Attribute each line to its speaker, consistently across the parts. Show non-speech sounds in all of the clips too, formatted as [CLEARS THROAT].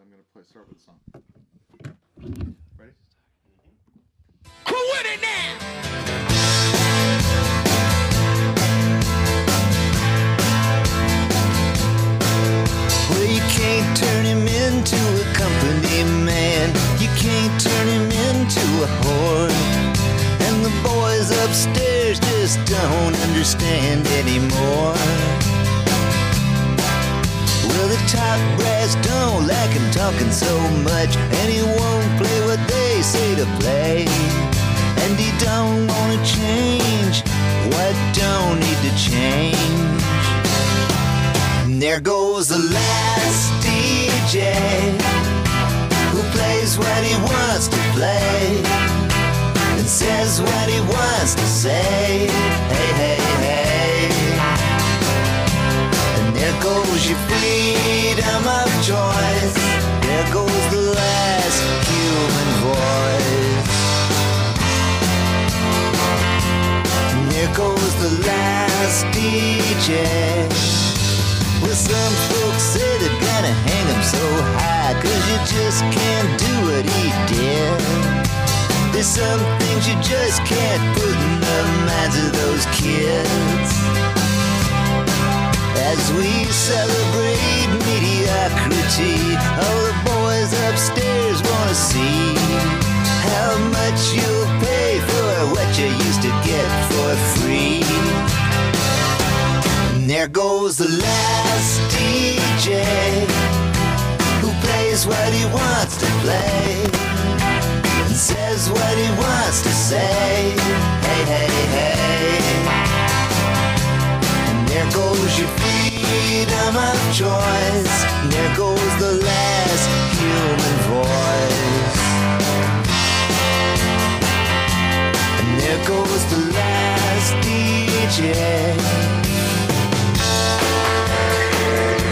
Speaker 1: I'm gonna play. Start with a song. Ready?
Speaker 2: Who with it now?
Speaker 3: Well, you can't turn him into a company man. You can't turn him into a whore. And the boys upstairs just don't understand anymore. Well, the top brass don't like him talking so much, and he won't play what they say to play. And he don't wanna change what don't need to change. And there goes the last DJ who plays what he wants to play and says what he wants to say. Hey, hey, hey. And there goes your freedom of choice. There goes the last human voice. And there goes the last DJ. Well, some folks say they're gonna hang him so high, cause you just can't do what he did. There's some things you just can't put in the minds of those kids. As we celebrate mediocrity, all the boys upstairs wanna see how much you'll pay for what you used to get for free. And there goes the last DJ who plays what he wants to play and says what he wants to say. Hey, hey, hey. And there goes your freedom of choice. And there goes the last human voice. And there goes the last DJ.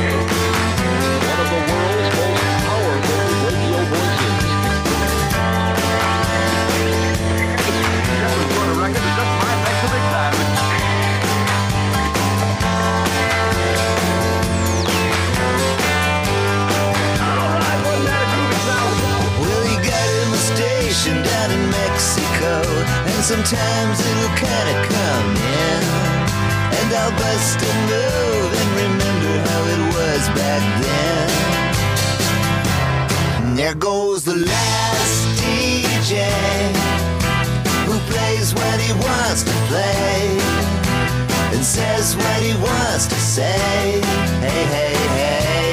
Speaker 4: one of the world's most powerful radio voices.
Speaker 3: Well, he got him a station down in Mexico, and sometimes it'll kinda come in. And I'll bust a move and remember how it was back then. And there goes the last DJ who plays what he wants to play and says what he wants to say. Hey, hey, hey.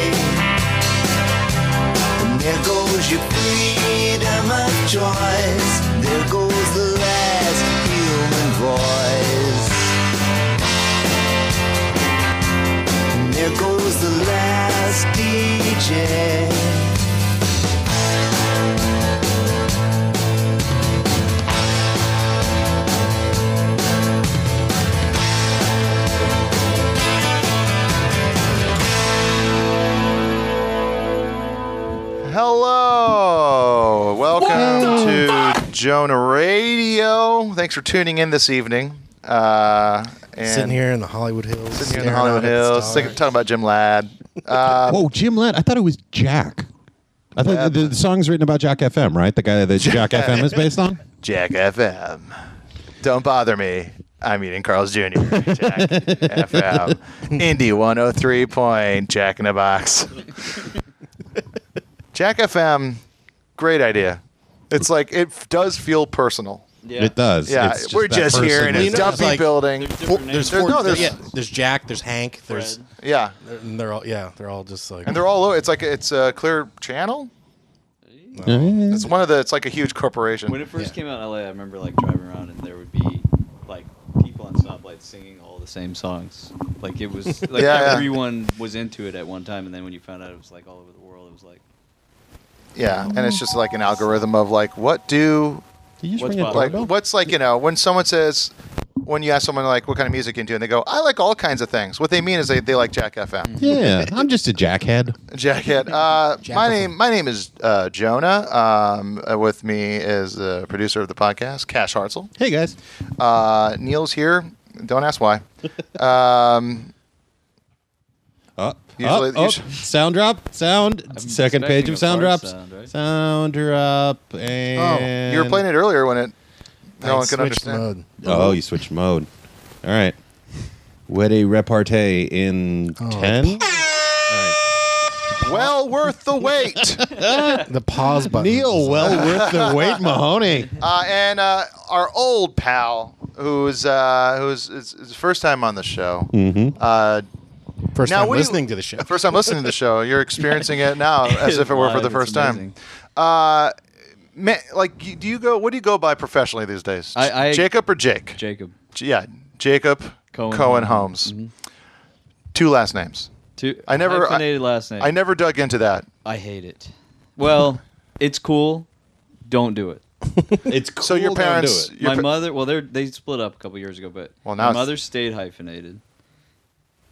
Speaker 3: And there goes your freedom of choice. There goes the last human voice. And there goes the last DJ.
Speaker 5: Hello. Welcome to Jonah Radio. Thanks for tuning in this evening. Uh, and
Speaker 6: sitting here in the Hollywood Hills.
Speaker 5: sitting here in the Hollywood Hills, sick- talking about Jim Ladd.
Speaker 7: [LAUGHS]
Speaker 5: Uh,
Speaker 7: Whoa, Jim Ladd. I thought it was Jack. I thought the, the song's written about Jack FM, right? The guy that Jack FM is based on.
Speaker 5: Jack FM. Don't bother me. I'm eating Carl's Jr. Jack FM. Indy 103 point. Jack in the box. Jack FM. Great idea. It's like it f- does feel personal.
Speaker 8: Yeah.
Speaker 7: It does.
Speaker 5: Yeah,
Speaker 7: It's
Speaker 5: we're
Speaker 7: that
Speaker 5: just
Speaker 7: person
Speaker 5: here in
Speaker 7: that-
Speaker 6: Well,
Speaker 5: a
Speaker 6: you know, there's
Speaker 5: dumpy
Speaker 6: like-
Speaker 5: building.
Speaker 8: Different names.
Speaker 6: There's
Speaker 5: There's-
Speaker 6: four.
Speaker 5: no, there's-
Speaker 6: yeah, there's Jack. There's Hank. There's
Speaker 8: Fred.
Speaker 5: Yeah,
Speaker 6: and they're all yeah. They're all just like
Speaker 5: and they're all. It's like it's a clear channel.
Speaker 7: Yeah.
Speaker 5: It's one of the. It's like a huge corporation.
Speaker 8: When it first
Speaker 6: Yeah.
Speaker 8: came out in LA, I remember like driving around and there would be like people on stoplights singing all the same songs. Like it
Speaker 5: [LAUGHS]
Speaker 8: was like
Speaker 5: Yeah, yeah.
Speaker 8: everyone was into it at one time, and then when you found out it was like all over the world, it was like
Speaker 5: Yeah, and it's just like an algorithm of like what do
Speaker 7: Did you just
Speaker 8: What's
Speaker 7: ring a
Speaker 8: possible?
Speaker 5: like
Speaker 7: doorbell?
Speaker 5: what's like you know when someone says when you ask someone like what kind of music you into and they go I like all kinds of things. What they mean is they, they like Jack [LAUGHS] FM.
Speaker 7: Yeah, I'm just a jackhead.
Speaker 5: Jackhead. Uh,
Speaker 6: Jack
Speaker 5: my
Speaker 6: FM.
Speaker 5: name my name is uh, Jonah. Um, uh, with me is the producer of the podcast, Cash Hartzell.
Speaker 7: Hey guys.
Speaker 5: Uh,
Speaker 7: [LAUGHS]
Speaker 5: Um, Neil's here. Don't ask why.
Speaker 7: Uh,
Speaker 5: Usually,
Speaker 7: up, up.
Speaker 5: usually-
Speaker 7: sound drop, sound.
Speaker 8: I'm
Speaker 7: Second page of
Speaker 8: expecting a
Speaker 7: sound
Speaker 8: barge
Speaker 7: drops. Sound,
Speaker 8: sound, right?
Speaker 7: drop Oh. and.
Speaker 5: you were playing it earlier when it no
Speaker 6: I
Speaker 5: one could
Speaker 6: switched
Speaker 5: understand.
Speaker 6: mode.
Speaker 7: Oh, you switched mode. All right. What a repartee in
Speaker 6: Oh.
Speaker 7: ten.
Speaker 5: Well worth
Speaker 7: [LAUGHS]
Speaker 5: the wait.
Speaker 6: The pause button.
Speaker 5: [LAUGHS]
Speaker 7: Neil, well worth the wait, Mahoney.
Speaker 5: uh, and uh, our old pal, who's uh, who's it's, it's first time on the show.
Speaker 7: Mm-hmm.
Speaker 5: Uh,
Speaker 6: First
Speaker 5: Now,
Speaker 6: time
Speaker 5: what do you-
Speaker 6: listening to the show.
Speaker 5: [LAUGHS] first time listening to the
Speaker 7: [LAUGHS]
Speaker 5: show. You're experiencing it now
Speaker 8: [LAUGHS]
Speaker 5: as if it were for
Speaker 8: Live,
Speaker 5: the
Speaker 8: it's
Speaker 5: first
Speaker 8: amazing.
Speaker 5: time. Uh, man, like, you- do you go? What do you go by professionally these days?
Speaker 8: I- I-
Speaker 5: Jacob or Jake?
Speaker 8: Jacob.
Speaker 5: J- yeah, Jacob Cohen,
Speaker 8: Cohen- Mm-hmm.
Speaker 5: Holmes. Two last names.
Speaker 8: Two,
Speaker 5: I never- I-
Speaker 8: hyphenated last name.
Speaker 5: I never dug into that.
Speaker 8: I hate it. Well, it's cool. Don't do it.
Speaker 7: [LAUGHS] It's cool.
Speaker 5: So your
Speaker 7: don't do
Speaker 5: parents,
Speaker 7: it.
Speaker 5: your
Speaker 8: my
Speaker 5: pa-
Speaker 8: mother, well, they they split up a couple years ago, but
Speaker 5: Well, now
Speaker 8: my
Speaker 5: it's-
Speaker 8: mother stayed hyphenated.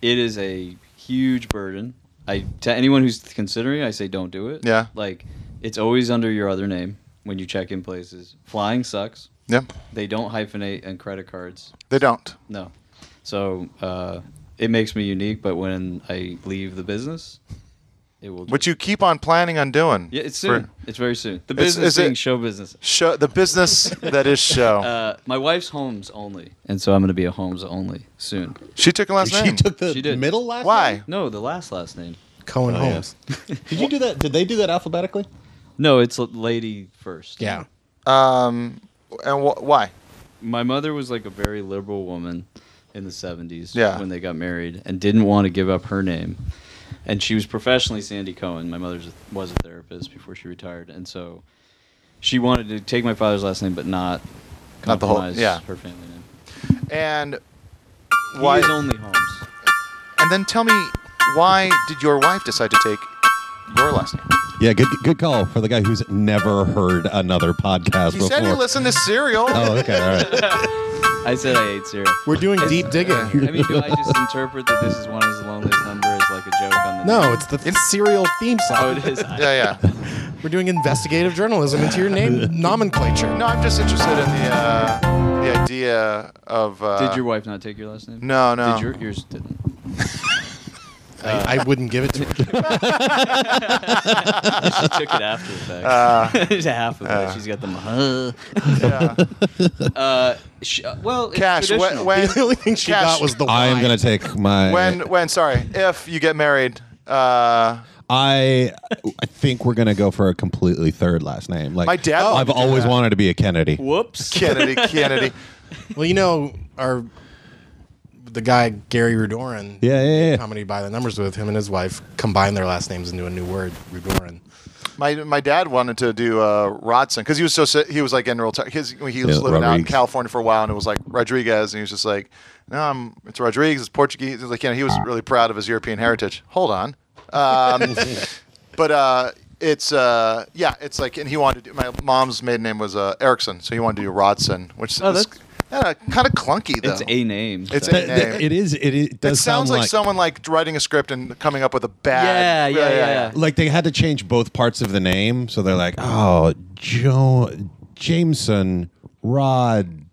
Speaker 8: It is a huge burden. I to anyone who's considering, I say don't do it.
Speaker 5: Yeah.
Speaker 8: like it's always under your other name when you check in places. Flying sucks.
Speaker 5: Yeah,
Speaker 8: They don't hyphenate and credit cards.
Speaker 5: they don't.
Speaker 8: No, so uh, it makes me unique. But when I leave the business, it will.
Speaker 5: Which you keep on planning on doing.
Speaker 8: yeah, it's
Speaker 5: for-
Speaker 8: soon. It's very soon. The
Speaker 5: It's-
Speaker 8: business
Speaker 5: is it-
Speaker 8: being show business.
Speaker 5: Show the
Speaker 8: [LAUGHS]
Speaker 5: business that is show.
Speaker 8: Uh, my wife's Holmes only, and so I'm going to be a Holmes only soon.
Speaker 5: she took her last
Speaker 7: She
Speaker 5: name.
Speaker 7: took the
Speaker 8: She did.
Speaker 7: middle last.
Speaker 5: Why?
Speaker 8: No, the last last name.
Speaker 6: Cohen
Speaker 7: Oh, yeah.
Speaker 6: Holmes.
Speaker 7: name? Did you do that? Did they do that alphabetically?
Speaker 8: No, it's l- lady first.
Speaker 6: Yeah.
Speaker 5: Um, and wh- why?
Speaker 8: My mother was like a very liberal woman in the 70s
Speaker 5: Yeah.
Speaker 8: when they got married and didn't want to give up her name. And she was professionally Sandy Cohen. My mother was a therapist before she retired. And so she wanted to take my father's last name but not
Speaker 5: Not the whole-
Speaker 8: compromise
Speaker 5: yeah.
Speaker 8: her family name.
Speaker 5: And
Speaker 8: Why
Speaker 5: why?
Speaker 8: is only Holmes?
Speaker 5: And then tell me why did your wife decide to take your last name?
Speaker 7: Yeah, good good call for the guy who's never heard another podcast
Speaker 5: He
Speaker 7: before.
Speaker 5: said he listened to Serial.
Speaker 7: oh, okay, all right.
Speaker 5: [LAUGHS]
Speaker 8: I said I hate cereal.
Speaker 6: We're doing deep digging
Speaker 8: I
Speaker 6: here.
Speaker 8: mean, do I just interpret that this is one of the loneliest number as like a joke on the
Speaker 6: [LAUGHS] No, it's the serial theme
Speaker 8: Oh,
Speaker 6: song.
Speaker 8: it
Speaker 6: [LAUGHS]
Speaker 8: is.
Speaker 5: Yeah, yeah.
Speaker 6: We're doing investigative journalism into your
Speaker 7: [LAUGHS]
Speaker 6: name nomenclature.
Speaker 5: No, I'm just interested in the uh, the idea of. Uh,
Speaker 8: Did your wife not take your last name?
Speaker 5: No, no.
Speaker 8: Did your, yours didn't.
Speaker 6: I, I wouldn't give it [LAUGHS]
Speaker 5: [LAUGHS]
Speaker 6: to her.
Speaker 8: she took it after the fact.
Speaker 5: Uh,
Speaker 8: [LAUGHS] Half of it. She's got the Mahal.
Speaker 5: [LAUGHS] yeah.
Speaker 8: [LAUGHS] Uh, sh- well, it's
Speaker 5: Cash? When,
Speaker 8: traditional.
Speaker 6: [LAUGHS]
Speaker 5: when
Speaker 6: The only thing she
Speaker 5: Cash,
Speaker 6: got was the
Speaker 7: I am
Speaker 6: Y.
Speaker 7: gonna take my
Speaker 5: when when sorry if you get married. Uh,
Speaker 7: I I think we're gonna go for a completely third last name. Like
Speaker 5: My dad wanted
Speaker 7: I've
Speaker 5: to do
Speaker 7: always
Speaker 5: that.
Speaker 7: wanted to be a Kennedy.
Speaker 8: Whoops.
Speaker 5: [LAUGHS] Kennedy, Kennedy.
Speaker 6: Well, you know, our the guy Gary Rudoran.
Speaker 7: Yeah, yeah, yeah.
Speaker 6: Comedy by the numbers with him and his wife combined their last names into a new word, Rudoran.
Speaker 5: My my dad wanted to do uh, Rodson because he was so si- he was like in real time. His he was living out in
Speaker 7: Rodriguez.
Speaker 5: California for a while, and it was like Rodriguez, and he was just like, "No, I'm it's Rodriguez, it's Portuguese." It's like you know, he was really proud of his European heritage. Hold on, um,
Speaker 7: [LAUGHS]
Speaker 5: but uh, it's uh, yeah, it's like, and he wanted to do, my mom's maiden name was uh, Erickson, so he wanted to do Rodson, which
Speaker 8: Oh,
Speaker 5: is
Speaker 8: that's-
Speaker 5: kind of clunky though.
Speaker 8: It's a name.
Speaker 5: It's
Speaker 8: so-
Speaker 5: a-
Speaker 7: Th- th- it is. It, it
Speaker 5: It
Speaker 7: does
Speaker 5: sounds
Speaker 7: sound
Speaker 5: like, someone like writing a script and coming up with a bad.
Speaker 8: Yeah, yeah, yeah.
Speaker 7: like they had to change both parts of the name, so they're like, oh, Joe Jameson Rodson.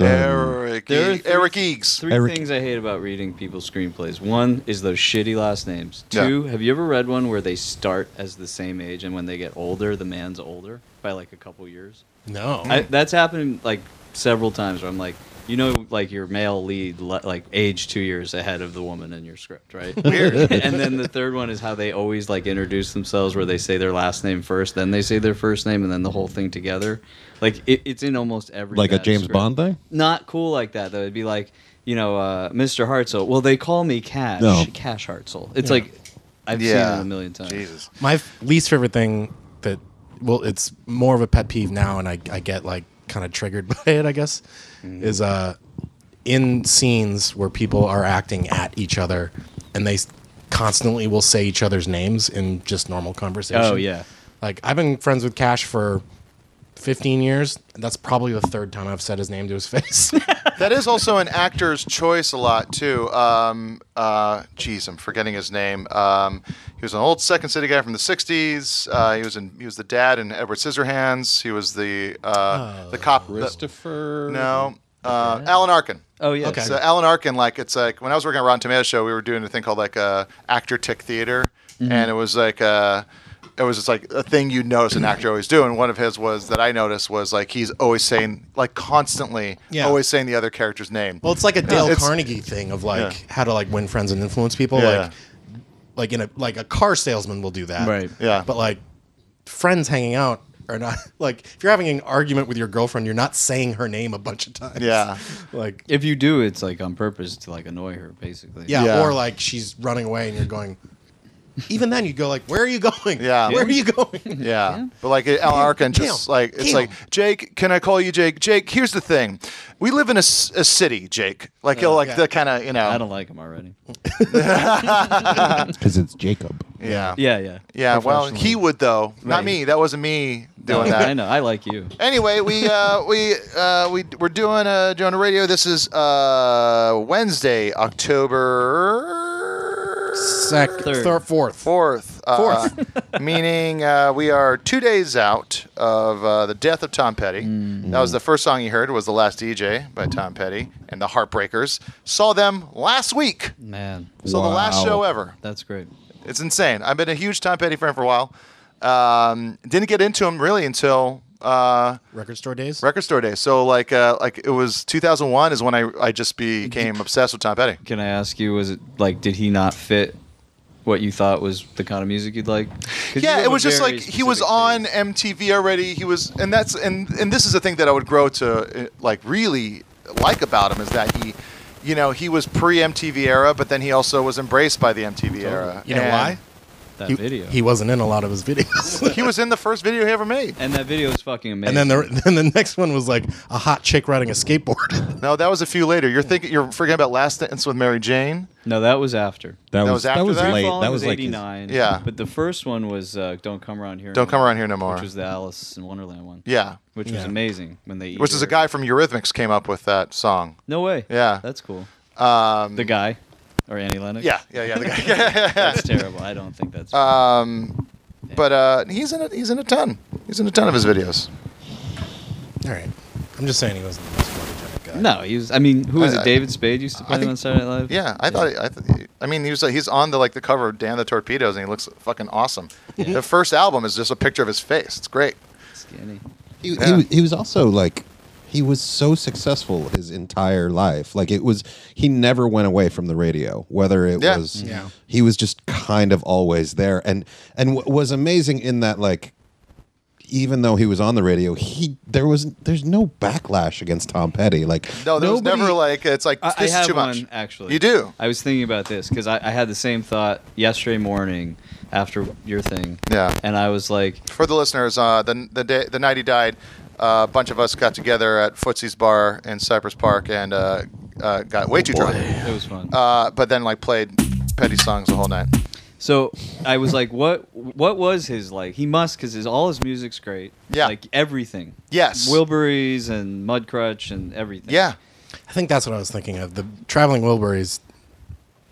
Speaker 5: Eric,
Speaker 8: There are
Speaker 5: E-
Speaker 8: three-
Speaker 5: Eric Eags.
Speaker 8: Three
Speaker 7: Eric-
Speaker 8: things I hate about reading people's screenplays. One is those shitty last names.
Speaker 5: Yeah.
Speaker 8: Two, have you ever read one where they start as the same age and when they get older, the man's older by like a couple years?
Speaker 6: No.
Speaker 8: I, that's happened like several times where I'm like, you know, like your male lead le- like age two years ahead of the woman in your script, right?
Speaker 5: [LAUGHS]
Speaker 8: Weird. [LAUGHS] and then the third one is how they always like introduce themselves, where they say their last name first, then they say their first name, and then the whole thing together. Like it, it's in almost every
Speaker 7: like a
Speaker 8: bad
Speaker 7: James
Speaker 8: script.
Speaker 7: Bond thing.
Speaker 8: Not cool like that though. It'd be like, you know, uh, Mr. Hartzell. Well, they call me Cash.
Speaker 7: No.
Speaker 8: Cash Hartzell. It's like I've seen it a million times.
Speaker 5: Jesus.
Speaker 6: My f- least favorite thing that, well, it's more of a pet peeve now, and I, I get like kind of triggered [LAUGHS] by it, I guess,
Speaker 8: Mm.
Speaker 6: is uh, in scenes where people are acting at each other and they s- constantly will say each other's names in just normal conversation.
Speaker 8: Oh yeah.
Speaker 6: Like, I've been friends with Cash for 15 years. And that's probably the third time I've said his name to his [LAUGHS] face.
Speaker 5: That is also an actor's choice a lot too. Um, uh, geez, I'm forgetting his name. Um, he was an old Second City guy from the '60s. Uh, he was in he was the dad in Edward Scissorhands. He was the uh, the cop. that-
Speaker 7: Christopher.
Speaker 5: no, Uh, Alan Arkin.
Speaker 8: Oh yeah.
Speaker 6: Okay.
Speaker 5: So Alan Arkin, like it's like when I was working at Rotten Tomatoes show, we were doing a thing called like uh, actor tick theater,
Speaker 6: Mm-hmm.
Speaker 5: and it was like uh, it was just like a thing you notice an actor always do, and one of his was that I noticed was like he's always saying like constantly
Speaker 6: Yeah.
Speaker 5: always saying the other character's name.
Speaker 6: Well, it's like a Dale
Speaker 5: [LAUGHS] it's-
Speaker 6: Carnegie thing of like how to like win friends and influence people.
Speaker 5: Yeah.
Speaker 6: Like, like in a like a car salesman will do that.
Speaker 8: Right.
Speaker 5: Yeah.
Speaker 6: But like friends hanging out are not [LAUGHS] like if you're having an argument with your girlfriend, you're not saying her name a bunch of times.
Speaker 5: yeah,
Speaker 6: Like
Speaker 8: If you do, it's like on purpose to like annoy her, basically.
Speaker 6: yeah,
Speaker 5: Yeah.
Speaker 6: or like she's running away and you're going. Even then, you go like, "Where are you going?
Speaker 5: Yeah.
Speaker 6: [LAUGHS] Where are you going?"
Speaker 5: Yeah. But like Alan Arkin just
Speaker 6: Kim,
Speaker 5: like it's
Speaker 6: Kim.
Speaker 5: like Jake, can I call you Jake? Jake, here's the thing. We live in a, s- a city, Jake. Like he'll like
Speaker 6: yeah.
Speaker 5: the kind of, you know.
Speaker 8: I don't like him
Speaker 6: [LAUGHS]
Speaker 5: [LAUGHS]
Speaker 8: already.
Speaker 7: because it's Jacob.
Speaker 5: yeah.
Speaker 8: Yeah, yeah.
Speaker 5: Yeah, well, he would though. Not
Speaker 8: Right.
Speaker 5: me. That wasn't me
Speaker 8: No,
Speaker 5: doing that.
Speaker 8: I know. I like you.
Speaker 5: Anyway, we uh, we uh, we we're doing uh, Jonah Radio. This is uh, Wednesday, October
Speaker 6: Second,
Speaker 8: Third.
Speaker 6: third, fourth.
Speaker 5: Fourth. Uh, meaning uh, we are two days out of uh, the death of Tom Petty.
Speaker 8: Mm.
Speaker 5: That was the first song you heard was The Last DJ by Tom Petty and the Heartbreakers. Saw them last week.
Speaker 8: Man,
Speaker 5: So the last
Speaker 7: Wow.
Speaker 5: show ever.
Speaker 8: that's great.
Speaker 5: It's insane. I've been a huge Tom Petty fan for a while. Um, didn't get into him really until uh,
Speaker 6: Record store days.
Speaker 5: record store day. So like uh, like it was 2001 is when I, I just became obsessed with Tom Petty.
Speaker 8: Can I ask you, was it like, did he not fit what you thought was the kind of music you'd like? 'Cause you
Speaker 5: yeah
Speaker 8: have
Speaker 5: it
Speaker 8: a
Speaker 5: was just
Speaker 8: very
Speaker 5: like he was
Speaker 8: specific
Speaker 5: on
Speaker 8: taste.
Speaker 5: mtv already he was and that's and and this is the thing that i would grow to uh, like really like about him is that he you know he was pre mtv era but then he also was embraced by the mtv era
Speaker 6: You know
Speaker 5: And
Speaker 6: why?
Speaker 8: that
Speaker 6: He,
Speaker 8: video.
Speaker 6: he wasn't in a lot of his videos.
Speaker 5: [LAUGHS] he was in the first video he ever made
Speaker 8: and that video is fucking amazing.
Speaker 6: [LAUGHS] And then the then the next one was like a hot chick riding a skateboard. [LAUGHS]
Speaker 5: no that was a few later you're thinking you're forgetting about last dance with mary jane
Speaker 8: no, that was after.
Speaker 7: That,
Speaker 5: was
Speaker 7: was,
Speaker 5: after
Speaker 7: that was
Speaker 5: that?
Speaker 7: late.
Speaker 8: Fallen
Speaker 7: That was, like his-
Speaker 8: eighty nine.
Speaker 5: Yeah.
Speaker 8: but the first one was uh, "Don't Come Around Here."
Speaker 5: don't come around here no more
Speaker 8: Which was the Alice in Wonderland one.
Speaker 5: yeah
Speaker 8: which was
Speaker 6: Yeah.
Speaker 8: amazing when they. eat
Speaker 5: which is a
Speaker 8: her.
Speaker 5: guy from Eurythmics came up with that song.
Speaker 8: No way.
Speaker 5: Yeah.
Speaker 8: that's cool. Um, the guy, or Annie Lennox.
Speaker 5: Yeah, yeah, yeah. The
Speaker 8: [LAUGHS]
Speaker 5: guy. yeah, yeah, yeah.
Speaker 8: that's terrible. I don't think that's.
Speaker 5: But uh, he's in a, he's in a ton. He's in a ton of his videos.
Speaker 6: All right, I'm just saying he wasn't the most photogenic guy.
Speaker 8: no, he was. I mean, who was
Speaker 5: I-
Speaker 8: it? David Spade used to play him
Speaker 5: think-
Speaker 8: on Saturday Night Live.
Speaker 5: Yeah, I thought. I, th- I mean, he was like, he's on the like the cover of Dan the Torpedoes, and he looks fucking awesome. The first album is just a picture of his face. It's great.
Speaker 8: Skinny.
Speaker 7: he, he
Speaker 5: Yeah.
Speaker 7: was- he was also like he was so successful his entire life like it was he never went away from the radio whether it
Speaker 5: Yeah.
Speaker 7: was
Speaker 6: Yeah.
Speaker 7: he was just kind of always there and and what was amazing in that like even though he was on the radio he there was there's no backlash against tom petty like
Speaker 5: No, there was
Speaker 7: nobody-
Speaker 5: never like it's like
Speaker 8: I, I
Speaker 5: this is
Speaker 8: have
Speaker 5: too
Speaker 8: one
Speaker 5: much.
Speaker 8: actually.
Speaker 5: You do?
Speaker 8: I was thinking about this because I, I had the same thought yesterday morning after your thing.
Speaker 5: Yeah.
Speaker 8: And I was like,
Speaker 5: For the listeners, uh, the the day the night he died, uh, a bunch of us got together at Footsie's bar in Cypress Park and uh, uh, got
Speaker 7: Oh,
Speaker 5: way too drunk.
Speaker 8: it was fun.
Speaker 5: Uh, but then like played petty songs the whole night.
Speaker 8: So I was like, what What was his like? He must, because his, all his music's great.
Speaker 5: Yeah.
Speaker 8: Like everything.
Speaker 5: Yes.
Speaker 8: Wilburys and Mudcrutch and everything.
Speaker 5: Yeah.
Speaker 6: I think that's what I was thinking of. The Traveling Wilburys.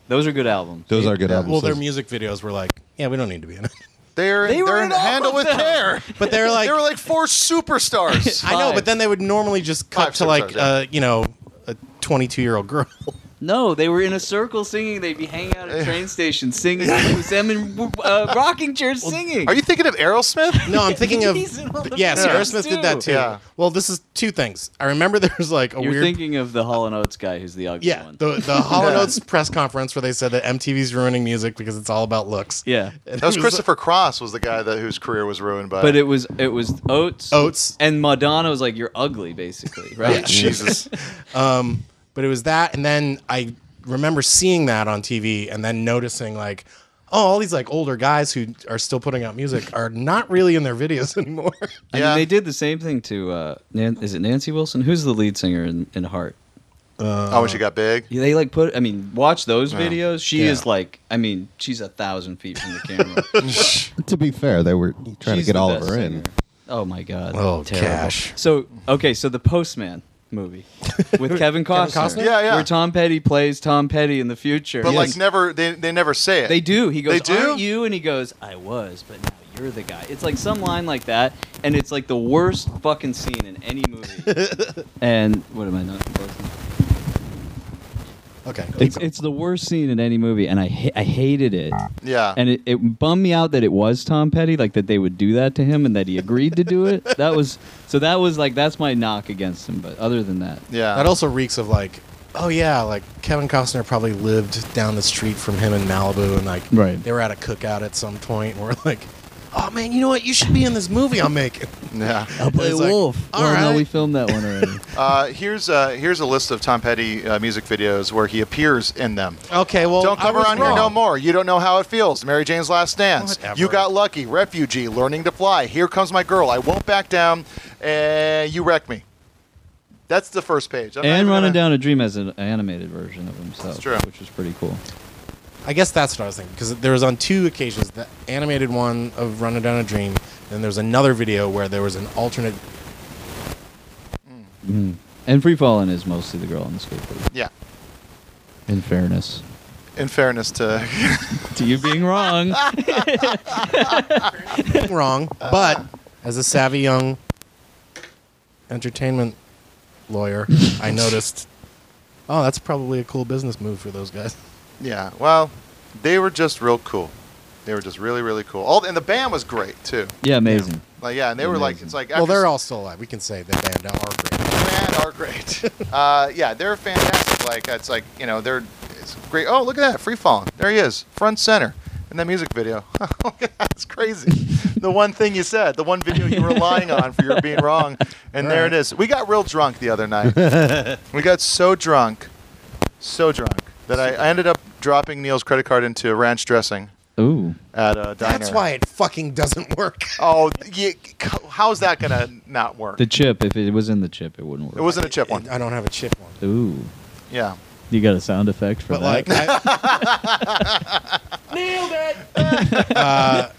Speaker 8: Those are good albums.
Speaker 7: those are good albums
Speaker 6: Well, their
Speaker 7: Those-
Speaker 6: music videos were like, yeah, we don't need to be in it,
Speaker 5: They're
Speaker 8: They
Speaker 5: they
Speaker 8: were
Speaker 5: are
Speaker 8: in
Speaker 5: in
Speaker 8: all
Speaker 5: handle
Speaker 8: of
Speaker 5: with
Speaker 8: them. [LAUGHS]
Speaker 5: care. [LAUGHS]
Speaker 6: but they're like,
Speaker 5: they were like four superstars.
Speaker 6: I know,
Speaker 8: five.
Speaker 6: but then they would normally just cut
Speaker 5: Five
Speaker 6: to like,
Speaker 5: superstars, yeah.
Speaker 6: uh, you know, a 22 year old girl. [LAUGHS]
Speaker 8: No, they were in a circle singing. They'd be hanging out
Speaker 5: Eh.
Speaker 8: at train stations singing. It
Speaker 5: [LAUGHS]
Speaker 8: was them in uh, rocking chairs singing.
Speaker 5: Are you thinking of Aerosmith?
Speaker 6: No, I'm thinking
Speaker 8: [LAUGHS]
Speaker 6: of
Speaker 8: He's in all the
Speaker 6: yeah, Sarah
Speaker 8: videos,
Speaker 6: Smith
Speaker 8: too.
Speaker 6: did that too.
Speaker 5: Yeah.
Speaker 6: Well, this is two things. I remember [LAUGHS] there was like a
Speaker 8: You're
Speaker 6: weird.
Speaker 8: thinking of the Hall & Oates guy who's the ugly
Speaker 6: yeah,
Speaker 8: one.
Speaker 6: the the
Speaker 5: [LAUGHS]
Speaker 6: Hollow Notes press conference where they said that MTV's ruining music because it's all about looks.
Speaker 8: yeah. [LAUGHS]
Speaker 6: And
Speaker 5: That was
Speaker 6: it
Speaker 5: Christopher Cross was the guy that whose career was ruined by.
Speaker 8: But it was it was Oates.
Speaker 6: Oates.
Speaker 8: And Madonna was like, you're ugly,
Speaker 6: [LAUGHS]
Speaker 8: basically, right?
Speaker 5: [LAUGHS] Jesus.
Speaker 6: Um, but it was that and then i remember seeing that on tv and then noticing like oh all these like older guys who are still putting out music are not really in their videos [LAUGHS] anymore
Speaker 8: [LAUGHS] I mean,
Speaker 5: Yeah.
Speaker 8: they did the same thing to, uh, Nan- is it Nancy Wilson? Who's the lead singer in, in Heart?
Speaker 5: oh, when she got big.
Speaker 8: Yeah, They like put. I mean, watch those videos. She
Speaker 6: Yeah.
Speaker 8: is like. I mean, she's a thousand feet from the camera.
Speaker 5: [LAUGHS]
Speaker 7: to be fair they were trying
Speaker 8: she's
Speaker 7: to get
Speaker 8: the
Speaker 7: Oliver
Speaker 8: best
Speaker 7: in
Speaker 8: singer. Oh my god.
Speaker 6: Oh,
Speaker 8: terrible.
Speaker 6: gosh.
Speaker 8: So okay, so the postman. movie with Kevin Costner.
Speaker 6: Costner?
Speaker 5: Yeah, yeah.
Speaker 8: Where Tom Petty plays Tom Petty in the future.
Speaker 5: But like never, they, they never say it.
Speaker 8: They do. He goes,
Speaker 5: They do?
Speaker 8: "Aren't you?" And he goes, "I was, but now you're the guy." It's like some line like that, and it's like the worst fucking scene in any movie.
Speaker 5: [LAUGHS]
Speaker 8: and what am I not?
Speaker 6: Okay.
Speaker 8: It's it's the worst scene in any movie, and I ha- I hated it,
Speaker 5: Yeah.
Speaker 8: and it, it bummed me out that it was Tom Petty, like that they would do that to him, and that he agreed to do it. That was so that was like that's my knock against him. But other than that,
Speaker 5: yeah.
Speaker 6: That also reeks of like, oh yeah, like Kevin Costner probably lived down the street from him in Malibu, and like
Speaker 8: Right.
Speaker 6: they were at a cookout at some point, and we're like, oh man, you know what? You should be in this movie I'm making.
Speaker 5: yeah.
Speaker 8: I'll
Speaker 6: play It's like, Wolf. all
Speaker 8: Oh no,
Speaker 6: right.
Speaker 8: we filmed that one already.
Speaker 5: Uh, here's uh, here's a list of Tom Petty uh, music videos where he appears in them.
Speaker 6: Okay, well,
Speaker 5: don't come
Speaker 6: I was
Speaker 5: around here
Speaker 6: wrong.
Speaker 5: no more. You don't know how it feels. Mary Jane's Last Dance.
Speaker 6: Whatever.
Speaker 5: You got lucky. Refugee. Learning to fly. Here comes my girl. I won't back down. And you wreck me. That's the first page. I'm not
Speaker 8: and
Speaker 5: even
Speaker 8: running
Speaker 5: gonna-
Speaker 8: down a dream as an animated version of himself,
Speaker 5: That's true.
Speaker 8: which was pretty cool.
Speaker 6: [LAUGHS] I guess that's what I was thinking because there was on two occasions the animated one of Running Down a Dream, then there was another video where there was an alternate.
Speaker 8: Mm. And free falling is mostly the girl on the skateboard.
Speaker 5: Yeah.
Speaker 8: In fairness,
Speaker 5: In fairness to
Speaker 8: to you being
Speaker 5: [LAUGHS]
Speaker 8: wrong,
Speaker 6: wrong, but as a savvy young entertainment lawyer, I noticed. Oh, that's probably a cool business move for those guys.
Speaker 5: Yeah, well, they were just real cool. They were just really, really cool. All and the band was great too.
Speaker 8: yeah, amazing.
Speaker 5: Like yeah, and they were like it's like
Speaker 6: Well,
Speaker 5: after
Speaker 6: they're all still alive. We can say the band are great.
Speaker 5: band are great. [LAUGHS] uh, yeah, they're fantastic. Like it's like you know they're it's great. Oh look at that, free falling. There he is, front center in that music video. [LAUGHS] That's
Speaker 8: [LAUGHS]
Speaker 5: crazy. the one thing you said, the one video you were relying on for your being wrong, and there it is. We got real drunk the other night.
Speaker 8: [LAUGHS]
Speaker 5: we got so drunk, so drunk that I, I ended up dropping Neil's credit card into ranch dressing.
Speaker 8: Ooh,
Speaker 5: at a diner.
Speaker 6: That's why it fucking doesn't work.
Speaker 5: Oh, yeah, c- how's that gonna not work?
Speaker 8: the chip. If it was in the chip, it wouldn't work.
Speaker 5: it wasn't a chip one.
Speaker 6: I don't have a chip one.
Speaker 8: Ooh,
Speaker 5: Yeah.
Speaker 8: you got a sound effect for
Speaker 6: But
Speaker 8: that.
Speaker 6: like, I, nailed
Speaker 5: [LAUGHS]
Speaker 6: it. [LAUGHS] uh,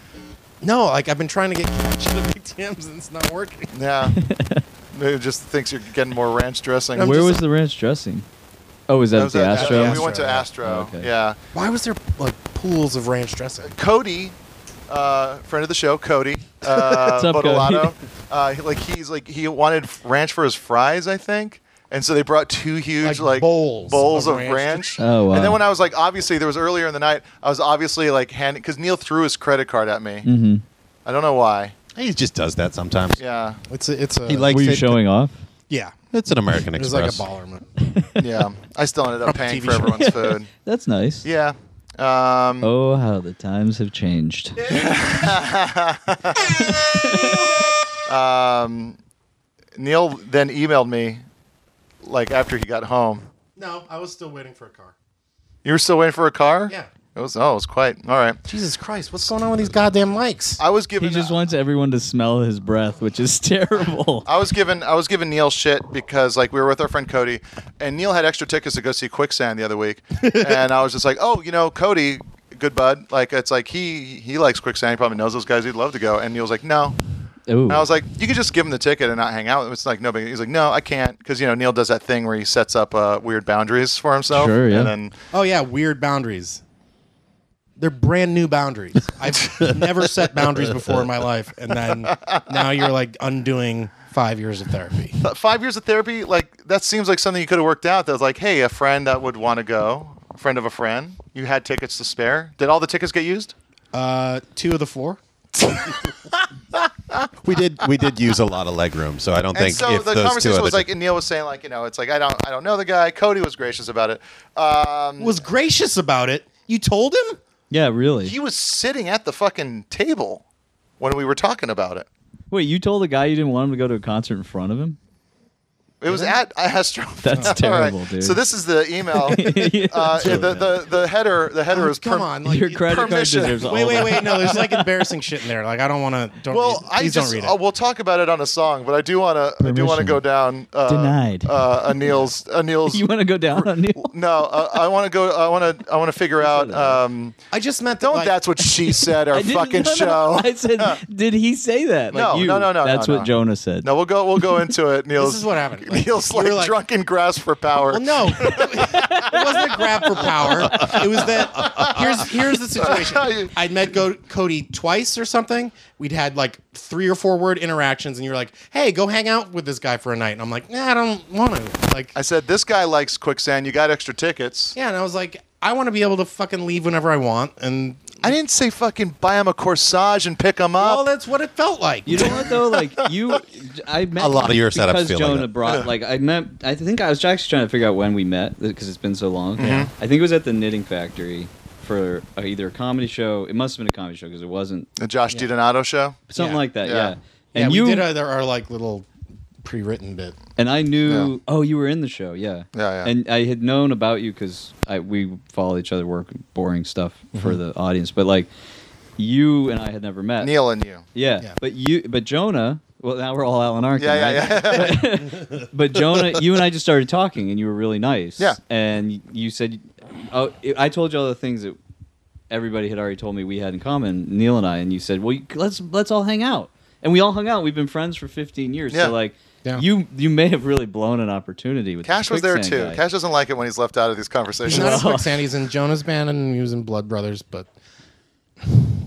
Speaker 6: no, like I've been trying to get cash to Big Tim's and it's not working.
Speaker 8: [LAUGHS]
Speaker 5: Yeah. Maybe just thinks you're getting more ranch dressing.
Speaker 8: Where
Speaker 6: just-
Speaker 8: was the ranch dressing? Oh, is that,
Speaker 5: That
Speaker 8: at
Speaker 5: was
Speaker 8: the
Speaker 5: at-
Speaker 8: Astro? Oh,
Speaker 5: yeah, we went to Astro.
Speaker 8: Okay.
Speaker 5: Yeah.
Speaker 6: Why was there like pools of ranch dressing?
Speaker 5: Cody, uh, friend of the show, Cody uh,
Speaker 8: [LAUGHS] What's up, Cody?
Speaker 5: Bottolato, uh, he- like he's like he wanted ranch for his fries, I think. And so they brought two huge
Speaker 6: Like
Speaker 5: like,
Speaker 6: bowls
Speaker 5: bowls
Speaker 6: of
Speaker 5: of,
Speaker 6: ranch.
Speaker 5: ranch.
Speaker 8: Oh, wow.
Speaker 5: And then when I was like, obviously there was earlier in the night, I was obviously like handing because Neil threw his credit card at me.
Speaker 8: Mm-hmm.
Speaker 5: I don't know why.
Speaker 7: He just does that sometimes.
Speaker 5: Yeah,
Speaker 6: It's a, it's a
Speaker 7: He likes
Speaker 8: Were you
Speaker 7: it.
Speaker 8: showing off?
Speaker 6: yeah.
Speaker 7: It's an American
Speaker 6: It was
Speaker 7: Express.
Speaker 6: like a baller move.
Speaker 5: yeah. I still ended up
Speaker 6: From a
Speaker 5: paying
Speaker 6: TV
Speaker 5: for
Speaker 8: [LAUGHS]
Speaker 6: show.
Speaker 5: everyone's food.
Speaker 8: That's nice.
Speaker 5: Yeah. Um,
Speaker 8: Oh, how the times have changed.
Speaker 5: [LAUGHS] [LAUGHS] um, Neil then emailed me, like after he got home.
Speaker 6: No, I was still waiting for a car.
Speaker 5: You were still waiting for a car?
Speaker 6: Yeah.
Speaker 5: It was. Oh, it was quite. All right.
Speaker 6: Jesus Christ, what's going on with these goddamn mics?
Speaker 5: I was given.
Speaker 8: He just wants everyone to smell his breath, which is [LAUGHS] terrible.
Speaker 5: [LAUGHS] I was given I was giving Neil shit because like we were with our friend Cody, and Neil had extra tickets to go see Quicksand the other week, and I was just like, oh, you know, Cody, good bud, like it's like he he likes Quicksand, he probably knows those guys, he'd love to go, and Neil was like, no,
Speaker 8: Ooh.
Speaker 5: And I was like, you could just give him the ticket and not hang out. It's like no big. He's like, no, I can't, because you know Neil does that thing where he sets up uh, weird boundaries for himself.
Speaker 8: Sure, yeah.
Speaker 5: And then
Speaker 6: Oh yeah, weird boundaries. They're brand new boundaries.
Speaker 8: [LAUGHS]
Speaker 6: I've never set boundaries before in my life, and then now you're like undoing five years of therapy.
Speaker 5: th- uh, five years of therapy, like that seems like something you could have worked out. That was like, hey, a friend that would want to go, a friend of a friend, you had tickets to spare. Did all the tickets get used?
Speaker 6: Uh, two of the four.
Speaker 7: we did we did use a lot of leg room, so I don't
Speaker 5: And
Speaker 7: think
Speaker 5: so
Speaker 7: if
Speaker 5: the
Speaker 7: those two
Speaker 5: conversation
Speaker 7: other
Speaker 5: was like, and Neil was saying like, you know, it's like I don't, I don't know the guy. Cody was gracious about it. Um,
Speaker 6: Was gracious about it. You told him.
Speaker 8: yeah, really.
Speaker 5: he was sitting at the fucking table when we were talking about it.
Speaker 8: Wait, you told the guy you didn't want him to go to a concert in front of him?
Speaker 5: It was at Astro.
Speaker 8: [LAUGHS] That's
Speaker 5: [LAUGHS] All
Speaker 8: terrible, dude.
Speaker 5: So this is the
Speaker 8: [LAUGHS]
Speaker 5: email. uh, the, the the header the header is
Speaker 6: Oh, Come
Speaker 5: perm-
Speaker 6: on, like
Speaker 8: Your
Speaker 6: you-
Speaker 8: credit card
Speaker 5: permission.
Speaker 8: deserves all
Speaker 6: Wait, wait,
Speaker 8: that.
Speaker 6: wait! No, there's like embarrassing shit in there. Like I don't want to. Don't
Speaker 5: Well,
Speaker 6: read,
Speaker 5: I
Speaker 6: please
Speaker 5: just
Speaker 6: don't read it.
Speaker 5: uh, we'll talk about it on a song, but I do want to I do want to
Speaker 8: Permission.
Speaker 5: go down uh,
Speaker 8: Denied.
Speaker 5: uh,
Speaker 8: [LAUGHS]
Speaker 5: Anil's Anil's.
Speaker 8: You want to go down on Neil?
Speaker 5: [LAUGHS] no, uh, I want to go. I want to. I want to figure out. Um,
Speaker 6: I just meant that,
Speaker 5: don't.
Speaker 6: like-
Speaker 5: that's
Speaker 6: [LAUGHS]
Speaker 5: what she said. Our
Speaker 8: I didn't-
Speaker 5: fucking
Speaker 8: [LAUGHS] no, no,
Speaker 5: show.
Speaker 8: I
Speaker 5: [LAUGHS]
Speaker 8: said, did he say that? Like
Speaker 5: No,
Speaker 8: you.
Speaker 5: no, no, no,
Speaker 8: That's
Speaker 5: no,
Speaker 8: what
Speaker 5: no.
Speaker 8: Jonah said.
Speaker 5: No, we'll go. We'll go into it.
Speaker 6: [LAUGHS]
Speaker 5: Neil's
Speaker 6: This is what happened.
Speaker 5: Neil's
Speaker 6: you were
Speaker 5: like,
Speaker 6: like-
Speaker 5: drunken grasp for power.
Speaker 6: Well, no, [LAUGHS] it wasn't a grab for power. It was that here's here's the
Speaker 5: [LAUGHS]
Speaker 6: situation. I'd met Go- Cody twice or something. We'd had like three or four word interactions, and you were like, "Hey, go hang out with this guy for a night," and I'm like, "Nah, I don't want to." Like,
Speaker 5: I said, this guy likes quicksand. You got extra tickets.
Speaker 6: yeah, and I was like, "I want to be able to fucking leave whenever I want," and
Speaker 5: I didn't say fucking buy him a corsage and pick him
Speaker 6: well,
Speaker 5: up.
Speaker 6: that's what it felt like.
Speaker 8: You know what though? Like you, I met
Speaker 7: A lot of your setups
Speaker 8: because
Speaker 7: feel like
Speaker 8: Jonah
Speaker 7: that.
Speaker 8: brought. Like I met. I think I was actually trying to figure out when we met because it's been so long. Yeah. I think it was at the Knitting Factory for uh, either a comedy show. It must have been a comedy show because it wasn't
Speaker 5: the Josh DiDonato show.
Speaker 8: something
Speaker 6: Yeah.
Speaker 8: like that.
Speaker 5: Yeah.
Speaker 8: Yeah.
Speaker 6: yeah,
Speaker 8: And
Speaker 6: we
Speaker 8: you
Speaker 6: did our, our like little pre-written bit.
Speaker 8: and I knew.
Speaker 5: Yeah.
Speaker 8: Oh, you were in the show. Yeah.
Speaker 5: Yeah, yeah.
Speaker 8: And I had known about you because we follow each other, work boring stuff for
Speaker 5: Mm-hmm.
Speaker 8: the audience, but like you and I had never met.
Speaker 5: Neil and you.
Speaker 8: Yeah,
Speaker 6: Yeah.
Speaker 8: but you, but Jonah. Well, now we're all Alan Arkin.
Speaker 5: Yeah, yeah,
Speaker 8: right? [LAUGHS] But Jonah, you and I just started talking, and you were really nice.
Speaker 5: Yeah.
Speaker 8: And you said, "Oh, I told you all the things that everybody had already told me we had in common, Neil and I." And you said, "Well, you- let's let's all hang out." And we all hung out. We've been friends for 15 years.
Speaker 5: Yeah.
Speaker 8: So like,
Speaker 6: Yeah.
Speaker 8: you you may have really blown an opportunity with
Speaker 5: Cash
Speaker 8: this
Speaker 5: was there too.
Speaker 8: quicksand guy.
Speaker 5: Cash doesn't like it when he's left out of these conversations.
Speaker 6: He's not in Quicksand. He's in Jonah's band, and he was in Blood Brothers, but.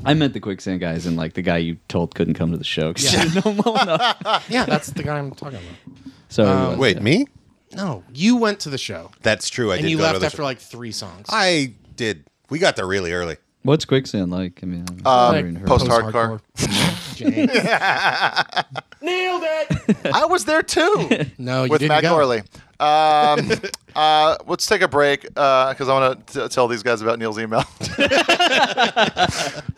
Speaker 8: I meant the quicksand guys and like the guy you told couldn't come to the show because you didn't know him well enough.
Speaker 6: Yeah, that's the guy I'm talking about.
Speaker 8: [LAUGHS] So
Speaker 6: Um,
Speaker 8: uh,
Speaker 7: Wait, me?
Speaker 6: No, you went to the show.
Speaker 7: That's true. I
Speaker 6: and
Speaker 7: did
Speaker 6: you
Speaker 7: go to
Speaker 6: left
Speaker 7: the
Speaker 6: after
Speaker 7: show.
Speaker 6: like three songs.
Speaker 7: I did. We got there really early.
Speaker 8: what's quicksand like? I mean, I'm
Speaker 6: Like,
Speaker 8: never even heard
Speaker 5: post-
Speaker 8: of it.
Speaker 5: Uh, post-hardcore.
Speaker 6: post-hardcore. [LAUGHS] James.
Speaker 5: I was there too
Speaker 6: No, you
Speaker 5: with
Speaker 6: didn't
Speaker 5: Matt
Speaker 6: go.
Speaker 5: Gorley.
Speaker 6: [LAUGHS]
Speaker 5: Um, uh, let's take a break because I want to tell these guys about Neil's email. [LAUGHS]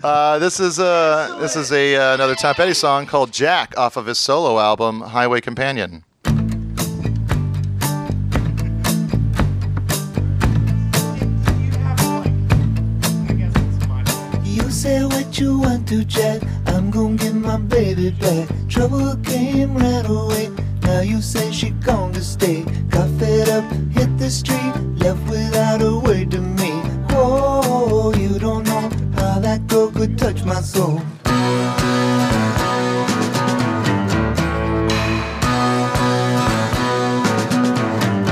Speaker 5: uh, this is uh, this is a uh, another Tom Petty song called Jack off of his solo album Highway Companion.
Speaker 3: You say what you want to, Jack. I'm gonna get my baby back. Trouble came right away. Now you say she gone to stay. Got fed up, hit the street, left without a word to me. Oh, you don't know how that girl could touch my soul.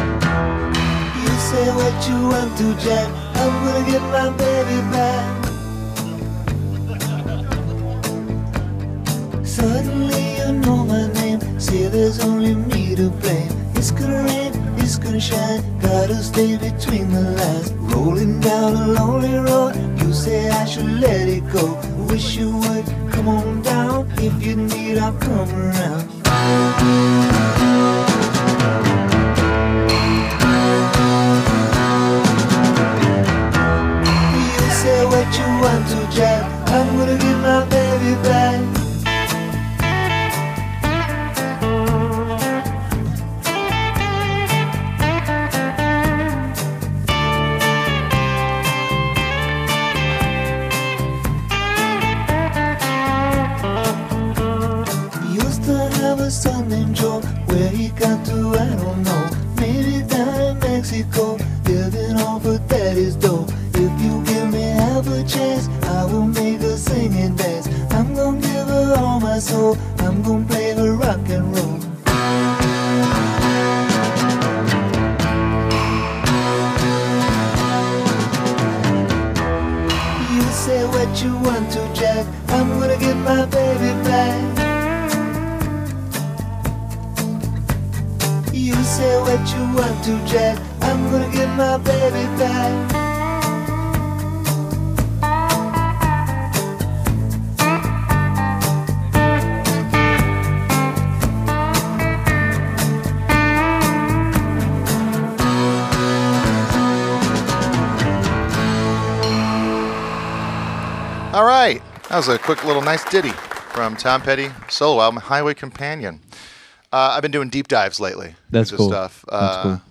Speaker 3: You say what you want to, Jack. I'm gonna get my baby back. Suddenly you know my name. Say there's only me to blame. It's gonna rain, it's gonna shine. Gotta stay between the lines. Rolling down a lonely road. You say I should let it go. Wish you would come on down. If you need, I'll come around. You say what you want to, Jack. I'm gonna get my baby back. used to have a son named Joe. Where he got to, I don't know. Maybe down in Mexico, living off of daddy's dough. If you give me half a chance, I will make her sing and dance. I'm gonna give her all my soul. I'm gonna play her rock and roll. You say what you want to, Jack. I'm gonna get my baby back. You say what you want to, Jack. I'm gonna get my baby back.
Speaker 5: All right. That was a quick little nice ditty from Tom Petty solo album Highway Companion. Uh, I've been doing deep dives lately.
Speaker 8: That's
Speaker 5: into
Speaker 8: cool.
Speaker 5: Stuff. Uh,
Speaker 8: That's cool.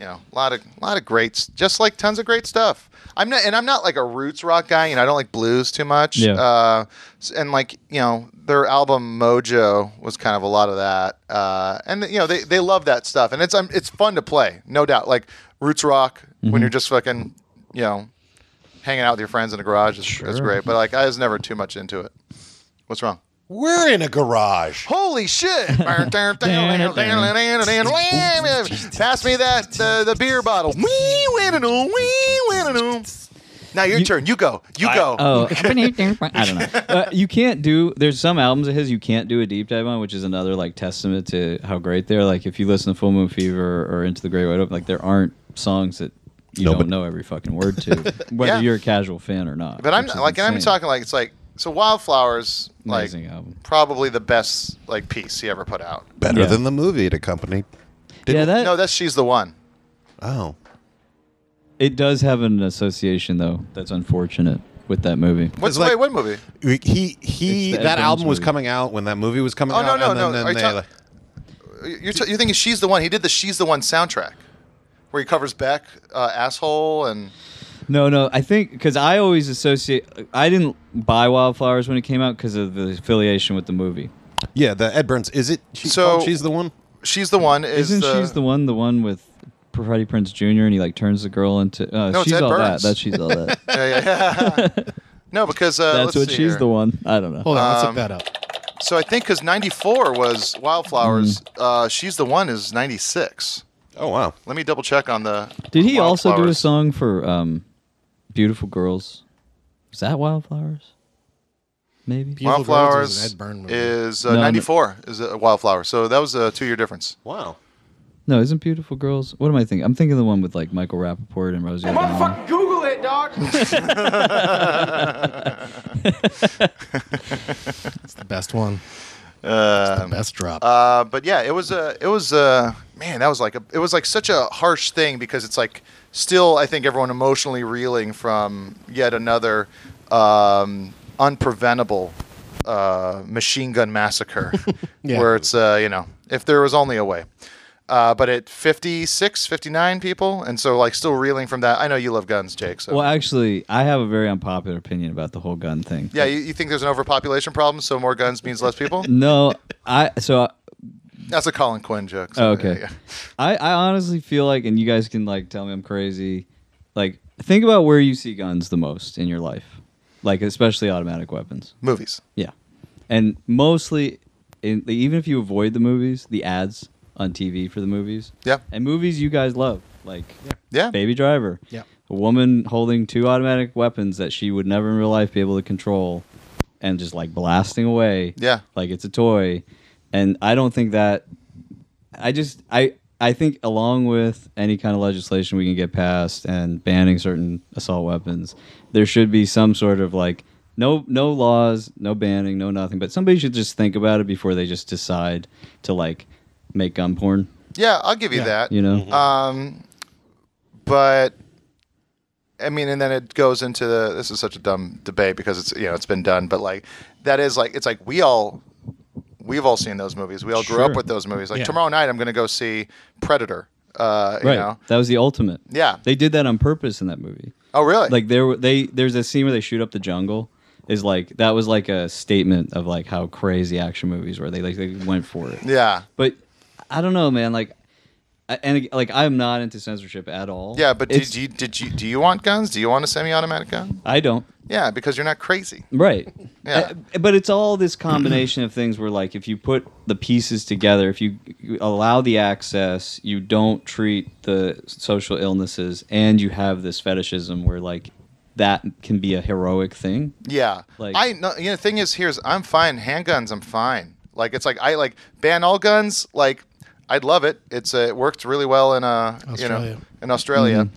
Speaker 5: You know, a lot of lot of greats, just like tons of great stuff. I'm not, and I'm not like a roots rock guy. You know, I don't like blues too much.
Speaker 8: Yeah.
Speaker 5: Uh, s- and like you know, their album Mojo was kind of a lot of that. Uh, and you know, they they love that stuff, and it's um, it's fun to play, no doubt. Like roots rock
Speaker 8: Mm-hmm.
Speaker 5: when you're just fucking, you know, hanging out with your friends in the garage is, is great. But like, I was never too much into it. What's wrong?
Speaker 7: We're in a garage.
Speaker 5: Holy
Speaker 8: [LAUGHS]
Speaker 5: shit! Pass me that the, the beer bottle. Wee winning, wee winning. Now your turn. You go. You go.
Speaker 8: Oh, I don't know. Uh, you can't do. There's some albums of his you can't do a deep dive on, which is another like testament to how great they're. Like if you listen to Full Moon Fever or Into the Great Wide Open, like there aren't songs that you
Speaker 7: No, but-
Speaker 8: don't know every fucking word
Speaker 7: [LAUGHS]
Speaker 8: to, whether
Speaker 5: Yeah.
Speaker 8: you're a casual fan or not.
Speaker 5: But I'm
Speaker 8: which is
Speaker 5: like, and I'm
Speaker 8: insane.
Speaker 5: talking like it's like so. Wildflowers, like
Speaker 8: Amazing album.
Speaker 5: probably the best like piece he ever put out.
Speaker 7: Better
Speaker 8: Yeah.
Speaker 7: than the movie it accompanied.
Speaker 8: Yeah, that
Speaker 5: No, that's she's the one.
Speaker 7: Oh.
Speaker 8: it does have an association though. That's unfortunate with that movie.
Speaker 5: What's
Speaker 7: It's like-
Speaker 5: wait what movie?
Speaker 7: He he.
Speaker 8: It's the
Speaker 7: That
Speaker 8: Ed
Speaker 7: album
Speaker 8: Burns
Speaker 7: was
Speaker 8: movie.
Speaker 7: coming out when that movie was coming
Speaker 5: Oh,
Speaker 7: out.
Speaker 5: no, no,
Speaker 7: and then-
Speaker 5: no.
Speaker 7: then
Speaker 5: Are you
Speaker 7: they,
Speaker 5: talk-
Speaker 7: like-
Speaker 5: You're, t- you're thinking she's the one. He did the she's the one soundtrack, where he covers Beck, uh, asshole, and
Speaker 8: No, no. I think because I always associate. I didn't buy Wildflowers when it came out because of the affiliation with the movie.
Speaker 7: yeah, the Ed Burns. Is it? She's
Speaker 5: So-
Speaker 7: called she's the one.
Speaker 5: she's the one. Is
Speaker 8: Isn't
Speaker 5: the,
Speaker 8: she's the one? The one with Freddie Prince Jr. and he like turns the girl into. Uh,
Speaker 5: No, it's
Speaker 8: she's
Speaker 5: Ed
Speaker 8: all
Speaker 5: Burns.
Speaker 8: that. That's she's all
Speaker 5: [LAUGHS]
Speaker 8: that.
Speaker 5: Yeah, yeah,
Speaker 8: [LAUGHS]
Speaker 5: yeah. no, because uh,
Speaker 8: That's
Speaker 5: let's
Speaker 8: what
Speaker 5: see
Speaker 8: she's
Speaker 5: here.
Speaker 8: the one. I don't know.
Speaker 6: Hold on, let's
Speaker 5: Um,
Speaker 6: look that up.
Speaker 5: So I think because '94 was Wildflowers,
Speaker 8: Mm-hmm.
Speaker 5: uh, she's the one is '96.
Speaker 7: Oh wow.
Speaker 5: Let me double check on the.
Speaker 8: Did
Speaker 5: on
Speaker 8: he also do a
Speaker 5: Wildflowers.
Speaker 8: song for um, "Beautiful Girls"? Is that Wildflowers? Maybe.
Speaker 6: Beautiful Girls was an
Speaker 5: Wildflowers
Speaker 6: Ed Byrne movie.
Speaker 5: is
Speaker 8: No,
Speaker 5: uh,
Speaker 8: no.
Speaker 5: '94 is a Wildflower. So that was a two-year difference. [LAUGHS]
Speaker 8: [LAUGHS]
Speaker 7: Wow. [LAUGHS]
Speaker 8: No, isn't "Beautiful Girls"? What am I thinking? I'm thinking the one with like Michael Rappaport and Rosie. O'Donnell.
Speaker 2: Google it,
Speaker 5: [LAUGHS]
Speaker 2: dog.
Speaker 6: It's the [LAUGHS] best one.
Speaker 5: Uh,
Speaker 6: Best drop.
Speaker 5: Uh, but yeah, it was a, it was a, man, that was like a, it was like such a harsh thing because it's like still, I think everyone emotionally reeling from yet another um, unpreventable uh, machine
Speaker 8: [LAUGHS]
Speaker 5: gun massacre,
Speaker 6: Yeah.
Speaker 5: where it's uh, you know, if there was only a way. Uh, but at 56, 59 people, and so like still reeling from that. I know you love guns, Jake. So
Speaker 8: Well, actually, I have a very unpopular opinion about the whole gun thing.
Speaker 5: yeah, you, you think there's an overpopulation problem, so more guns means less
Speaker 8: [LAUGHS]
Speaker 5: people?
Speaker 8: No, I so
Speaker 5: That's a Colin Quinn joke. so,
Speaker 8: Oh, okay.
Speaker 5: [LAUGHS] yeah, yeah.
Speaker 8: I, I honestly feel like, and you guys can like tell me I'm crazy. Like, think about where you see guns the most in your life, like especially automatic weapons.
Speaker 5: Movies.
Speaker 8: Yeah, and mostly, in, even if you avoid the movies, the ads on TV for the movies.
Speaker 5: Yeah.
Speaker 8: and movies you guys love, like
Speaker 5: Yeah.
Speaker 8: Baby Driver.
Speaker 6: Yeah.
Speaker 8: a woman holding two automatic weapons that she would never in real life be able to control, and just like blasting away.
Speaker 5: Yeah.
Speaker 8: like it's a toy, and I don't think that I just I I think along with any kind of legislation we can get passed and banning certain assault weapons, there should be some sort of like no no laws, no banning, no nothing. But somebody should just think about it before they just decide to like make gun porn.
Speaker 5: Yeah, I'll give you that.
Speaker 8: You know,
Speaker 5: Um, but I mean, and then it goes into the, this is such a dumb debate because it's you know it's been done, but like that is like it's like we all we've all seen those movies. We all grew up
Speaker 8: Sure.
Speaker 5: with those movies. Like
Speaker 6: Yeah.
Speaker 5: tomorrow night, I'm going to go see Predator. Uh, You
Speaker 8: right?
Speaker 5: know?
Speaker 8: That was the ultimate.
Speaker 5: Yeah.
Speaker 8: they did that on purpose in that movie.
Speaker 5: Oh, really?
Speaker 8: like there were they there's a scene where they shoot up the jungle is like that was like a statement of like how crazy action movies were they like they went for it
Speaker 5: yeah,
Speaker 8: but i don't know man like I- and like i'm not into censorship at all
Speaker 5: yeah. But did
Speaker 8: It's-
Speaker 5: you did you do you want guns? Do you want a semi-automatic gun?
Speaker 8: i don't
Speaker 5: Yeah, because you're not crazy.
Speaker 8: Right.
Speaker 5: Yeah.
Speaker 8: Uh, but it's all this combination of things where, like, if you put the pieces together, if you you allow the access, you don't treat the social illnesses, and you have this fetishism where, like, that can be a heroic thing.
Speaker 5: Yeah.
Speaker 8: Like-
Speaker 5: I know. You know, the thing is, here's I'm fine. Handguns, I'm fine. Like it's like I like ban all guns. Like I'd love it. It's uh, it worked really well in uh you
Speaker 6: Australia.
Speaker 5: know in Australia.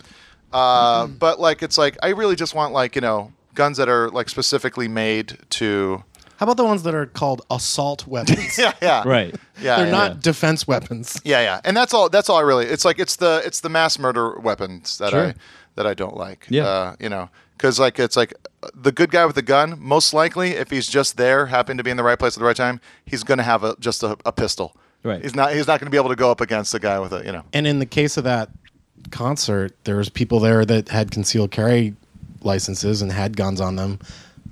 Speaker 5: Uh, but like it's like I really just want like you know guns that are like specifically made to [LAUGHS]
Speaker 6: How about the ones that are called assault weapons?
Speaker 5: yeah yeah
Speaker 8: Right.
Speaker 5: yeah
Speaker 6: They're
Speaker 5: yeah,
Speaker 6: not defense weapons.
Speaker 5: yeah yeah and that's all that's all I really it's like it's the it's the mass murder weapons that
Speaker 8: Sure.
Speaker 5: I that I don't like
Speaker 8: Yeah.
Speaker 5: uh, you know because like it's like uh, the good guy with the gun most likely if he's just there happened to be in the right place at the right time he's gonna have a just a, a pistol
Speaker 8: Right.
Speaker 5: he's not he's not gonna be able to go up against the guy with a you know
Speaker 6: And in the case of that concert, there was people there that had concealed carry licenses and had guns on them,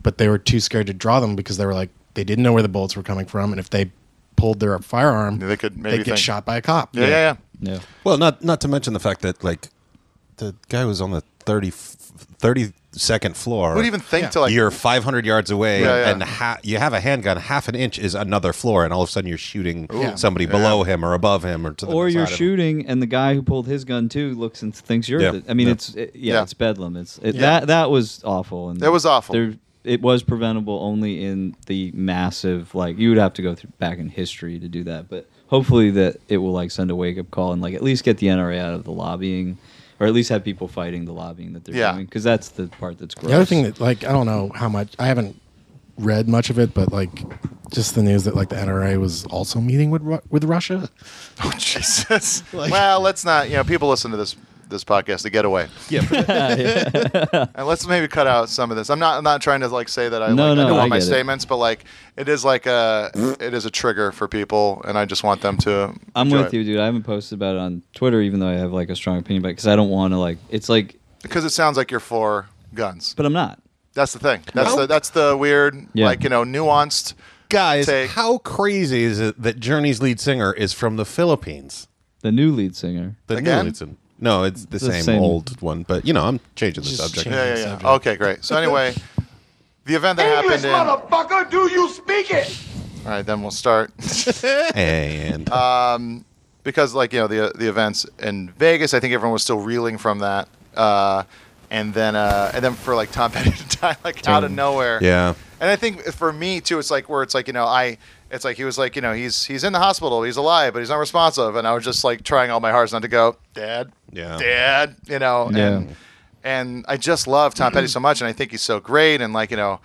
Speaker 6: but they were too scared to draw them because they were like they didn't know where the bullets were coming from, and if they pulled their firearm,
Speaker 5: They could maybe
Speaker 6: they'd
Speaker 5: think-
Speaker 6: get shot by a cop.
Speaker 5: yeah yeah yeah
Speaker 8: Yeah.
Speaker 7: Well, not not to mention the fact that like the guy was on the 30, 30 second floor.
Speaker 5: Who'd even think to like
Speaker 7: you're 500 yards away,
Speaker 5: Yeah, yeah.
Speaker 7: and ha- you have a handgun. Half an inch is another floor, and all of a sudden you're shooting
Speaker 5: Ooh.
Speaker 7: somebody below him or above him or to the
Speaker 8: or you're
Speaker 7: side of him.
Speaker 8: shooting and the guy who pulled his gun too looks and thinks you're
Speaker 7: Yeah.
Speaker 8: the, i mean
Speaker 7: Yeah.
Speaker 8: it's it, yeah,
Speaker 5: Yeah.
Speaker 8: it's bedlam it's it, that that was awful and
Speaker 5: That was awful.
Speaker 8: there, it was preventable only in the massive like you would have to go through back in history to do that but hopefully that it will like send a wake-up call and like at least get the nra out of the lobbying or at least have people fighting the lobbying that they're
Speaker 5: Yeah.
Speaker 8: doing because that's the part that's gross.
Speaker 6: The other thing that, like, I don't know how much I haven't read much of it, but like, just the news that like the NRA was also meeting with Ru- with Russia.
Speaker 5: Oh Jesus! [LAUGHS] well, let's not. You know, people listen to this this podcast to get away,
Speaker 8: [LAUGHS]
Speaker 7: Yeah, but
Speaker 5: and let's maybe cut out some of this. I'm not. I'm not trying to like say that I.
Speaker 8: No,
Speaker 5: like,
Speaker 8: no,
Speaker 5: I know all
Speaker 8: I
Speaker 5: my
Speaker 8: get it.
Speaker 5: statements, but like it is like a it is a trigger for people, and I just want them to.
Speaker 8: I'm
Speaker 5: enjoy
Speaker 8: with
Speaker 5: it.
Speaker 8: you, dude. I haven't posted about it on Twitter, even though I have like a strong opinion about it, because I don't want to like. It's like,
Speaker 5: because it sounds like you're for guns.
Speaker 8: but I'm not.
Speaker 5: That's the thing. That's the that's the weird,
Speaker 8: Yeah.
Speaker 5: like you know, nuanced.
Speaker 7: guys,
Speaker 5: Take-
Speaker 7: how crazy is it that Journey's lead singer is from the Philippines?
Speaker 8: The new lead singer.
Speaker 7: The new
Speaker 5: Again?
Speaker 7: lead singer. No, it's the,
Speaker 8: The
Speaker 7: same,
Speaker 8: same.
Speaker 7: old one, but you know, I'm changing the subject.
Speaker 6: change.
Speaker 5: Yeah, yeah,
Speaker 6: Subject.
Speaker 7: Oh,
Speaker 5: yeah. Okay, great. So anyway, the event that happened in. All
Speaker 2: motherfucker, do you speak it?
Speaker 5: right, then we'll start. [LAUGHS]
Speaker 7: And
Speaker 5: Um, because like you know the the events in Vegas, I think everyone was still reeling from that. Uh, and then uh, and then for like Tom [LAUGHS] Petty to die like out of nowhere.
Speaker 7: yeah.
Speaker 5: And I think for me too, it's like where it's like you know I it's like he was like you know he's he's in the hospital, he's alive, but he's not responsive, and I was just like trying all my hardest not to go, Dad,
Speaker 7: Yeah.
Speaker 5: Dad, you
Speaker 7: Oh,
Speaker 5: know,
Speaker 8: Yeah.
Speaker 5: and and I just love Tom
Speaker 8: Mm-hmm.
Speaker 5: Petty so much, and I think he's so great, and like you know,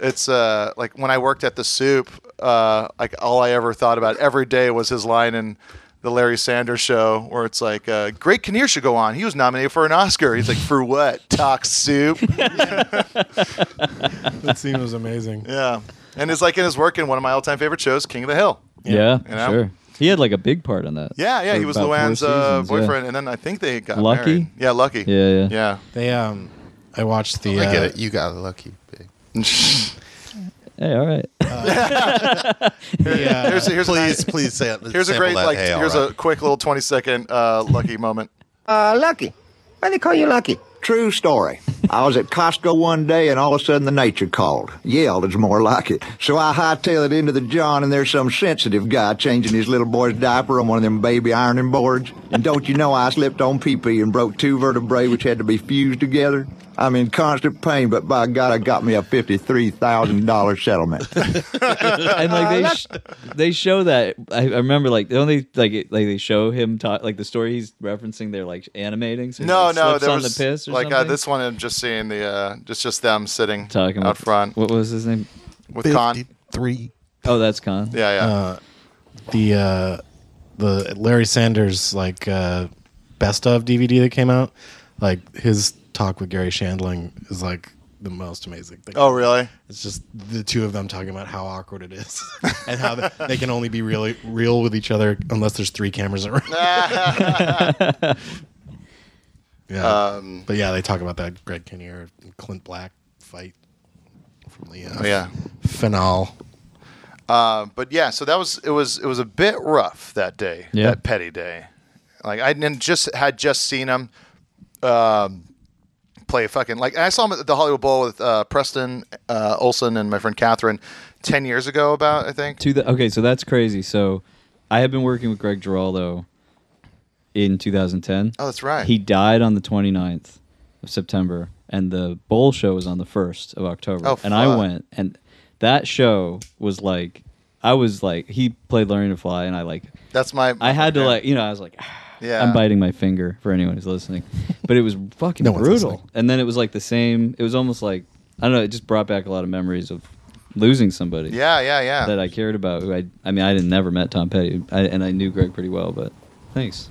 Speaker 5: it's uh like when I worked at the Soup, uh like all I ever thought about every day was his line in. The Larry Sanders Show, where it's like, uh, "Great Kinnear should go on. He was nominated for an Oscar." He's like, "For what?
Speaker 8: [LAUGHS]
Speaker 5: Talk soup."
Speaker 6: [LAUGHS] That scene was amazing.
Speaker 5: Yeah. And it's like in his work in one of my all time favorite shows, King of the Hill.
Speaker 8: Yeah,
Speaker 5: You know?
Speaker 8: sure. He had like a big part on that.
Speaker 5: Yeah, yeah.
Speaker 8: For
Speaker 5: He was
Speaker 8: about four
Speaker 5: Luann's uh,
Speaker 8: seasons, yeah.
Speaker 5: boyfriend. And then I think they got
Speaker 8: Lucky?
Speaker 5: married. Yeah, Lucky.
Speaker 8: Yeah, yeah.
Speaker 5: Yeah. Oh,
Speaker 6: They um, I watched the.
Speaker 1: I get
Speaker 6: uh,
Speaker 1: it. You got lucky. Big.
Speaker 8: [LAUGHS] Hey, all right.
Speaker 6: the, uh, [LAUGHS]
Speaker 5: Here's a, here's a,
Speaker 7: please,
Speaker 5: nice-
Speaker 7: please say it.
Speaker 5: here's a
Speaker 7: sample
Speaker 5: great,
Speaker 7: that.
Speaker 5: like,
Speaker 7: Hey, all
Speaker 5: here's
Speaker 7: right.
Speaker 5: a quick little 20 second uh,
Speaker 6: [LAUGHS]
Speaker 5: Lucky moment.
Speaker 3: Uh, Lucky. Why they call you Lucky? True story. [LAUGHS] I was at Costco one day and all of a sudden the nature called. Yelled is more like it. So I hightail it into the John and there's some sensitive guy changing his little boy's diaper on one of them baby ironing boards. And don't you know I slipped on pee-pee and broke two vertebrae which had to be fused together? I'm in constant pain, but by God, I got me a $53,000 settlement.
Speaker 8: [LAUGHS] and like
Speaker 5: [LAUGHS]
Speaker 8: they sh- they show that I, I remember like the only like it, like they show him talk like the story he's referencing they're like animating. So he,
Speaker 5: No,
Speaker 8: like,
Speaker 5: no.
Speaker 8: slips
Speaker 5: There
Speaker 8: on
Speaker 5: was
Speaker 8: the piss or
Speaker 5: like uh,
Speaker 8: something.
Speaker 5: this one. I'm just seeing the uh, just just them sitting
Speaker 8: talking
Speaker 5: out
Speaker 8: with-
Speaker 5: front
Speaker 8: What was his name?
Speaker 5: with Con.
Speaker 7: three.
Speaker 8: Oh, that's Con.
Speaker 5: Yeah, yeah.
Speaker 6: Uh, the uh, the Larry Sanders like uh, best of DVD that came out, like his talk with Gary Shandling is like the most amazing thing.
Speaker 5: oh, really?
Speaker 6: It's just the two of them talking about how awkward
Speaker 7: [LAUGHS]
Speaker 6: it is and how they, they can only be really real with each other unless there's three cameras
Speaker 5: [LAUGHS]
Speaker 6: around. yeah.
Speaker 5: Um,
Speaker 6: but yeah, they talk about that Greg Kinnear and Clint Black fight from the uh,
Speaker 5: Oh, yeah.
Speaker 6: finale.
Speaker 5: Uh, but yeah, so that was it was it was a bit rough that day,
Speaker 8: Yeah.
Speaker 5: that petty day. Like I didn't just had just seen him um, play fucking like I saw him at the Hollywood Bowl with uh, Preston uh, Olson and my friend Catherine ten years ago. About I think
Speaker 8: Two. okay, so that's crazy. So I have been working with Greg Giraldo in 2010.
Speaker 5: Oh, that's right.
Speaker 8: He died on the 29th of September, and the bowl show was on the 1st of October.
Speaker 5: Oh,
Speaker 8: and I
Speaker 5: fuck.
Speaker 8: went, and that show was like, I was like, he played Learning to Fly, and I like,
Speaker 5: that's my.
Speaker 8: I had to
Speaker 5: yeah.
Speaker 8: like, you know, I was like, [SIGHS]
Speaker 5: Yeah.
Speaker 8: I'm biting my finger for anyone who's
Speaker 5: [LAUGHS]
Speaker 8: listening, but it was fucking
Speaker 6: No one's
Speaker 8: brutal.
Speaker 6: listening.
Speaker 8: And then it was like the same. It was almost like I don't know. It just brought back a lot of memories of losing somebody
Speaker 5: Yeah, yeah, yeah.
Speaker 8: that I cared about. Who I, I mean, I didn't never met Tom Petty, I, and I knew Greg pretty well. But thanks,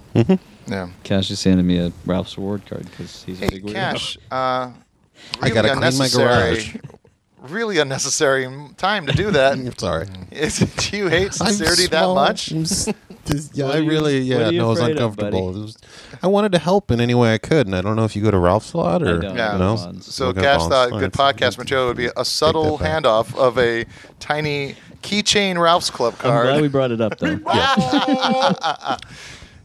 Speaker 5: yeah.
Speaker 8: Cash just handed me a Ralph's reward card because he's a
Speaker 5: Mm-hmm. Hey,
Speaker 8: big weirdo.
Speaker 5: Cash. Uh,
Speaker 7: I gotta
Speaker 5: really
Speaker 7: clean my garage.
Speaker 5: unnecessary- Really unnecessary m- time to do that.
Speaker 7: I'm [LAUGHS] sorry.
Speaker 5: Is- [LAUGHS] do you hate sincerity that
Speaker 7: small.
Speaker 5: much?
Speaker 7: I'm
Speaker 5: [LAUGHS]
Speaker 7: s- this- yeah,
Speaker 8: What
Speaker 7: I
Speaker 8: are you-
Speaker 7: really,
Speaker 8: what
Speaker 7: yeah,
Speaker 8: are you
Speaker 7: no, I was
Speaker 8: afraid of,
Speaker 7: uncomfortable.
Speaker 8: buddy?
Speaker 7: It was- I wanted to help in any way I could, and I don't know if you go to Ralph's a lot or
Speaker 8: don't.
Speaker 5: Yeah.
Speaker 7: you know.
Speaker 5: So
Speaker 7: Okay,
Speaker 5: Cash
Speaker 7: Vaughn's
Speaker 5: thought
Speaker 7: fine.
Speaker 5: good podcast material would be a subtle
Speaker 7: back.
Speaker 5: handoff of a tiny keychain Ralph's Club
Speaker 8: [LAUGHS] I'm glad we
Speaker 5: card.
Speaker 8: brought it up
Speaker 5: [LAUGHS]
Speaker 8: though. yeah.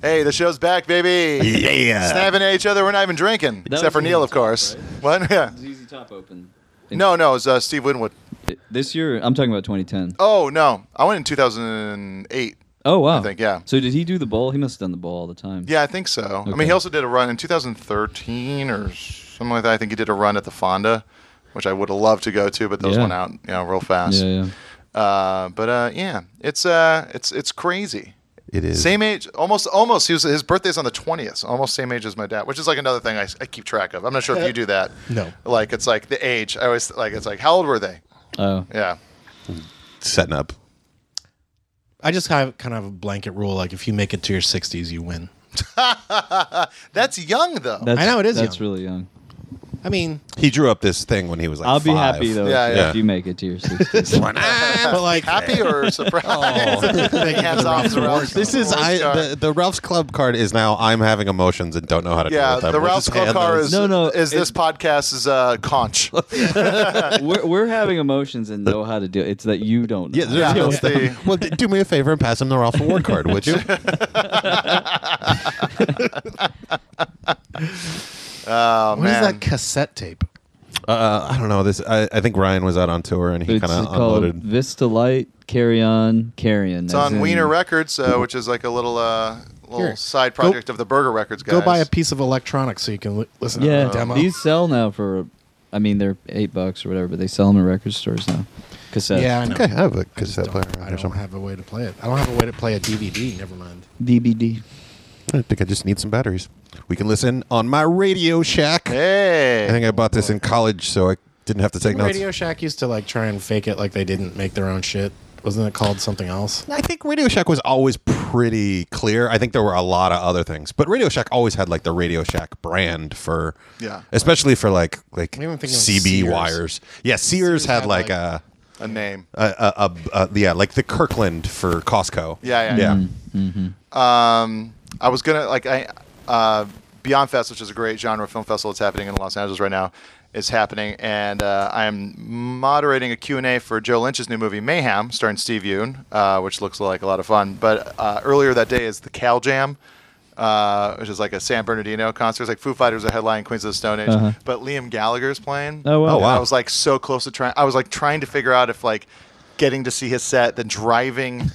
Speaker 5: hey, the show's back, baby.
Speaker 7: Yeah.
Speaker 5: Snapping at each other. We're not even drinking,
Speaker 8: That
Speaker 5: except
Speaker 8: was
Speaker 5: for
Speaker 8: an
Speaker 5: Neil, of
Speaker 8: easy talk,
Speaker 5: course. What? Yeah.
Speaker 8: It's easy top open.
Speaker 5: No, no, it was uh, Steve Winwood.
Speaker 8: This year, I'm talking about 2010.
Speaker 5: Oh no, I went in 2008.
Speaker 8: Oh wow.
Speaker 5: I think, yeah.
Speaker 8: So did he do the bowl? He must have done the bowl all the time.
Speaker 5: Yeah, I think so. I mean,
Speaker 8: Okay.
Speaker 5: he also did a run in 2013 or something like that. I think he did a run at the Fonda, which I would have loved to go to, but those
Speaker 8: Yeah.
Speaker 5: went out, you know, real fast.
Speaker 8: Yeah, yeah.
Speaker 5: Uh, but uh, yeah, it's uh, it's it's crazy.
Speaker 7: It is.
Speaker 5: same age, almost almost. He was, his birthday's on the twentieth, almost same age as my dad, which is like another thing I, I keep track of. I'm
Speaker 7: [LAUGHS]
Speaker 5: not sure if you
Speaker 6: [LAUGHS]
Speaker 5: do that.
Speaker 6: No.
Speaker 5: like it's like the age. I always like it's like how old were they?
Speaker 8: Oh.
Speaker 5: Yeah, [LAUGHS]
Speaker 7: setting up.
Speaker 6: I just have kind of a blanket rule like if you make it to your 60s, you win.
Speaker 5: that's young though.
Speaker 8: That's,
Speaker 6: I know, it is
Speaker 8: That's
Speaker 6: young.
Speaker 8: really young.
Speaker 6: I mean,
Speaker 7: He drew up this thing when he was like.
Speaker 8: I'll be
Speaker 7: five.
Speaker 8: happy though
Speaker 5: Yeah,
Speaker 8: if,
Speaker 5: yeah.
Speaker 8: if you make it
Speaker 7: [LAUGHS]
Speaker 8: to your 60s.
Speaker 6: but like Oh.
Speaker 5: Happy
Speaker 6: [LAUGHS]
Speaker 5: or surprised? [LAUGHS] Hands off the Ralph's-
Speaker 7: This is I the, the Ralph's Club card is now I'm having emotions and don't know how to deal
Speaker 5: Yeah,
Speaker 7: with them.
Speaker 5: the
Speaker 7: We'll
Speaker 5: Ralph's
Speaker 7: just
Speaker 5: Club
Speaker 7: hand
Speaker 5: car
Speaker 7: those.
Speaker 5: is
Speaker 8: No, no,
Speaker 5: Is this podcast is uh,
Speaker 6: [LAUGHS]
Speaker 5: conch?
Speaker 8: [LAUGHS] we're, we're having emotions and know how to deal. It's that you don't. Know.
Speaker 7: Yeah, there's no
Speaker 5: that's
Speaker 7: thing.
Speaker 5: the-
Speaker 7: well, d- do me a favor and pass him the Ralph Award card, would
Speaker 5: [LAUGHS]
Speaker 7: you?
Speaker 5: Oh
Speaker 6: what is
Speaker 5: man,
Speaker 6: that cassette tape?
Speaker 7: Uh, I don't know. This I, I think Ryan was out on tour and he
Speaker 8: It's
Speaker 7: kind of
Speaker 8: called
Speaker 7: unloaded.
Speaker 8: Vista Light Carry On Carrion.
Speaker 5: it's on Wiener Records, uh, which is like a little uh, little
Speaker 6: Here.
Speaker 5: side project of the Burger Records guys.
Speaker 6: Go buy a piece of electronics so you can li-
Speaker 5: uh,
Speaker 6: listen
Speaker 8: Yeah,
Speaker 6: to the demo.
Speaker 8: these sell now for, I mean, they're eight bucks or whatever, but they sell them in record stores now. Cassettes.
Speaker 6: yeah, I know.
Speaker 7: Okay, I have a cassette player.
Speaker 6: Don't- I
Speaker 7: or
Speaker 6: don't
Speaker 7: something.
Speaker 6: have a way to play it. I don't have a way to play a DVD. Never mind.
Speaker 8: DVD.
Speaker 7: I think I just need some batteries. We can listen on my Radio Shack.
Speaker 5: Hey,
Speaker 7: I think I bought this in college, so I didn't have to take notes.
Speaker 6: Radio Shack used to like try and fake it like they didn't make their own shit. Wasn't it called something else?
Speaker 7: I think Radio Shack was always pretty clear. I think there were a lot of other things, but Radio Shack always had like the Radio Shack brand for,
Speaker 5: Yeah.
Speaker 7: especially for like like
Speaker 6: I'm even thinking of
Speaker 7: CB
Speaker 6: Sears.
Speaker 7: wires. Yeah, Sears,
Speaker 6: Sears
Speaker 7: had,
Speaker 6: had,
Speaker 7: like,
Speaker 6: like-
Speaker 7: a,
Speaker 5: a name.
Speaker 7: a, a, a, a yeah, like the Kirkland for Costco.
Speaker 5: Yeah, yeah,
Speaker 7: yeah.
Speaker 5: Um, I was gonna like I uh, Beyond Fest, which is a great genre film festival that's happening in Los Angeles right now, is happening, and uh, I'm moderating a Q and A for Joe Lynch's new movie Mayhem, starring Steve Yoon, uh, which looks like a lot of fun. But uh, earlier that day is the Cal Jam. Uh, which is like a San Bernardino concert. It's like Foo Fighters are headlining Queens of the Stone Age, but Liam Gallagher's playing.
Speaker 8: Uh-huh. Oh, wow.
Speaker 7: Oh, wow.
Speaker 5: I was like so close to trying. I was like trying to figure out if like getting to see his set,
Speaker 8: [LAUGHS]
Speaker 5: then driving.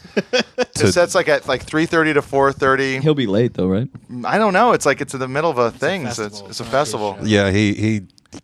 Speaker 5: his set's like at like three thirty to four thirty.
Speaker 8: He'll be late though, right?
Speaker 5: I don't know. It's like it's in the middle of a thing. so it's,
Speaker 6: festival.
Speaker 5: it's a
Speaker 6: It's not a
Speaker 5: festival,
Speaker 6: show.
Speaker 7: Yeah, he he.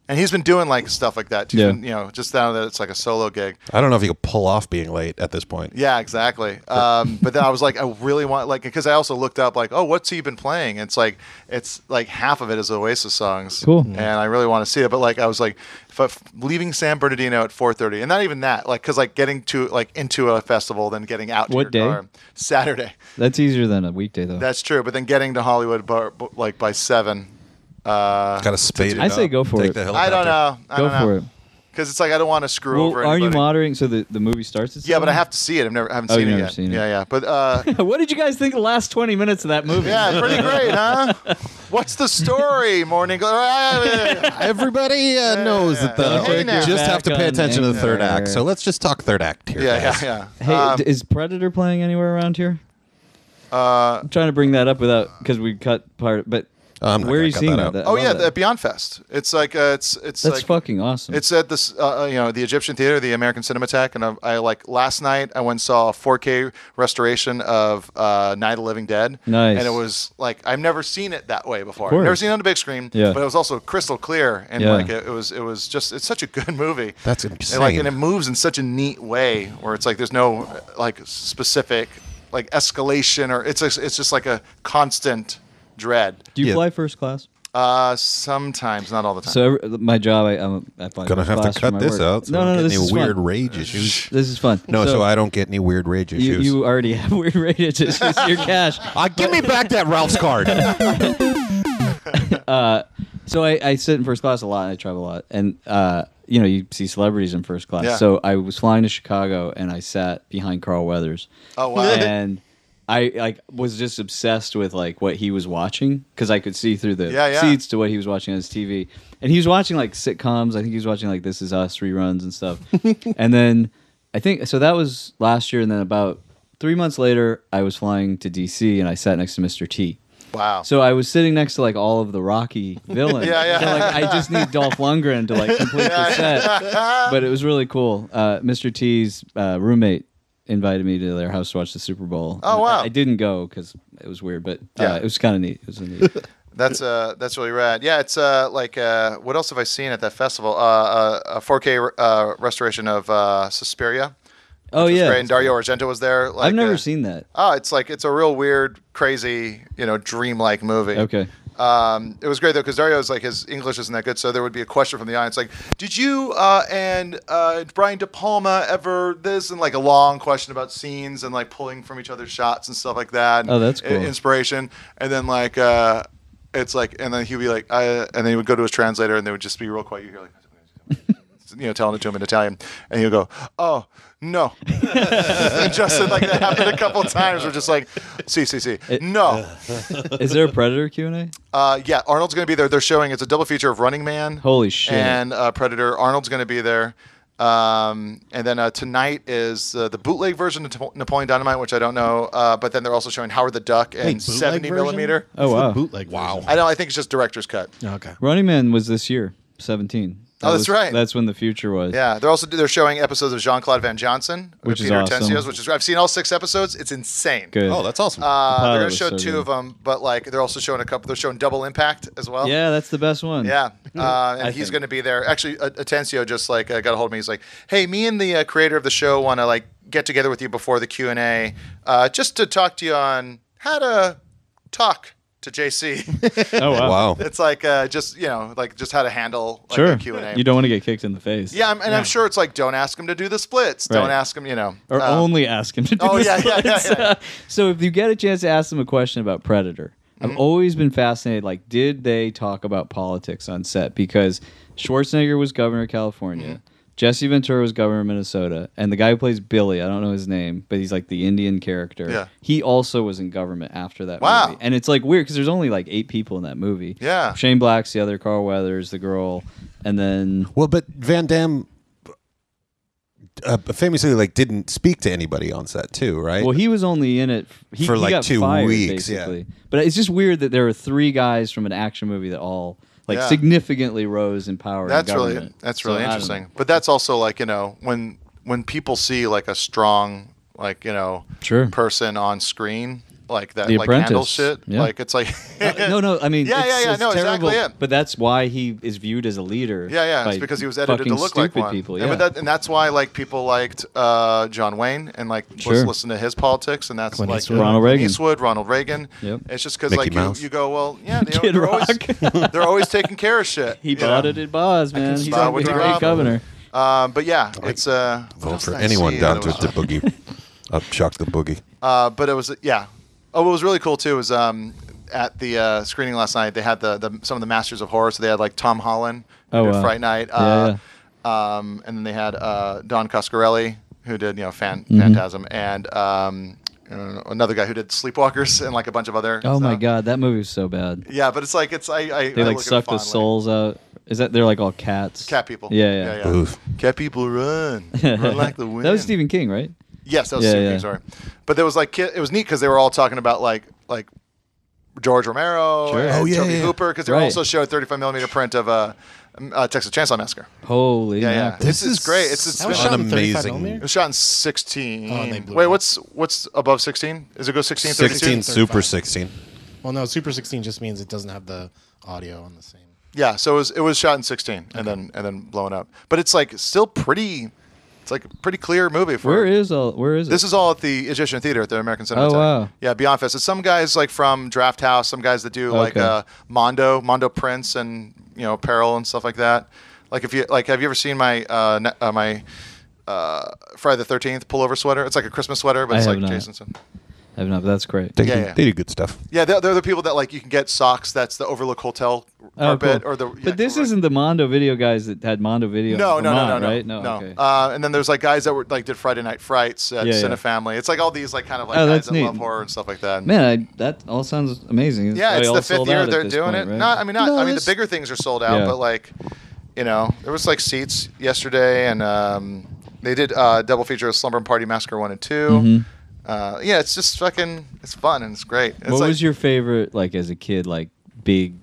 Speaker 5: and he's been doing like stuff like that. Too. He's
Speaker 8: Yeah.
Speaker 5: been, you know, just now that it's like a solo gig.
Speaker 7: I don't know if he could pull off being late at this point.
Speaker 5: Yeah, exactly.
Speaker 8: [LAUGHS]
Speaker 5: Um, but then I was like, I really want like because I also looked up like, oh, what's he been playing? It's like it's like half of it is Oasis songs.
Speaker 8: Cool.
Speaker 5: And I really want to see it. But like I was like, if I, leaving San Bernardino at 4:30, and not even that, like because like getting to like into a festival, then getting out. To
Speaker 8: What
Speaker 5: your
Speaker 8: day?
Speaker 5: Car, Saturday.
Speaker 8: That's easier than a weekday though.
Speaker 5: That's true. But then getting to Hollywood bar, b- like by seven. Uh,
Speaker 7: Got to spade.
Speaker 8: I say go for
Speaker 7: Take
Speaker 8: it.
Speaker 7: the
Speaker 5: I
Speaker 7: helicopter.
Speaker 5: don't know. I
Speaker 8: Go
Speaker 5: don't know.
Speaker 8: for it.
Speaker 5: Because it's like I don't want to screw
Speaker 8: Well,
Speaker 5: over
Speaker 8: are you
Speaker 5: anybody.
Speaker 8: moderating? So the, the movie starts. At
Speaker 5: yeah, but I
Speaker 8: seven?
Speaker 5: have to see it. I've never haven't
Speaker 8: Oh,
Speaker 5: seen,
Speaker 8: you've
Speaker 5: it
Speaker 8: never
Speaker 5: yet.
Speaker 8: seen it. [LAUGHS]
Speaker 5: Yeah, yeah. But uh,
Speaker 8: what did you guys think of the last 20 minutes of that movie?
Speaker 5: yeah, pretty great,
Speaker 8: [LAUGHS]
Speaker 5: huh? What's the story, Morning Glory? [LAUGHS]
Speaker 7: Everybody uh, knows that the
Speaker 5: Hey, now.
Speaker 7: just have to
Speaker 8: Back
Speaker 7: pay
Speaker 8: on
Speaker 7: attention to the third
Speaker 8: Anchor.
Speaker 7: act. So let's just talk third act here.
Speaker 5: yeah, yeah,
Speaker 7: guys.
Speaker 5: yeah.
Speaker 8: Hey,
Speaker 5: Um,
Speaker 8: d- is Predator playing anywhere around here?
Speaker 5: uh,
Speaker 8: I'm trying to bring that up without because we cut part. But
Speaker 7: Oh, I'm not
Speaker 8: where are
Speaker 7: gonna
Speaker 8: you
Speaker 7: cut
Speaker 8: seeing
Speaker 7: that out.
Speaker 8: that? That- I
Speaker 5: oh
Speaker 8: love
Speaker 5: yeah, the
Speaker 8: that.
Speaker 5: Beyond Fest. It's like uh, it's it's
Speaker 8: that's
Speaker 5: like,
Speaker 8: fucking awesome.
Speaker 5: It's at this, uh, uh, you know, the Egyptian Theater, the American Cinematheque, and I, I like last night I went and saw a 4K restoration of uh, Night of the Living Dead.
Speaker 8: Nice.
Speaker 5: And it was like I've never seen it that way before.
Speaker 8: course.
Speaker 5: Never seen it on a big screen.
Speaker 8: Yeah.
Speaker 5: But it was also crystal clear, and
Speaker 8: Yeah.
Speaker 5: like it, it was, it was just it's such a good movie.
Speaker 7: That's
Speaker 5: And, like,
Speaker 7: insane.
Speaker 5: and it moves in such a neat way where it's like there's no uh, like specific like escalation or it's just- it's just like a constant dread.
Speaker 8: Do you
Speaker 7: Yeah.
Speaker 8: fly first class?
Speaker 5: Uh, sometimes, not all the time.
Speaker 8: So every, my job, I, I'm I fly
Speaker 7: Gonna
Speaker 8: first
Speaker 7: have
Speaker 8: class
Speaker 7: to
Speaker 8: for
Speaker 7: cut
Speaker 8: my
Speaker 7: this
Speaker 8: work.
Speaker 7: out. So
Speaker 8: no,
Speaker 7: I don't
Speaker 8: no, no,
Speaker 7: get
Speaker 8: this
Speaker 7: any
Speaker 8: is
Speaker 7: weird
Speaker 8: fun.
Speaker 7: rage issues.
Speaker 8: This is fun.
Speaker 7: No, so, I don't get any weird rage
Speaker 8: You,
Speaker 7: issues.
Speaker 8: you already have [LAUGHS] weird rated issues. Your cash.
Speaker 7: [LAUGHS] uh, give me back that Ralph's
Speaker 8: [LAUGHS]
Speaker 7: card.
Speaker 8: Uh, So I, I sit in first class a lot. And I travel a lot, and uh, you know you see celebrities in first class.
Speaker 5: Yeah.
Speaker 8: So I was flying to Chicago, and I sat behind Carl Weathers.
Speaker 5: Oh,
Speaker 8: [LAUGHS]
Speaker 5: wow.
Speaker 8: And I like was just obsessed with like what he was watching because I could see through the
Speaker 5: Yeah, yeah.
Speaker 8: seats to what he was watching on his TV, and he was watching like sitcoms. I think he was watching like This Is Us reruns and stuff.
Speaker 5: [LAUGHS]
Speaker 8: and then I think so that was last year, and then about three months later, I was flying to DC, and I sat next to Mr. T.
Speaker 5: Wow.
Speaker 8: So I was sitting next to like all of the
Speaker 5: [LAUGHS]
Speaker 8: Rocky villains.
Speaker 5: Yeah, yeah.
Speaker 8: So, like I just need Dolph Lundgren to
Speaker 5: [LAUGHS]
Speaker 8: like complete the set. But it was really cool. Uh, Mr. T's uh, roommate invited me to their house to watch the Super Bowl.
Speaker 5: Oh, wow.
Speaker 8: I, I didn't go because it was weird, but uh,
Speaker 5: Yeah.
Speaker 8: it was kind of neat. It was
Speaker 5: [LAUGHS]
Speaker 8: neat.
Speaker 5: That's uh, that's really rad. Yeah, it's uh, like uh, what else have I seen at that festival? Uh, uh, a 4K uh, restoration of uh, Suspiria.
Speaker 8: oh
Speaker 5: which was
Speaker 8: yeah,
Speaker 5: great. And Dario Argento was there. Like,
Speaker 8: I've never
Speaker 5: uh,
Speaker 8: seen that.
Speaker 5: Oh, it's like it's a real weird, crazy, you know, dreamlike movie. [LAUGHS]
Speaker 8: Okay.
Speaker 5: Um, it was great though because Dario's like his English isn't that good, so there would be a question from the audience like, "Did you uh, and uh, Brian De Palma ever this?" and like a long question about scenes and like pulling from each other's shots and stuff like that. and
Speaker 8: Oh, that's cool.
Speaker 5: Inspiration, and then like uh, it's like, and then he'd be like, I, and then he would go to his translator, and they would just be real quiet. You hear like. [LAUGHS] You know, telling it to him in Italian, and he'll go, [LAUGHS] "Oh
Speaker 8: [LAUGHS]
Speaker 5: no!" and Justin, like that happened a couple times. We're just like, "See, see, see, no."
Speaker 8: Is there a Predator Q and A?
Speaker 5: Uh, yeah, Arnold's going to be there. They're showing it's a double feature of Running Man.
Speaker 8: Holy shit.
Speaker 5: And uh, Predator. Arnold's going to be there. Um, and then uh, tonight is uh, the bootleg version of Napo- Napoleon Dynamite, which I don't know. Uh, but then they're also showing Howard the Duck and
Speaker 6: Wait, bootleg
Speaker 5: 70
Speaker 6: version?
Speaker 5: millimeter.
Speaker 8: Oh
Speaker 6: It's the
Speaker 8: wow,
Speaker 6: bootleg. Wow.
Speaker 5: I know. I think it's just director's cut.
Speaker 6: Okay.
Speaker 8: Running Man was this year, seventeen.
Speaker 5: Oh, that's
Speaker 8: was-
Speaker 5: right.
Speaker 8: That's when the future was.
Speaker 5: Yeah, they're also they're showing episodes of Jean Claude Van Johnson,
Speaker 8: Which is
Speaker 5: Peter
Speaker 8: awesome.
Speaker 5: Tencio's, which is I've seen all six episodes. It's insane.
Speaker 8: Good.
Speaker 7: Oh, that's awesome.
Speaker 5: Uh,
Speaker 8: The
Speaker 5: they're
Speaker 8: pilot
Speaker 5: going to
Speaker 8: was
Speaker 5: show
Speaker 8: so
Speaker 5: two
Speaker 8: good.
Speaker 5: of them, but like they're also showing a couple. They're showing Double Impact as well.
Speaker 8: Yeah, that's the best one.
Speaker 5: Yeah, [LAUGHS] uh, and
Speaker 8: I
Speaker 5: he's
Speaker 8: think.
Speaker 5: going to be there. Actually, A- Atencio just like uh, got a hold of me. He's like, "Hey, me and the uh, creator of the show want to like get together with you before the Q and A, uh, just to talk to you on how to talk to [LAUGHS] JC.
Speaker 8: Oh wow.
Speaker 7: wow.
Speaker 5: it's like uh, just you know, like just how to handle like,
Speaker 8: Sure.
Speaker 5: a Q and A.
Speaker 8: You don't want to get kicked in the face.
Speaker 5: Yeah, I'm, and I'm sure it's like, don't ask him to do the splits. Don't
Speaker 8: Right.
Speaker 5: ask him, you know.
Speaker 8: or
Speaker 5: um,
Speaker 8: only ask him to do
Speaker 5: oh,
Speaker 8: the
Speaker 5: yeah, yeah, yeah,
Speaker 8: splits.
Speaker 5: yeah.
Speaker 8: so if you get a chance to ask them a question about Predator,
Speaker 5: Mm-hmm.
Speaker 8: I've always been fascinated. Like, did they talk about politics on set? Because Schwarzenegger was governor of California.
Speaker 5: Mm-hmm.
Speaker 8: Jesse Ventura was governor of Minnesota, and the guy who plays Billy, I don't know his name, but he's like the Indian character.
Speaker 5: Yeah.
Speaker 8: He also was in government after that
Speaker 5: Wow.
Speaker 8: movie. And it's like weird because there's only like eight people in that movie.
Speaker 5: Yeah.
Speaker 8: Shane Black's the other, Carl Weathers, the girl, and then
Speaker 7: Well, but Van Damme uh, famously like didn't speak to anybody on set too, right?
Speaker 8: Well, he was only in it he,
Speaker 7: For,
Speaker 8: he
Speaker 7: like,
Speaker 8: got
Speaker 7: two
Speaker 8: fired,
Speaker 7: weeks, yeah.
Speaker 8: Basically. But it's just weird that there are three guys from an action movie that all like
Speaker 5: Yeah.
Speaker 8: significantly rose in power. in
Speaker 5: That's really
Speaker 8: government.
Speaker 5: that's
Speaker 8: So,
Speaker 5: really
Speaker 8: I don't know.
Speaker 5: interesting. But that's also like you know when when people see like a strong like you know
Speaker 8: Sure.
Speaker 5: person on screen like that
Speaker 8: The
Speaker 5: like handles
Speaker 8: Apprentice.
Speaker 5: shit
Speaker 8: Yeah.
Speaker 5: like it's like [LAUGHS]
Speaker 8: no, no. I mean,
Speaker 5: Yeah,
Speaker 8: it's,
Speaker 5: yeah, yeah,
Speaker 8: it's
Speaker 5: no, exactly
Speaker 8: terrible,
Speaker 5: it.
Speaker 8: But that's why he is viewed as a leader.
Speaker 5: yeah yeah
Speaker 8: by
Speaker 5: it's because he was edited to
Speaker 8: fucking
Speaker 5: look like
Speaker 8: stupid
Speaker 5: one
Speaker 8: People,
Speaker 5: and,
Speaker 8: yeah.
Speaker 5: but that, and that's why like people liked uh, John Wayne and like lis-
Speaker 8: Sure.
Speaker 5: listen to his politics and that's
Speaker 6: Clint
Speaker 5: like
Speaker 6: Eastwood.
Speaker 8: Ronald
Speaker 5: Clint
Speaker 8: Reagan.
Speaker 5: Eastwood Ronald Reagan
Speaker 8: Yep.
Speaker 5: it's just because
Speaker 7: Mickey
Speaker 5: like you,
Speaker 7: Mouse.
Speaker 5: you go well
Speaker 8: [LAUGHS]
Speaker 5: yeah they,
Speaker 8: Kid
Speaker 5: they're always
Speaker 8: Rock.
Speaker 5: [LAUGHS] they're always taking care of shit
Speaker 8: [LAUGHS] he
Speaker 5: you know?
Speaker 8: bought it at Boz, man. He's
Speaker 5: spot
Speaker 8: a
Speaker 5: what
Speaker 8: great
Speaker 5: you're up.
Speaker 8: governor.
Speaker 5: Um, but yeah, it's uh, what
Speaker 7: Vote
Speaker 5: else
Speaker 7: for
Speaker 5: did I
Speaker 7: anyone
Speaker 5: see
Speaker 7: down
Speaker 5: that
Speaker 7: to
Speaker 5: was-
Speaker 7: the
Speaker 5: [LAUGHS]
Speaker 7: boogie. Up, shock the boogie.
Speaker 5: Uh, but it was yeah. Oh, what was really cool too was um, at the uh, screening last night they had the, the some of the masters of horror. So they had like Tom Holland who
Speaker 8: Oh,
Speaker 5: did
Speaker 8: wow.
Speaker 5: Fright Night,
Speaker 8: Yeah,
Speaker 5: uh, Um, and then they had uh, Don Coscarelli who did you know Fan-
Speaker 8: Mm-hmm.
Speaker 5: Phantasm and um, uh, another guy who did Sleepwalkers and like a bunch of other.
Speaker 8: Oh my
Speaker 5: stuff.
Speaker 8: god, that movie was so bad.
Speaker 5: Yeah, but it's like it's I, I
Speaker 8: They
Speaker 5: I
Speaker 8: like
Speaker 5: look at it
Speaker 8: suck the
Speaker 5: fondly.
Speaker 8: souls out. Is that they're like all cats?
Speaker 5: Cat people.
Speaker 8: Yeah, yeah. [LAUGHS]
Speaker 7: Oof.
Speaker 5: Cat people run, run like the wind.
Speaker 8: That was Stephen King, right?
Speaker 5: Yes, that was
Speaker 8: Yeah,
Speaker 5: Stephen
Speaker 8: yeah.
Speaker 5: King. Sorry, but there was like ki- it was neat because they were all talking about like like George Romero,
Speaker 8: Sure.
Speaker 5: and
Speaker 7: Oh, yeah,
Speaker 5: Toby
Speaker 7: yeah.
Speaker 5: Hooper, because they
Speaker 8: Right.
Speaker 5: also showed 35 millimeter print of uh, um, uh, Texas Chainsaw Massacre.
Speaker 8: Holy
Speaker 5: Yeah,
Speaker 8: mackerel.
Speaker 5: yeah. This is great. It's, it's
Speaker 6: That was
Speaker 5: been-
Speaker 6: shot in 35
Speaker 5: it
Speaker 7: amazing.
Speaker 6: millimeter?
Speaker 5: was shot in 16.
Speaker 6: Oh, and they blew
Speaker 5: Wait,
Speaker 6: it up.
Speaker 5: what's what's above 16? Is it go 16, 32?
Speaker 7: 16 super
Speaker 6: 35.
Speaker 7: 16.
Speaker 6: Well, no, Super 16 just means it doesn't have the audio
Speaker 5: [LAUGHS]
Speaker 6: on the same.
Speaker 5: Yeah, so it was it was shot in 16 and then and then blown up. But it's like still pretty. It's like a pretty clear movie for
Speaker 8: Where is all? Where is it?
Speaker 5: This is all at the Egyptian Theater at the American Cinematheque.
Speaker 8: Oh, wow.
Speaker 5: Yeah, Beyond Fest. It's some guys like from Draft House, some guys that do like
Speaker 8: Okay.
Speaker 5: uh, Mondo, Mondo prints, and you know apparel and stuff like that. Like if you like, have you ever seen my uh, ne- uh, my uh, Friday the Thirteenth pullover sweater? It's like a Christmas sweater, but
Speaker 8: I
Speaker 5: it's
Speaker 8: have
Speaker 5: like
Speaker 8: not.
Speaker 5: Jason's.
Speaker 8: I don't know, but that's great.
Speaker 7: They,
Speaker 5: Yeah,
Speaker 7: do,
Speaker 5: yeah.
Speaker 7: they do good stuff.
Speaker 5: Yeah, they're, they're the people that like you can get socks. That's the Overlook Hotel
Speaker 8: Oh,
Speaker 5: carpet
Speaker 8: cool.
Speaker 5: or the. yeah,
Speaker 8: but this
Speaker 5: right.
Speaker 8: isn't the Mondo video guys that had Mondo video.
Speaker 5: No,
Speaker 8: in
Speaker 5: no, no, no,
Speaker 8: Vermont,
Speaker 5: no,
Speaker 8: right?
Speaker 5: no.
Speaker 8: okay.
Speaker 5: Uh, and then there's like guys that were like did Friday Night Frights at
Speaker 8: Yeah, yeah.
Speaker 5: Cinefamily. It's like all these like kind of like
Speaker 8: Oh,
Speaker 5: guys
Speaker 8: that's
Speaker 5: that
Speaker 8: neat.
Speaker 5: love horror and stuff like that.
Speaker 8: Man, I, that all sounds amazing. That's
Speaker 5: Um, Yeah,
Speaker 8: why
Speaker 5: it's
Speaker 8: all
Speaker 5: the fifth
Speaker 8: sold out
Speaker 5: year
Speaker 8: at
Speaker 5: they're
Speaker 8: this
Speaker 5: doing
Speaker 8: point,
Speaker 5: it.
Speaker 8: right?
Speaker 5: Not, I mean, not.
Speaker 6: No,
Speaker 5: I mean, the
Speaker 6: this-
Speaker 5: bigger things are sold out,
Speaker 8: Yeah.
Speaker 5: but like, you know, there was like seats
Speaker 8: Mm-hmm.
Speaker 5: yesterday, and um, they did uh, double feature of Slumber and Party Massacre one and 2 Uh, yeah, it's just fucking. It's fun and it's great. It's
Speaker 8: what
Speaker 5: like-
Speaker 8: was your favorite, like as a kid, like big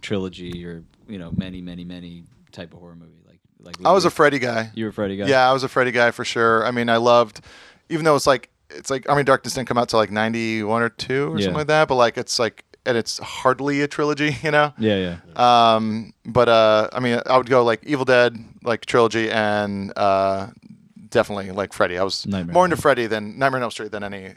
Speaker 8: trilogy or you know many, many, many type of horror movie? Like, like
Speaker 5: I was
Speaker 8: you-
Speaker 5: a Freddy guy.
Speaker 8: You were a Freddy guy.
Speaker 5: Yeah, I was a Freddy guy for sure. I mean, I loved, even though it's like it's like Army of Darkness didn't come out till like ninety one or two or
Speaker 8: Yeah.
Speaker 5: something like that. But like it's like and it's hardly a trilogy, [LAUGHS] you know.
Speaker 8: Yeah, yeah.
Speaker 5: Um, but uh, I mean, I would go like Evil Dead, like trilogy, and uh, definitely like Freddy. I was
Speaker 8: Nightmare
Speaker 5: more
Speaker 8: on
Speaker 5: into Freddy than Nightmare on Elm Street than any,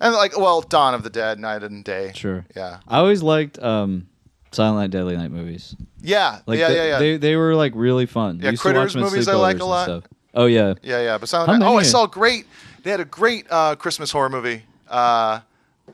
Speaker 5: and like well, Dawn of the Dead, Night and Day.
Speaker 8: Sure.
Speaker 5: Yeah.
Speaker 8: I always liked um, Silent Night, Deadly Night movies.
Speaker 5: Yeah.
Speaker 8: Like
Speaker 5: yeah.
Speaker 8: the-
Speaker 5: yeah. Yeah.
Speaker 8: They they were like really fun.
Speaker 5: Yeah,
Speaker 8: I used to watch
Speaker 5: Critters
Speaker 8: them at
Speaker 5: movies I like a
Speaker 8: sleepovers and
Speaker 5: lot.
Speaker 8: stuff. Oh yeah.
Speaker 5: Yeah, yeah. But Silent
Speaker 8: How
Speaker 5: Night. Oh, I
Speaker 8: many?
Speaker 5: saw great. They had a great uh, Christmas horror movie, uh,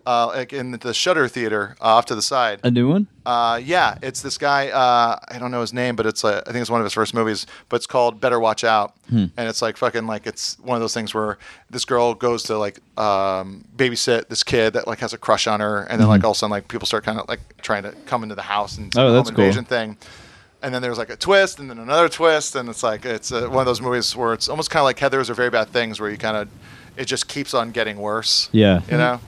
Speaker 5: uh, like in the Shutter Theater uh, off to the side.
Speaker 8: A new one?
Speaker 5: Uh, yeah, it's this guy. Uh, I don't know his name, but it's uh, I think it's one of his first movies. But it's called Better Watch Out,
Speaker 8: Hmm.
Speaker 5: and it's like fucking like it's one of those things where this girl goes to like um, babysit this kid that like has a crush on her, and then like all of a sudden like people start kind of like trying to come into the house and it's
Speaker 8: Hmm. Oh,
Speaker 5: a
Speaker 8: that's
Speaker 5: home
Speaker 8: cool.
Speaker 5: invasion thing. And then there's like a twist, and then another twist, and it's like it's uh, one of those movies where it's almost kind of like Heather's or Very Bad Things, where you kind of it just keeps on getting worse.
Speaker 8: Yeah.
Speaker 5: You know.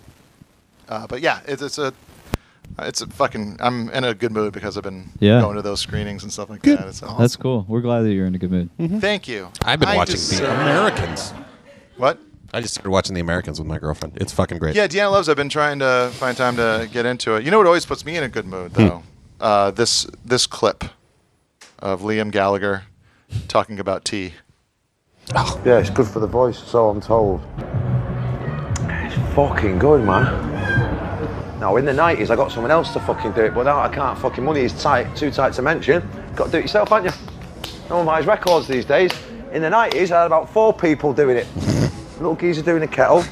Speaker 5: Uh, but yeah, it's, it's a it's a fucking. I'm in a good mood because I've been
Speaker 8: Yeah.
Speaker 5: going to those screenings and stuff like that. It's awesome.
Speaker 8: That's cool. We're glad that you're in a good mood.
Speaker 5: Thank you.
Speaker 7: I've been
Speaker 5: I uh,
Speaker 7: watching
Speaker 5: deserve-
Speaker 7: The Americans.
Speaker 5: What?
Speaker 7: I just started watching The Americans with my girlfriend. It's fucking great.
Speaker 5: Yeah, Deanna loves. I've been trying to find time to get into it. You know what always puts me in a good mood
Speaker 8: Hmm.
Speaker 5: though? Uh, this this clip of Liam Gallagher talking about tea.
Speaker 9: Yeah, it's good for the voice, so I'm told. It's fucking good, man. Now, in the 90s, I got someone else to fucking do it, but now I can't fucking. Money is tight, too tight to mention. Got to do it yourself, haven't you? No one buys records these days. In the 90s, I had about four people doing it. A little geezer doing the kettle,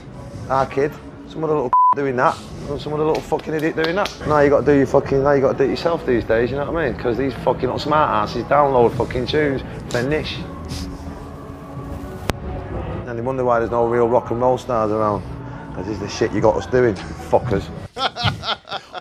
Speaker 9: our kid, some other little [LAUGHS] doing that, and some other little fucking idiot doing that. Now you got to do your fucking, now you got to do it yourself these days, you know what I mean? Because these fucking little smart asses download fucking tunes, they're niche. And they wonder why there's no real rock and roll stars around. Because this is the shit you got us doing, fuckers.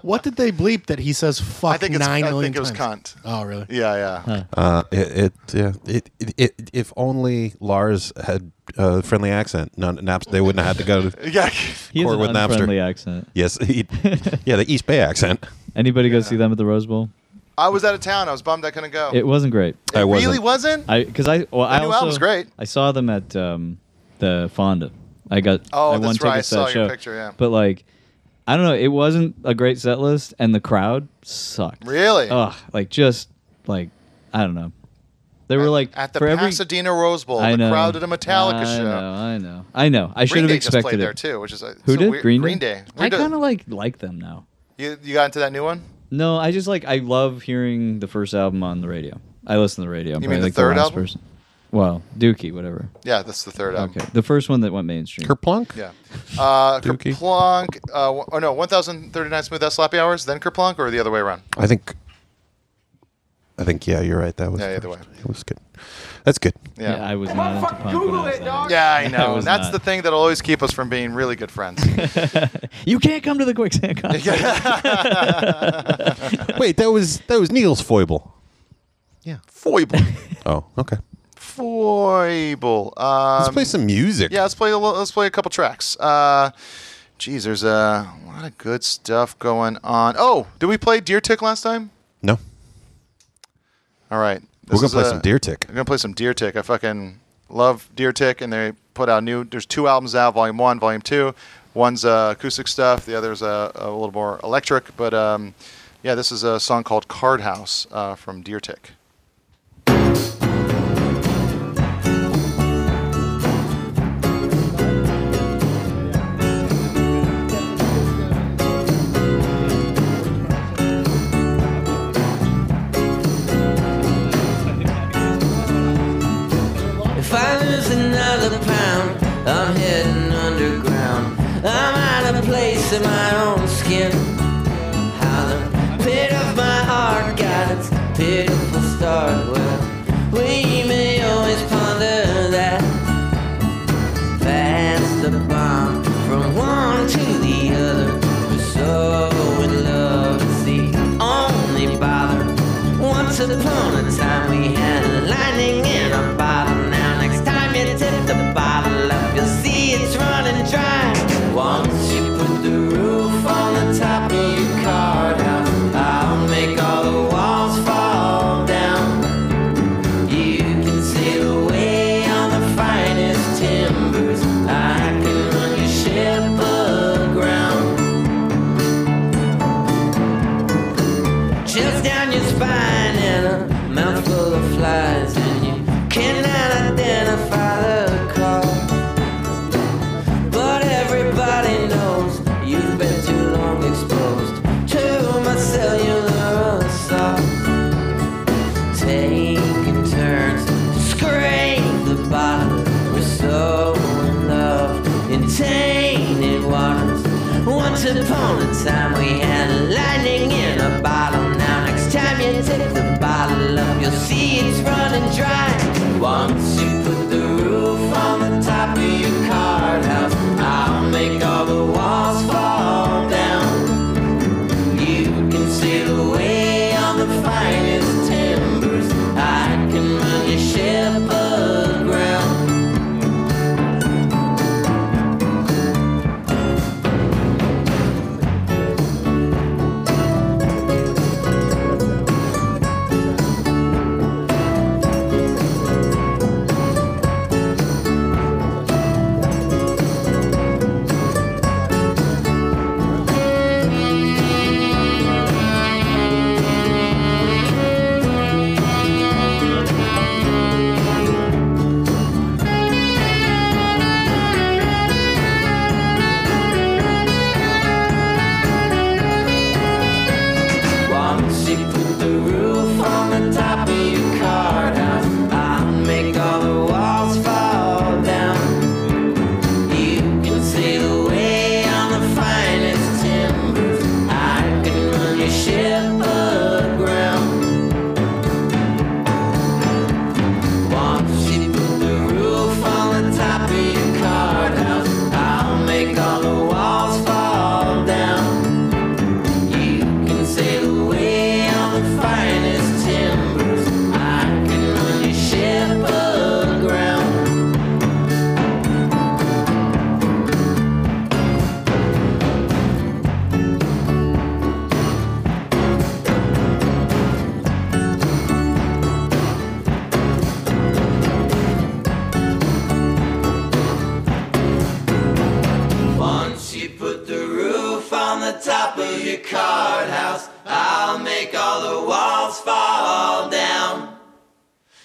Speaker 6: What did they bleep that he says fuck
Speaker 5: I think it's-
Speaker 6: nine
Speaker 5: I
Speaker 6: million
Speaker 5: think it was
Speaker 6: times?
Speaker 5: cunt.
Speaker 6: Oh, really?
Speaker 5: Yeah, yeah.
Speaker 7: Uh, it, it, yeah, it, it, it, if only Lars had a friendly accent, none, Naps, they wouldn't have had to go to
Speaker 8: [LAUGHS]
Speaker 5: Yeah.
Speaker 8: He has
Speaker 7: court
Speaker 8: an
Speaker 7: with
Speaker 8: unfriendly
Speaker 7: Napster.
Speaker 8: accent.
Speaker 7: Yes,
Speaker 8: [LAUGHS]
Speaker 7: he, [LAUGHS] yeah, the East Bay accent.
Speaker 8: Anybody go see them at the Rose Bowl?
Speaker 5: I was out of town. I was bummed I couldn't go.
Speaker 8: It wasn't great.
Speaker 7: I wasn't.
Speaker 5: Oh. really wasn't.
Speaker 8: I because I well I
Speaker 5: new
Speaker 8: also,
Speaker 5: album's great.
Speaker 8: I saw them at um, the Fonda. I got
Speaker 5: Oh,
Speaker 8: I won
Speaker 5: that's right. I
Speaker 8: tickets to that
Speaker 5: saw your
Speaker 8: show.
Speaker 5: picture, yeah.
Speaker 8: But like, I don't know. It wasn't a great set list, and the crowd sucked.
Speaker 5: Really?
Speaker 8: Ugh, like just like I don't know. They were like
Speaker 5: at the
Speaker 8: for every,
Speaker 5: Pasadena Rose Bowl,
Speaker 8: I
Speaker 5: the
Speaker 8: know,
Speaker 5: crowd at a Metallica
Speaker 8: I
Speaker 5: show.
Speaker 8: Know, I know. I know. I should
Speaker 5: Green
Speaker 8: have
Speaker 5: Day just
Speaker 8: expected
Speaker 5: played
Speaker 8: it.
Speaker 5: there too, which is a,
Speaker 8: Who
Speaker 5: it's a
Speaker 8: did
Speaker 5: weird-
Speaker 8: Green,
Speaker 5: Green Day.
Speaker 8: I
Speaker 5: Weird-
Speaker 8: kind of like like them now.
Speaker 5: You, you got into that new one?
Speaker 8: No, I just like I love hearing the first album on the radio. I listen to the radio. but
Speaker 5: mean
Speaker 8: I
Speaker 5: the
Speaker 8: like
Speaker 5: third
Speaker 8: last
Speaker 5: album?
Speaker 8: Person. Well, Dookie, whatever.
Speaker 5: Yeah, that's the third album.
Speaker 8: Okay, the first one that went mainstream.
Speaker 7: Kerplunk?
Speaker 5: Yeah. Uh,
Speaker 7: Dookie.
Speaker 5: Kerplunk. Uh, oh no, 1039 Smooth S Sloppy Hours, then Kerplunk, or the other way around?
Speaker 7: I think. I think yeah, you're right. That was
Speaker 5: Yeah, either
Speaker 7: first.
Speaker 5: way.
Speaker 7: It was good. That's good.
Speaker 5: Yeah.
Speaker 8: I was not into punk when I was that age.
Speaker 5: Yeah,
Speaker 8: [LAUGHS]
Speaker 5: I
Speaker 8: I
Speaker 5: know.
Speaker 8: was
Speaker 5: That's
Speaker 8: not.
Speaker 5: the thing that'll always keep us from being really good friends.
Speaker 8: [LAUGHS] You can't come to the
Speaker 5: [LAUGHS]
Speaker 8: quicksand concert.
Speaker 7: Wait, that was that was Neil's foible.
Speaker 5: yeah.
Speaker 8: [LAUGHS]
Speaker 5: Foible.
Speaker 7: Oh, okay.
Speaker 5: Foible. Um,
Speaker 7: Let's play some music.
Speaker 5: Yeah, let's play a little, let's play a couple tracks. Uh, geez, there's a lot of good stuff going on. Oh, did we play Deer Tick last time?
Speaker 7: No,
Speaker 5: All right.
Speaker 7: we're
Speaker 5: This
Speaker 7: gonna
Speaker 5: is
Speaker 7: play
Speaker 5: a-
Speaker 7: some deer tick.
Speaker 5: I'm gonna play some Deer Tick. I fucking love Deer Tick, and they put out new. There's two albums out: Volume One, Volume Two. One's uh, acoustic stuff. The other's uh, a little more electric. But um, yeah, this is a song called Card House uh, from Deer Tick.
Speaker 10: If I lose another pound, I'm heading underground. I'm out of place in my own skin. How the pit of my heart got its pitiful start. Well, we may always ponder that. Pass the bomb from one to the other. We're so in love, it's the only bother. Once upon a time we had lightning in a bottle. Now next time you tip the bottle up, you'll see it's running dry. One tainted waters. Once upon a time we had lightning in a bottle. Now next time you tip the bottle up, you'll see it's running dry. Once you put the roof on the top of your card house, I'll make all the walls fall down. You can sail away on the finest timbers. I can run your ship aground. Once you put the roof on the top of your card house, I'll make all the walls fall down. You can sail away on the finest timbers. I can run your ship aground. Once you put the roof on the top of your card house, I'll make all the walls fall down. You can sail away on the finest timbers. I can run your ship aground. Once you put the roof on the top of your card house, I'll make all the walls fall down.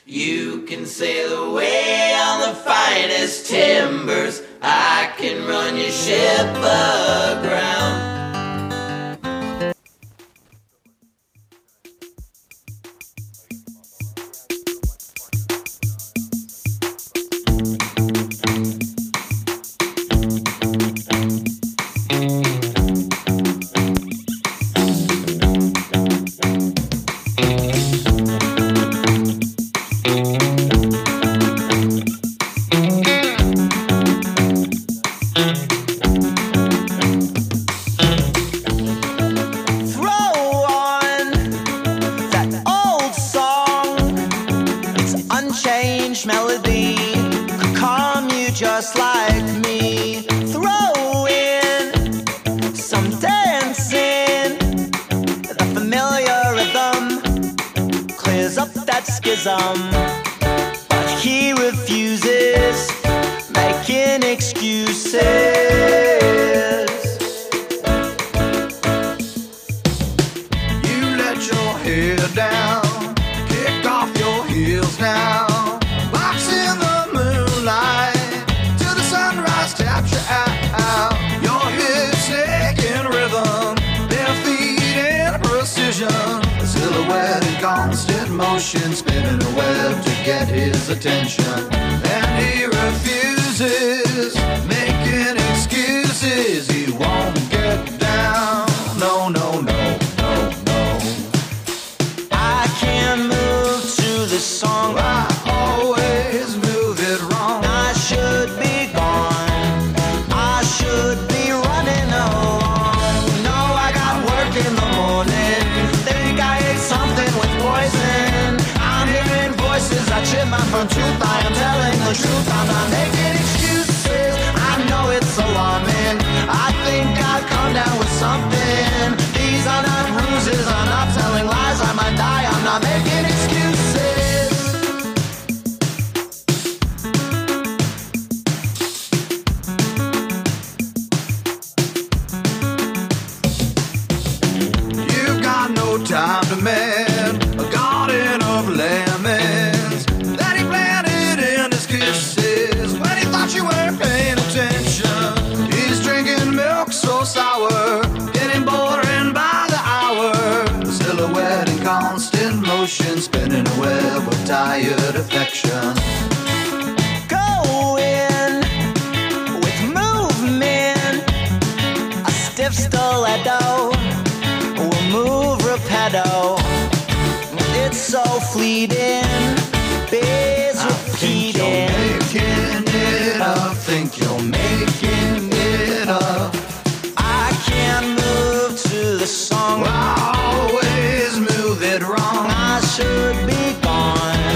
Speaker 10: You can sail away on the finest timbers. I can run your ship aground. Throw on that old song. It's unchanged melody could calm you just like me. Throw in some dancing. The familiar rhythm clears up that schism. But he refuses making excuses.
Speaker 2: You let your head down, kick off your heels now. Box in the moonlight till the sunrise taps you out. Your hips taking rhythm, bare feet in precision. A silhouette in constant motion, spinning a web to get his attention. And he refuses, making excuses. He won't get down. No, no, no, no, no.
Speaker 10: I can't move to the song.
Speaker 2: I always move it wrong.
Speaker 10: I should be gone. I should be running along. No, I got work in the morning. Think I ate something with poison. I'm hearing voices. I chip my from truth. I am telling the truth. I'm not making excuses. I know it's alarming. I think I've come down with something. These are not bruises. I'm not telling lies. I might die. I'm not making excuses.
Speaker 2: You've got no time to mend a garden of lemons that he planted in his kisses when he thought you weren't paying attention. He's drinking milk so sour, getting boring by the hour. Silhouette in constant motion, spinning a web of tired affection.
Speaker 10: going with movement. if stiletto will move rapido. It's so fleeting, bears repeating.
Speaker 2: Making it up, think you're making it up.
Speaker 10: I can't move to the song.
Speaker 2: Always move it wrong.
Speaker 10: I should be gone.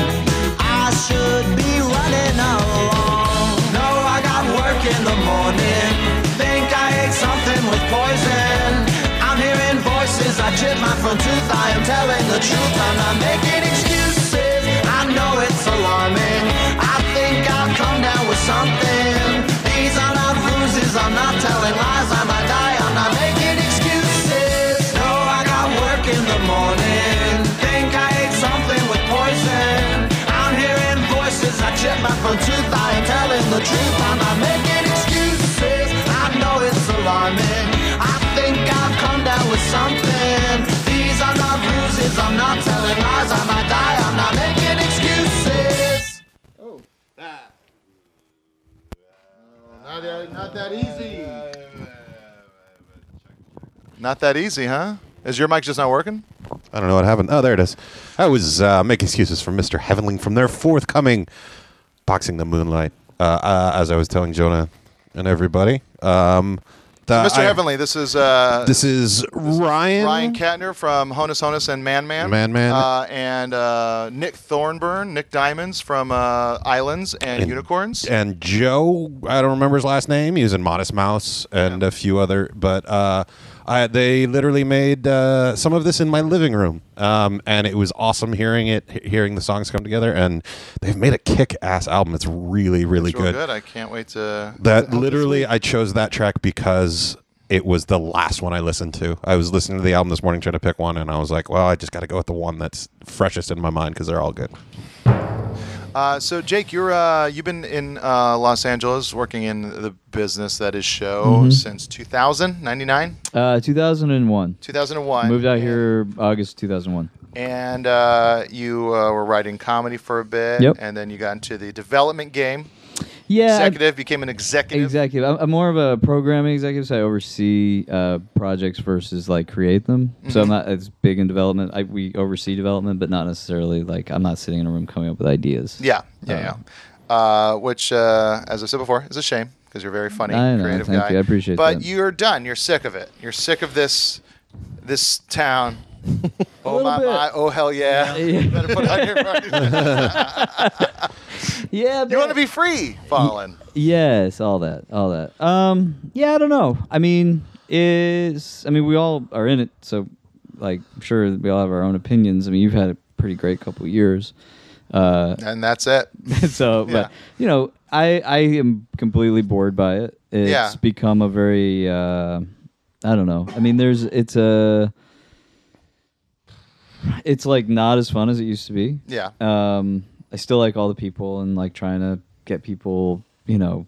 Speaker 10: I should be running along.
Speaker 2: No, I got work in the morning. Think I ate something with poison. I'm hearing voices. I chip my front tooth. I am telling the truth. I'm not making excuses. I know it's alarming. I think I've come down with something. These are not ruses. I'm not telling lies. I might die. I'm not making excuses. No, I got work in the morning. Think I ate something with poison. I'm hearing voices. I chip my front tooth. I am telling the truth. I'm not making excuses. I know it's alarming. I think I've come down with something. These are not bruises. I'm not telling lies. I might die. I'm not making excuses.
Speaker 1: Not that, not that easy.
Speaker 5: Not that easy, huh? Is your mic just not working?
Speaker 7: I don't know what happened. Oh, there it is. I was uh, making excuses for Mr. Heavenling from their forthcoming Boxing the Moonlight, uh, uh, as I was telling Jonah and everybody. Um, the-
Speaker 5: Mr.
Speaker 7: I-
Speaker 5: Heavenly, this is uh,
Speaker 7: This is Ryan.
Speaker 5: Ryan Katner from Honus Honus and Man Man.
Speaker 7: Man Man.
Speaker 5: Uh, and uh, Nick Thornburn, Nick Diamonds from uh, Islands and,
Speaker 7: And-
Speaker 5: Unicorns.
Speaker 7: and Joe. I don't remember his last name. He was in Modest Mouse and a few other. But uh, I, they literally made uh, some of this in my living room, um, and it was awesome hearing it, he- hearing the songs come together. And they've made a kick-ass album. It's really, really
Speaker 5: It's real
Speaker 7: good.
Speaker 5: good. I can't wait to.
Speaker 7: That literally, I chose that track because. It was the last one I listened to. I was listening to the album this morning, trying to pick one, and I was like, "Well, I just got to go with the one that's freshest in my mind because they're all good."
Speaker 5: Uh, so Jake, you're uh, you've been in uh, Los Angeles working in the business that is show
Speaker 7: Mm-hmm.
Speaker 5: since 2000, 99,
Speaker 8: Uh, 2001.
Speaker 5: 2001.
Speaker 8: Moved out here August 2001.
Speaker 5: and uh, you uh, were writing comedy for a bit,
Speaker 8: Yep.
Speaker 5: and then you got into the development game.
Speaker 8: Yeah. I-
Speaker 5: executive became an executive.
Speaker 8: Executive. I'm, I'm more of a programming executive, so I oversee uh, projects versus like create them. So
Speaker 5: Mm-hmm.
Speaker 8: I'm not as big in development. I, we oversee development, but not necessarily like I'm not sitting in a room coming up with ideas.
Speaker 5: Yeah, yeah,
Speaker 8: Um,
Speaker 5: yeah. Uh, which, uh, as I said before, is a shame because you're a very funny,
Speaker 8: I know,
Speaker 5: creative
Speaker 8: thank
Speaker 5: guy.
Speaker 8: you, I appreciate
Speaker 5: but
Speaker 8: that.
Speaker 5: you're done. You're sick of it. You're sick of this, this town.
Speaker 8: [LAUGHS]
Speaker 5: oh my, my! Oh hell yeah! [LAUGHS]
Speaker 8: yeah.
Speaker 5: Better put on your party.
Speaker 8: [LAUGHS] Yeah.
Speaker 5: [LAUGHS] you want to be free, Fallen.
Speaker 8: Yes, all that, all that. Um, yeah, I don't know. I mean, is I mean, we all are in it, so like, I'm sure we all have our own opinions. I mean, you've had a pretty great couple of years, uh,
Speaker 5: And that's it.
Speaker 8: [LAUGHS] so
Speaker 5: Yeah.
Speaker 8: but you know, I I am completely bored by it. It's
Speaker 5: Yeah.
Speaker 8: become a very uh, I don't know. I mean, there's it's a it's like not as fun as it used to be
Speaker 5: Yeah.
Speaker 8: um, I still like all the people and like trying to get people, you know,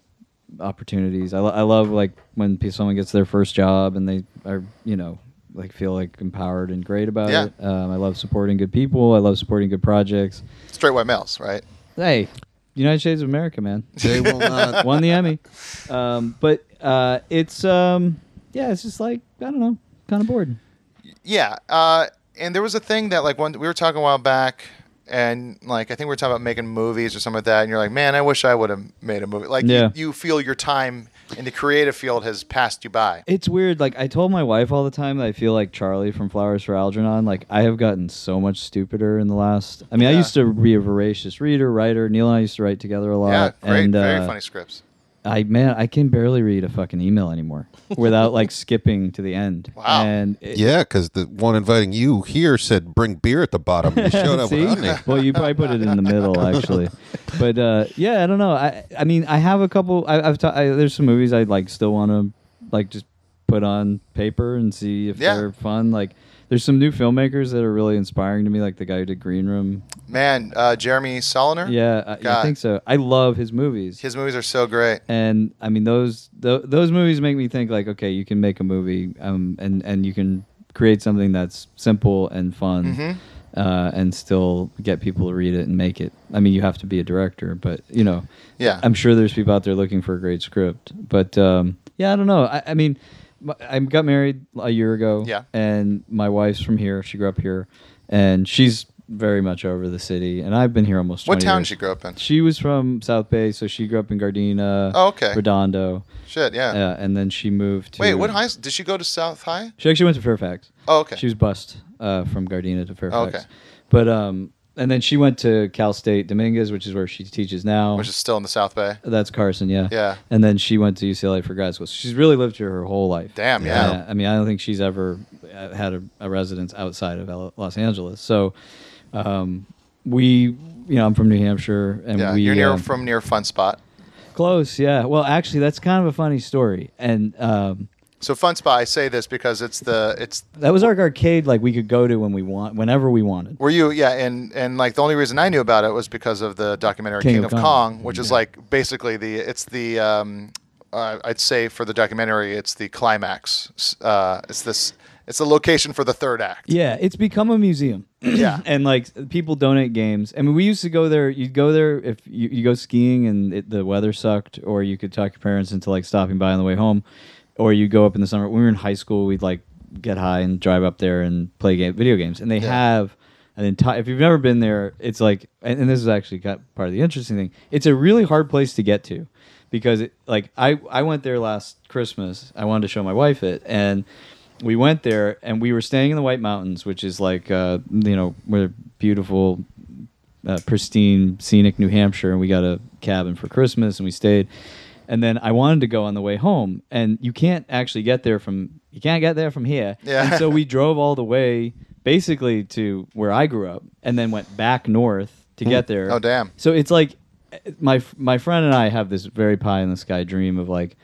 Speaker 8: opportunities. I, lo- I love like when pe- someone gets their first job and they are, you know, like feel like empowered and great about
Speaker 5: Yeah.
Speaker 8: it. Um, I love supporting good people. I love supporting good projects.
Speaker 5: Straight white males, right?
Speaker 8: Hey, United States of America, man,
Speaker 7: [LAUGHS] They will not.
Speaker 8: [LAUGHS] won the Emmy. Um, but uh, it's um, yeah, it's just like I don't know, kind of bored.
Speaker 5: Yeah. Uh, and there was a thing that like one we were talking a while back, and like I think we were talking about making movies or something like that. And you're like, man, I wish I would have made a movie. Like
Speaker 8: Yeah.
Speaker 5: you, you feel your time in the creative field has passed you by.
Speaker 8: It's weird. Like I told my wife all the time that I feel like Charlie from Flowers for Algernon. Like I have gotten so much stupider in the last. I mean, I
Speaker 5: Yeah.
Speaker 8: used to be a voracious reader, writer. Neil and I used to write together a lot.
Speaker 5: yeah, great,
Speaker 8: and,
Speaker 5: very
Speaker 8: uh,
Speaker 5: funny scripts.
Speaker 8: I man, I can barely read a fucking email anymore [LAUGHS] without like skipping to the end.
Speaker 5: Wow.
Speaker 8: And it,
Speaker 7: Yeah, because the one inviting you here said bring beer at the bottom. You showed
Speaker 8: [LAUGHS]
Speaker 7: up
Speaker 8: See?
Speaker 7: without any.
Speaker 8: well, you probably put it in
Speaker 7: [LAUGHS]
Speaker 8: the middle, actually. But uh, yeah, I don't know. I I mean, I have a couple. I, I've ta- I, there's some movies I like still want to like just put on paper and see if
Speaker 5: Yeah.
Speaker 8: they're fun. Like there's some new filmmakers that are really inspiring to me, like the guy who did Green Room.
Speaker 5: Man, uh, Jeremy Soliner.
Speaker 8: Yeah, I, I
Speaker 5: God.
Speaker 8: think so. I love his movies.
Speaker 5: His movies are so great.
Speaker 8: and I mean those th- those movies make me think like okay you can make a movie um and and you can create something that's simple and fun
Speaker 5: Mm-hmm.
Speaker 8: uh, and still get people to read it and make it I mean you have to be a director but you know
Speaker 5: Yeah.
Speaker 8: I'm sure there's people out there looking for a great script but um, yeah I don't know I, I mean my- I got married a year ago.
Speaker 5: Yeah.
Speaker 8: And my wife's from here. She grew up here, and she's very much over the city. And I've been here almost.
Speaker 5: What
Speaker 8: 20
Speaker 5: town
Speaker 8: years.
Speaker 5: she grew up in?
Speaker 8: She was from South Bay, so she grew up in Gardena.
Speaker 5: Oh, okay.
Speaker 8: Redondo.
Speaker 5: Shit, yeah.
Speaker 8: Yeah, and then she moved. to...
Speaker 5: Wait, what high? s- Did she go to South High?
Speaker 8: She actually went to Fairfax.
Speaker 5: Oh, okay.
Speaker 8: She was bused uh, from Gardena to Fairfax.
Speaker 5: Okay.
Speaker 8: But um, and then she went to Cal State Dominguez, which is where she teaches now.
Speaker 5: Which is still in the South Bay.
Speaker 8: That's Carson, yeah.
Speaker 5: Yeah.
Speaker 8: And then she went to UCLA for grad school. So she's really lived here her whole life.
Speaker 5: Damn, yeah.
Speaker 8: I mean, I don't think she's ever uh, had a, a residence outside of L- Los Angeles. So um, we, you know, I'm from New Hampshire, and
Speaker 5: Yeah,
Speaker 8: we
Speaker 5: you're near
Speaker 8: um,
Speaker 5: from near Fun Spot.
Speaker 8: close. Yeah. Well, actually, that's kind of a funny story, and um,
Speaker 5: So Fun Spot, I say this because it's the it's
Speaker 8: that was our arcade like we could go to when we want, whenever we wanted.
Speaker 5: Were you? Yeah, and and like the only reason I knew about it was because of the documentary King, of, Kong, which is like basically the it's the um, uh, I'd say for the documentary it's the climax. S- Uh, it's this it's the location for the third act.
Speaker 8: Yeah, it's become a museum. [CLEARS THROAT]
Speaker 5: Yeah.
Speaker 8: and like people donate games. I mean, we used to go there. You'd go there if you, you go skiing and it, the weather sucked, or you could talk your parents into like stopping by on the way home, or you go up in the summer. When we were in high school, we'd like get high and drive up there and play game video games. And they have an entire. If you've never been there, it's like, and, and this is actually got part of the interesting thing. It's a really hard place to get to, because it, like I I went there last Christmas. I wanted to show my wife it and we went there and we were staying in the White Mountains, which is like uh, you know where beautiful, uh, pristine, scenic New Hampshire, and we got a cabin for Christmas and we stayed. And then I wanted to go on the way home, and you can't actually get there from you can't get there from here.
Speaker 5: Yeah.
Speaker 8: And so we drove all the way basically to where I grew up, and then went back north to get there.
Speaker 5: Oh, damn.
Speaker 8: So it's like eh, my my friend and I have this very pie in the sky dream of like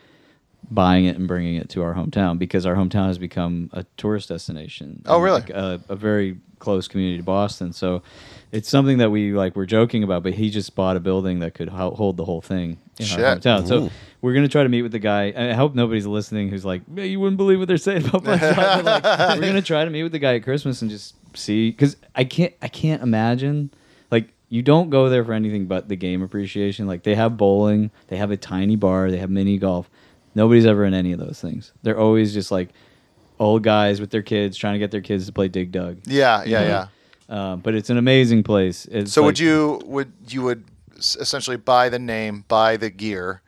Speaker 8: buying it and bringing it to our hometown because our hometown has become a tourist destination.
Speaker 5: Oh,
Speaker 8: and,
Speaker 5: really?
Speaker 8: like, uh, a, a very close community to Boston. So it's something that we like. We're joking about, but he just bought a building that could ho- hold the whole thing in our
Speaker 5: Shit.
Speaker 8: hometown. So we're gonna try to meet with the guy. I hope nobody's listening who's like, "Man, you wouldn't believe what they're saying
Speaker 5: [LAUGHS]
Speaker 8: about my job." But, like, we're gonna try to meet with the guy at Christmas and just see because I can't. I can't imagine like. You don't go there for anything but the game appreciation. Like they have bowling, they have a tiny bar, they have mini golf. Nobody's ever in any of those things. They're always just like old guys with their kids trying to get their kids to play Dig Dug.
Speaker 5: Yeah, yeah,
Speaker 8: Mhm.
Speaker 5: yeah.
Speaker 8: Uh, but it's an amazing place. It's
Speaker 5: So would
Speaker 8: like-
Speaker 5: you would you would s- essentially buy the name, buy the gear? Um,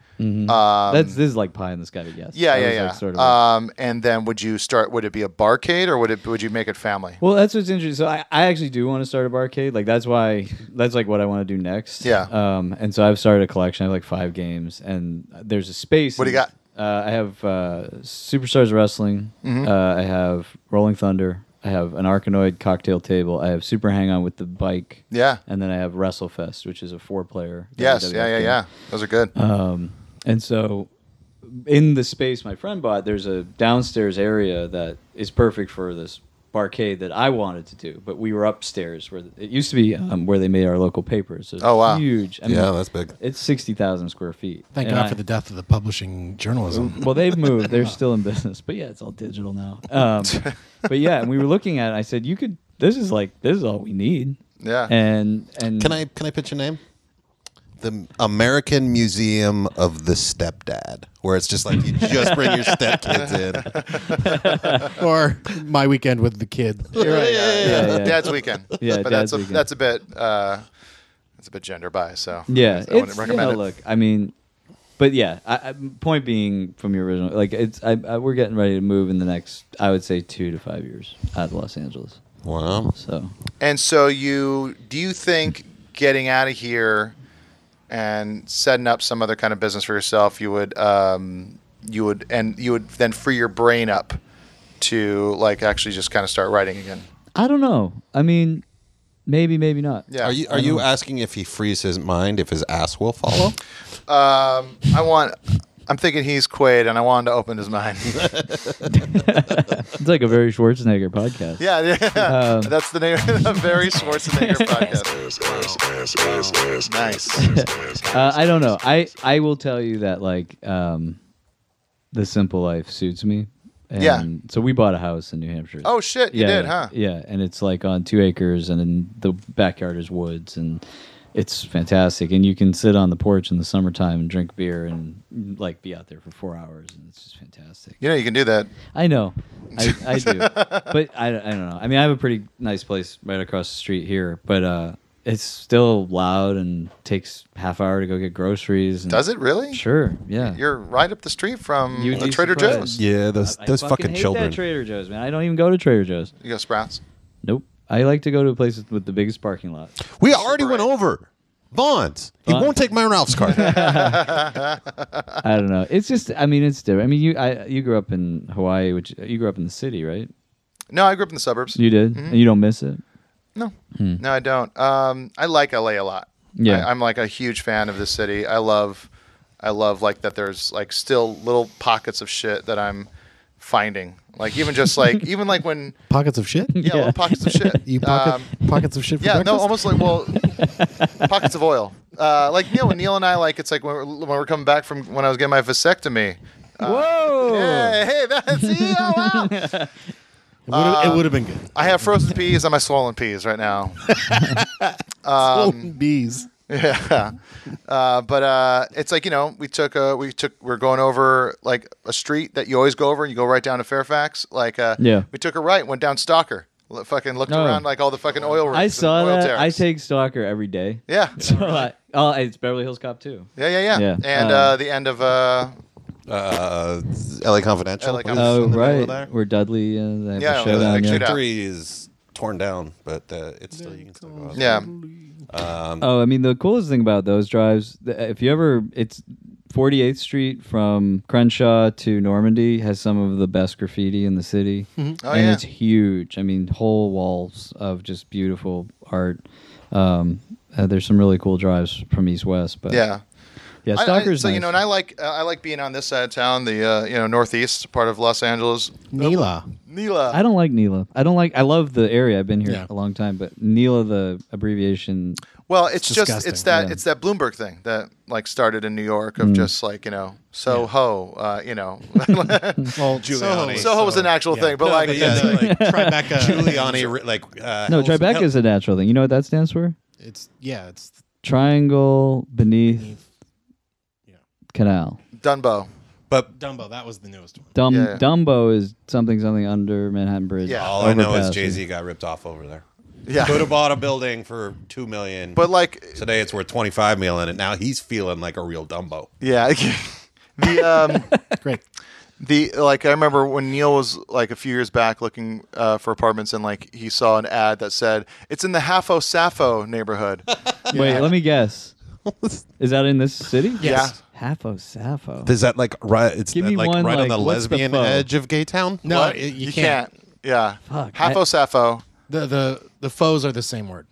Speaker 8: Mm-hmm. That's this is like pie in the sky, I guess.
Speaker 5: yeah,
Speaker 8: That
Speaker 5: yeah,
Speaker 8: was,
Speaker 5: yeah.
Speaker 8: like, sort of like-
Speaker 5: um, and then would you start? Would it be a barcade or would it would you make it family?
Speaker 8: well, that's what's interesting. So I, I actually do want to start a barcade. Like that's why that's like what I want to do next.
Speaker 5: Yeah.
Speaker 8: Um, and so I've started a collection. I have like five games, and there's a space.
Speaker 5: What do you
Speaker 8: in-
Speaker 5: got?
Speaker 8: Uh, I have uh, Superstars Wrestling.
Speaker 5: Mm-hmm.
Speaker 8: Uh, I have Rolling Thunder. I have an Arkanoid cocktail table. I have Super Hang On with the bike.
Speaker 5: Yeah.
Speaker 8: And then I have WrestleFest, which is a four-player.
Speaker 5: Yes,
Speaker 8: WWF
Speaker 5: yeah, yeah,
Speaker 8: game.
Speaker 5: yeah. Those are good.
Speaker 8: Um, and so, in the space my friend bought, there's a downstairs area that is perfect for this barcade that I wanted to do. But we were upstairs where it used to be um, where they made our local papers. It's
Speaker 5: Oh, wow.
Speaker 8: huge! I mean,
Speaker 7: Yeah, that's big.
Speaker 8: It's sixty thousand square feet.
Speaker 6: Thank
Speaker 8: And
Speaker 6: God
Speaker 8: I-
Speaker 6: for the death of the publishing
Speaker 8: [LAUGHS]
Speaker 6: journalism.
Speaker 8: well, they've moved.
Speaker 6: [LAUGHS]
Speaker 8: They're still in business, but yeah, it's all digital now.
Speaker 5: [LAUGHS]
Speaker 8: Um, but yeah, and we were looking at. it. I said, "You could. This is like this is all we need."
Speaker 5: Yeah.
Speaker 8: And and
Speaker 7: Can I can I pitch a name? The American Museum of the Stepdad, where it's just like you just bring your stepkids in.
Speaker 8: [LAUGHS]
Speaker 6: or my weekend with the kid.
Speaker 5: [LAUGHS] yeah,
Speaker 8: Yeah, yeah.
Speaker 5: Dad's weekend.
Speaker 8: Yeah,
Speaker 5: but
Speaker 8: Dad's
Speaker 5: that's a,
Speaker 8: weekend.
Speaker 5: that's a bit uh, that's a bit gender biased. So
Speaker 8: Yeah,
Speaker 5: I wouldn't
Speaker 8: it's,
Speaker 5: recommend
Speaker 8: you
Speaker 5: it.
Speaker 8: know, Look, I mean, but yeah. I, I, point being, from your original, like it's, I, I, we're getting ready to move in the next, I would say, two to five years out of Los Angeles.
Speaker 7: Wow.
Speaker 8: So
Speaker 5: And so you do you think getting out of here and setting up some other kind of business for yourself, you would um, you would and you would then free your brain up to like actually just kind of start writing again.
Speaker 8: I don't know. I mean, maybe, maybe not.
Speaker 5: Yeah.
Speaker 7: Are you are you [LAUGHS] asking if he frees his mind if his ass will follow?
Speaker 5: Um, I want. I'm thinking he's Quaid, and I wanted to open
Speaker 8: [LAUGHS]
Speaker 5: his mind.
Speaker 8: [LAUGHS]
Speaker 5: [LAUGHS]
Speaker 8: It's like a very Schwarzenegger podcast. Um,
Speaker 5: yeah, yeah. that's the name of the very Schwarzenegger
Speaker 8: [LAUGHS]
Speaker 5: podcast. nice.
Speaker 8: Uh, I don't know. I I will tell you that like um, the simple life suits me. And
Speaker 5: Yeah.
Speaker 8: So we bought a house in New Hampshire.
Speaker 5: Oh shit, you
Speaker 8: yeah,
Speaker 5: did,
Speaker 8: yeah,
Speaker 5: huh?
Speaker 8: Yeah, and it's like on two acres, and then the backyard is woods, and It's fantastic, and you can sit on the porch in the summertime and drink beer and [LAUGHS] like be out there for four hours, and it's just fantastic.
Speaker 5: You know, you can do that.
Speaker 8: I know, I, I
Speaker 5: [LAUGHS]
Speaker 8: do, but I, I don't know. I mean, I have a pretty nice place right across the street here, but uh, it's still loud and takes half hour to go get groceries. And
Speaker 5: Does it really?
Speaker 8: Sure, yeah.
Speaker 5: You're right up the street from
Speaker 8: You'd
Speaker 5: the
Speaker 8: be
Speaker 5: Trader
Speaker 8: surprised.
Speaker 5: Joe's.
Speaker 7: Yeah, those
Speaker 8: I
Speaker 7: those
Speaker 8: fucking
Speaker 7: fucking,
Speaker 8: hate that
Speaker 7: children.
Speaker 8: Trader Joe's, man. I don't even go to Trader Joe's.
Speaker 5: You go Sprouts. [LAUGHS]
Speaker 8: Nope. I like to go to places with the biggest parking lot.
Speaker 7: we already went over. Bonds. He
Speaker 8: Bonds.
Speaker 7: won't take my Ralph's card.
Speaker 8: [LAUGHS]
Speaker 5: [LAUGHS]
Speaker 8: I don't know. It's just. I mean, it's different. I mean, you. I. You grew up in Hawaii, which you grew up in the city, right?
Speaker 5: No, I grew up in the suburbs.
Speaker 8: You did, and you don't miss it.
Speaker 5: No, no, I don't. Um, I like LA a lot.
Speaker 8: Yeah.
Speaker 5: I, I'm like a huge fan of this city. I love, I love like that. There's like still little pockets of shit that I'm finding. Like even just
Speaker 8: [LAUGHS]
Speaker 5: like even like when
Speaker 6: Pockets of shit.
Speaker 5: yeah, little pockets of shit.
Speaker 6: [LAUGHS] You pocket,
Speaker 5: Um,
Speaker 6: pockets of shit. For
Speaker 5: yeah,
Speaker 6: breakfast?
Speaker 5: no, almost like
Speaker 6: [LAUGHS]
Speaker 5: well, [LAUGHS] pockets of oil. Uh, like Neil, when Neil and I like, it's like when we're, when we're coming back from when I was getting my vasectomy.
Speaker 8: Whoa!
Speaker 7: Uh,
Speaker 5: Yeah, hey,
Speaker 8: [LAUGHS]
Speaker 5: that's yeah, wow.
Speaker 6: It would've- it would have been good.
Speaker 5: um, I have frozen peas on my swollen peas right now.
Speaker 6: [LAUGHS]
Speaker 5: Um,
Speaker 6: Swollen bees.
Speaker 5: Yeah, uh, but uh, it's like you know we took a we took we're going over like a street that you always go over and you go right down to Fairfax. Like uh,
Speaker 8: Yeah.
Speaker 5: we took a right, went down Stalker, L- fucking looked
Speaker 8: Oh.
Speaker 5: around like all the fucking oil. rigs
Speaker 8: I
Speaker 5: and
Speaker 8: saw
Speaker 5: oil
Speaker 8: that.
Speaker 5: derricks.
Speaker 8: I take Stalker every day.
Speaker 5: yeah,
Speaker 8: So I, oh, it's Beverly Hills Cop too.
Speaker 5: yeah, yeah, yeah,
Speaker 8: Yeah.
Speaker 5: and
Speaker 8: Uh,
Speaker 5: uh, the end of uh,
Speaker 7: uh, LA Confidential.
Speaker 5: LA
Speaker 7: please.
Speaker 8: Oh
Speaker 5: In the
Speaker 7: middle
Speaker 8: right,
Speaker 7: of there?
Speaker 8: where Dudley. Uh, they have a
Speaker 5: Yeah, where they
Speaker 7: Uh,
Speaker 8: showdown,
Speaker 5: have a
Speaker 8: yeah.
Speaker 5: shootout.
Speaker 7: Victory is torn down, but uh, it's still you can still go out there.
Speaker 5: yeah,
Speaker 8: Mm-hmm. Oh, I mean, the coolest thing about those drives, th- if you ever, it's 48th Street from Crenshaw to Normandy has some of the best graffiti in the city.
Speaker 5: Oh,
Speaker 8: and
Speaker 5: yeah.
Speaker 8: it's huge. I mean, whole walls of just beautiful art. Um, uh, there's some really cool drives from East West, but
Speaker 5: yeah.
Speaker 8: yeah,
Speaker 5: I- I-
Speaker 8: Stalker's
Speaker 5: so you
Speaker 8: nice.
Speaker 5: know, and I like uh, I like being on this side of town, the uh, you know northeast part of Los Angeles.
Speaker 6: Neela.
Speaker 5: Nila.
Speaker 8: I don't like Nila. I don't like. I love the area. I've been here
Speaker 6: Yeah.
Speaker 8: a long time, but Nila, the abbreviation,
Speaker 5: Well, it's, just
Speaker 6: disgusting,
Speaker 5: it's that
Speaker 8: yeah. Mm.
Speaker 5: it's that Bloomberg thing that like started in New York of just like you know Soho, ho, uh,
Speaker 8: [LAUGHS]
Speaker 5: you know,
Speaker 7: Giuliani.
Speaker 5: Soho was an actual thing, but
Speaker 7: No,
Speaker 5: like
Speaker 7: but yeah, the,
Speaker 6: [LAUGHS]
Speaker 7: like,
Speaker 5: [LAUGHS]
Speaker 6: Tribeca.
Speaker 7: Giuliani, ri- like uh,
Speaker 8: no,
Speaker 7: Hell's-
Speaker 8: Tribeca
Speaker 7: Hell-
Speaker 8: is a natural thing. You know what that stands for?
Speaker 6: It's yeah. It's
Speaker 8: Triangle beneath canal.
Speaker 5: Dunbo.
Speaker 7: But
Speaker 6: Dumbo. That was the newest one.
Speaker 8: Dumb
Speaker 5: Yeah.
Speaker 8: Dumbo is something something under Manhattan Bridge.
Speaker 5: Yeah.
Speaker 7: all I know is
Speaker 8: Overpass.
Speaker 7: Jay Z got ripped off over there.
Speaker 5: Yeah,
Speaker 7: Could have bought a building for two million,
Speaker 5: but like
Speaker 7: today it's worth twenty five million, and now he's feeling like a real Dumbo.
Speaker 5: yeah, [LAUGHS] the um,
Speaker 8: [LAUGHS]
Speaker 6: Great.
Speaker 5: the like I remember when Neil was like a few years back looking uh, for apartments and like he saw an ad that said it's in the Hafo
Speaker 7: [LAUGHS]
Speaker 5: Sappho neighborhood.
Speaker 8: Wait, let me
Speaker 5: [LAUGHS]
Speaker 8: guess. Is that in this city?
Speaker 5: Yes.
Speaker 8: Hafo Sappho.
Speaker 7: Is that like right? It's
Speaker 8: Give me
Speaker 7: like
Speaker 8: one,
Speaker 7: right on
Speaker 8: like,
Speaker 7: the
Speaker 8: what's the
Speaker 7: lesbian
Speaker 8: faux?
Speaker 7: edge of gay town.
Speaker 6: No,
Speaker 5: What?
Speaker 6: it- you,
Speaker 5: you
Speaker 6: can't.
Speaker 5: can't. Yeah,
Speaker 8: Fuck, I-
Speaker 5: Hafo Sappho.
Speaker 6: The the the foes are the same word.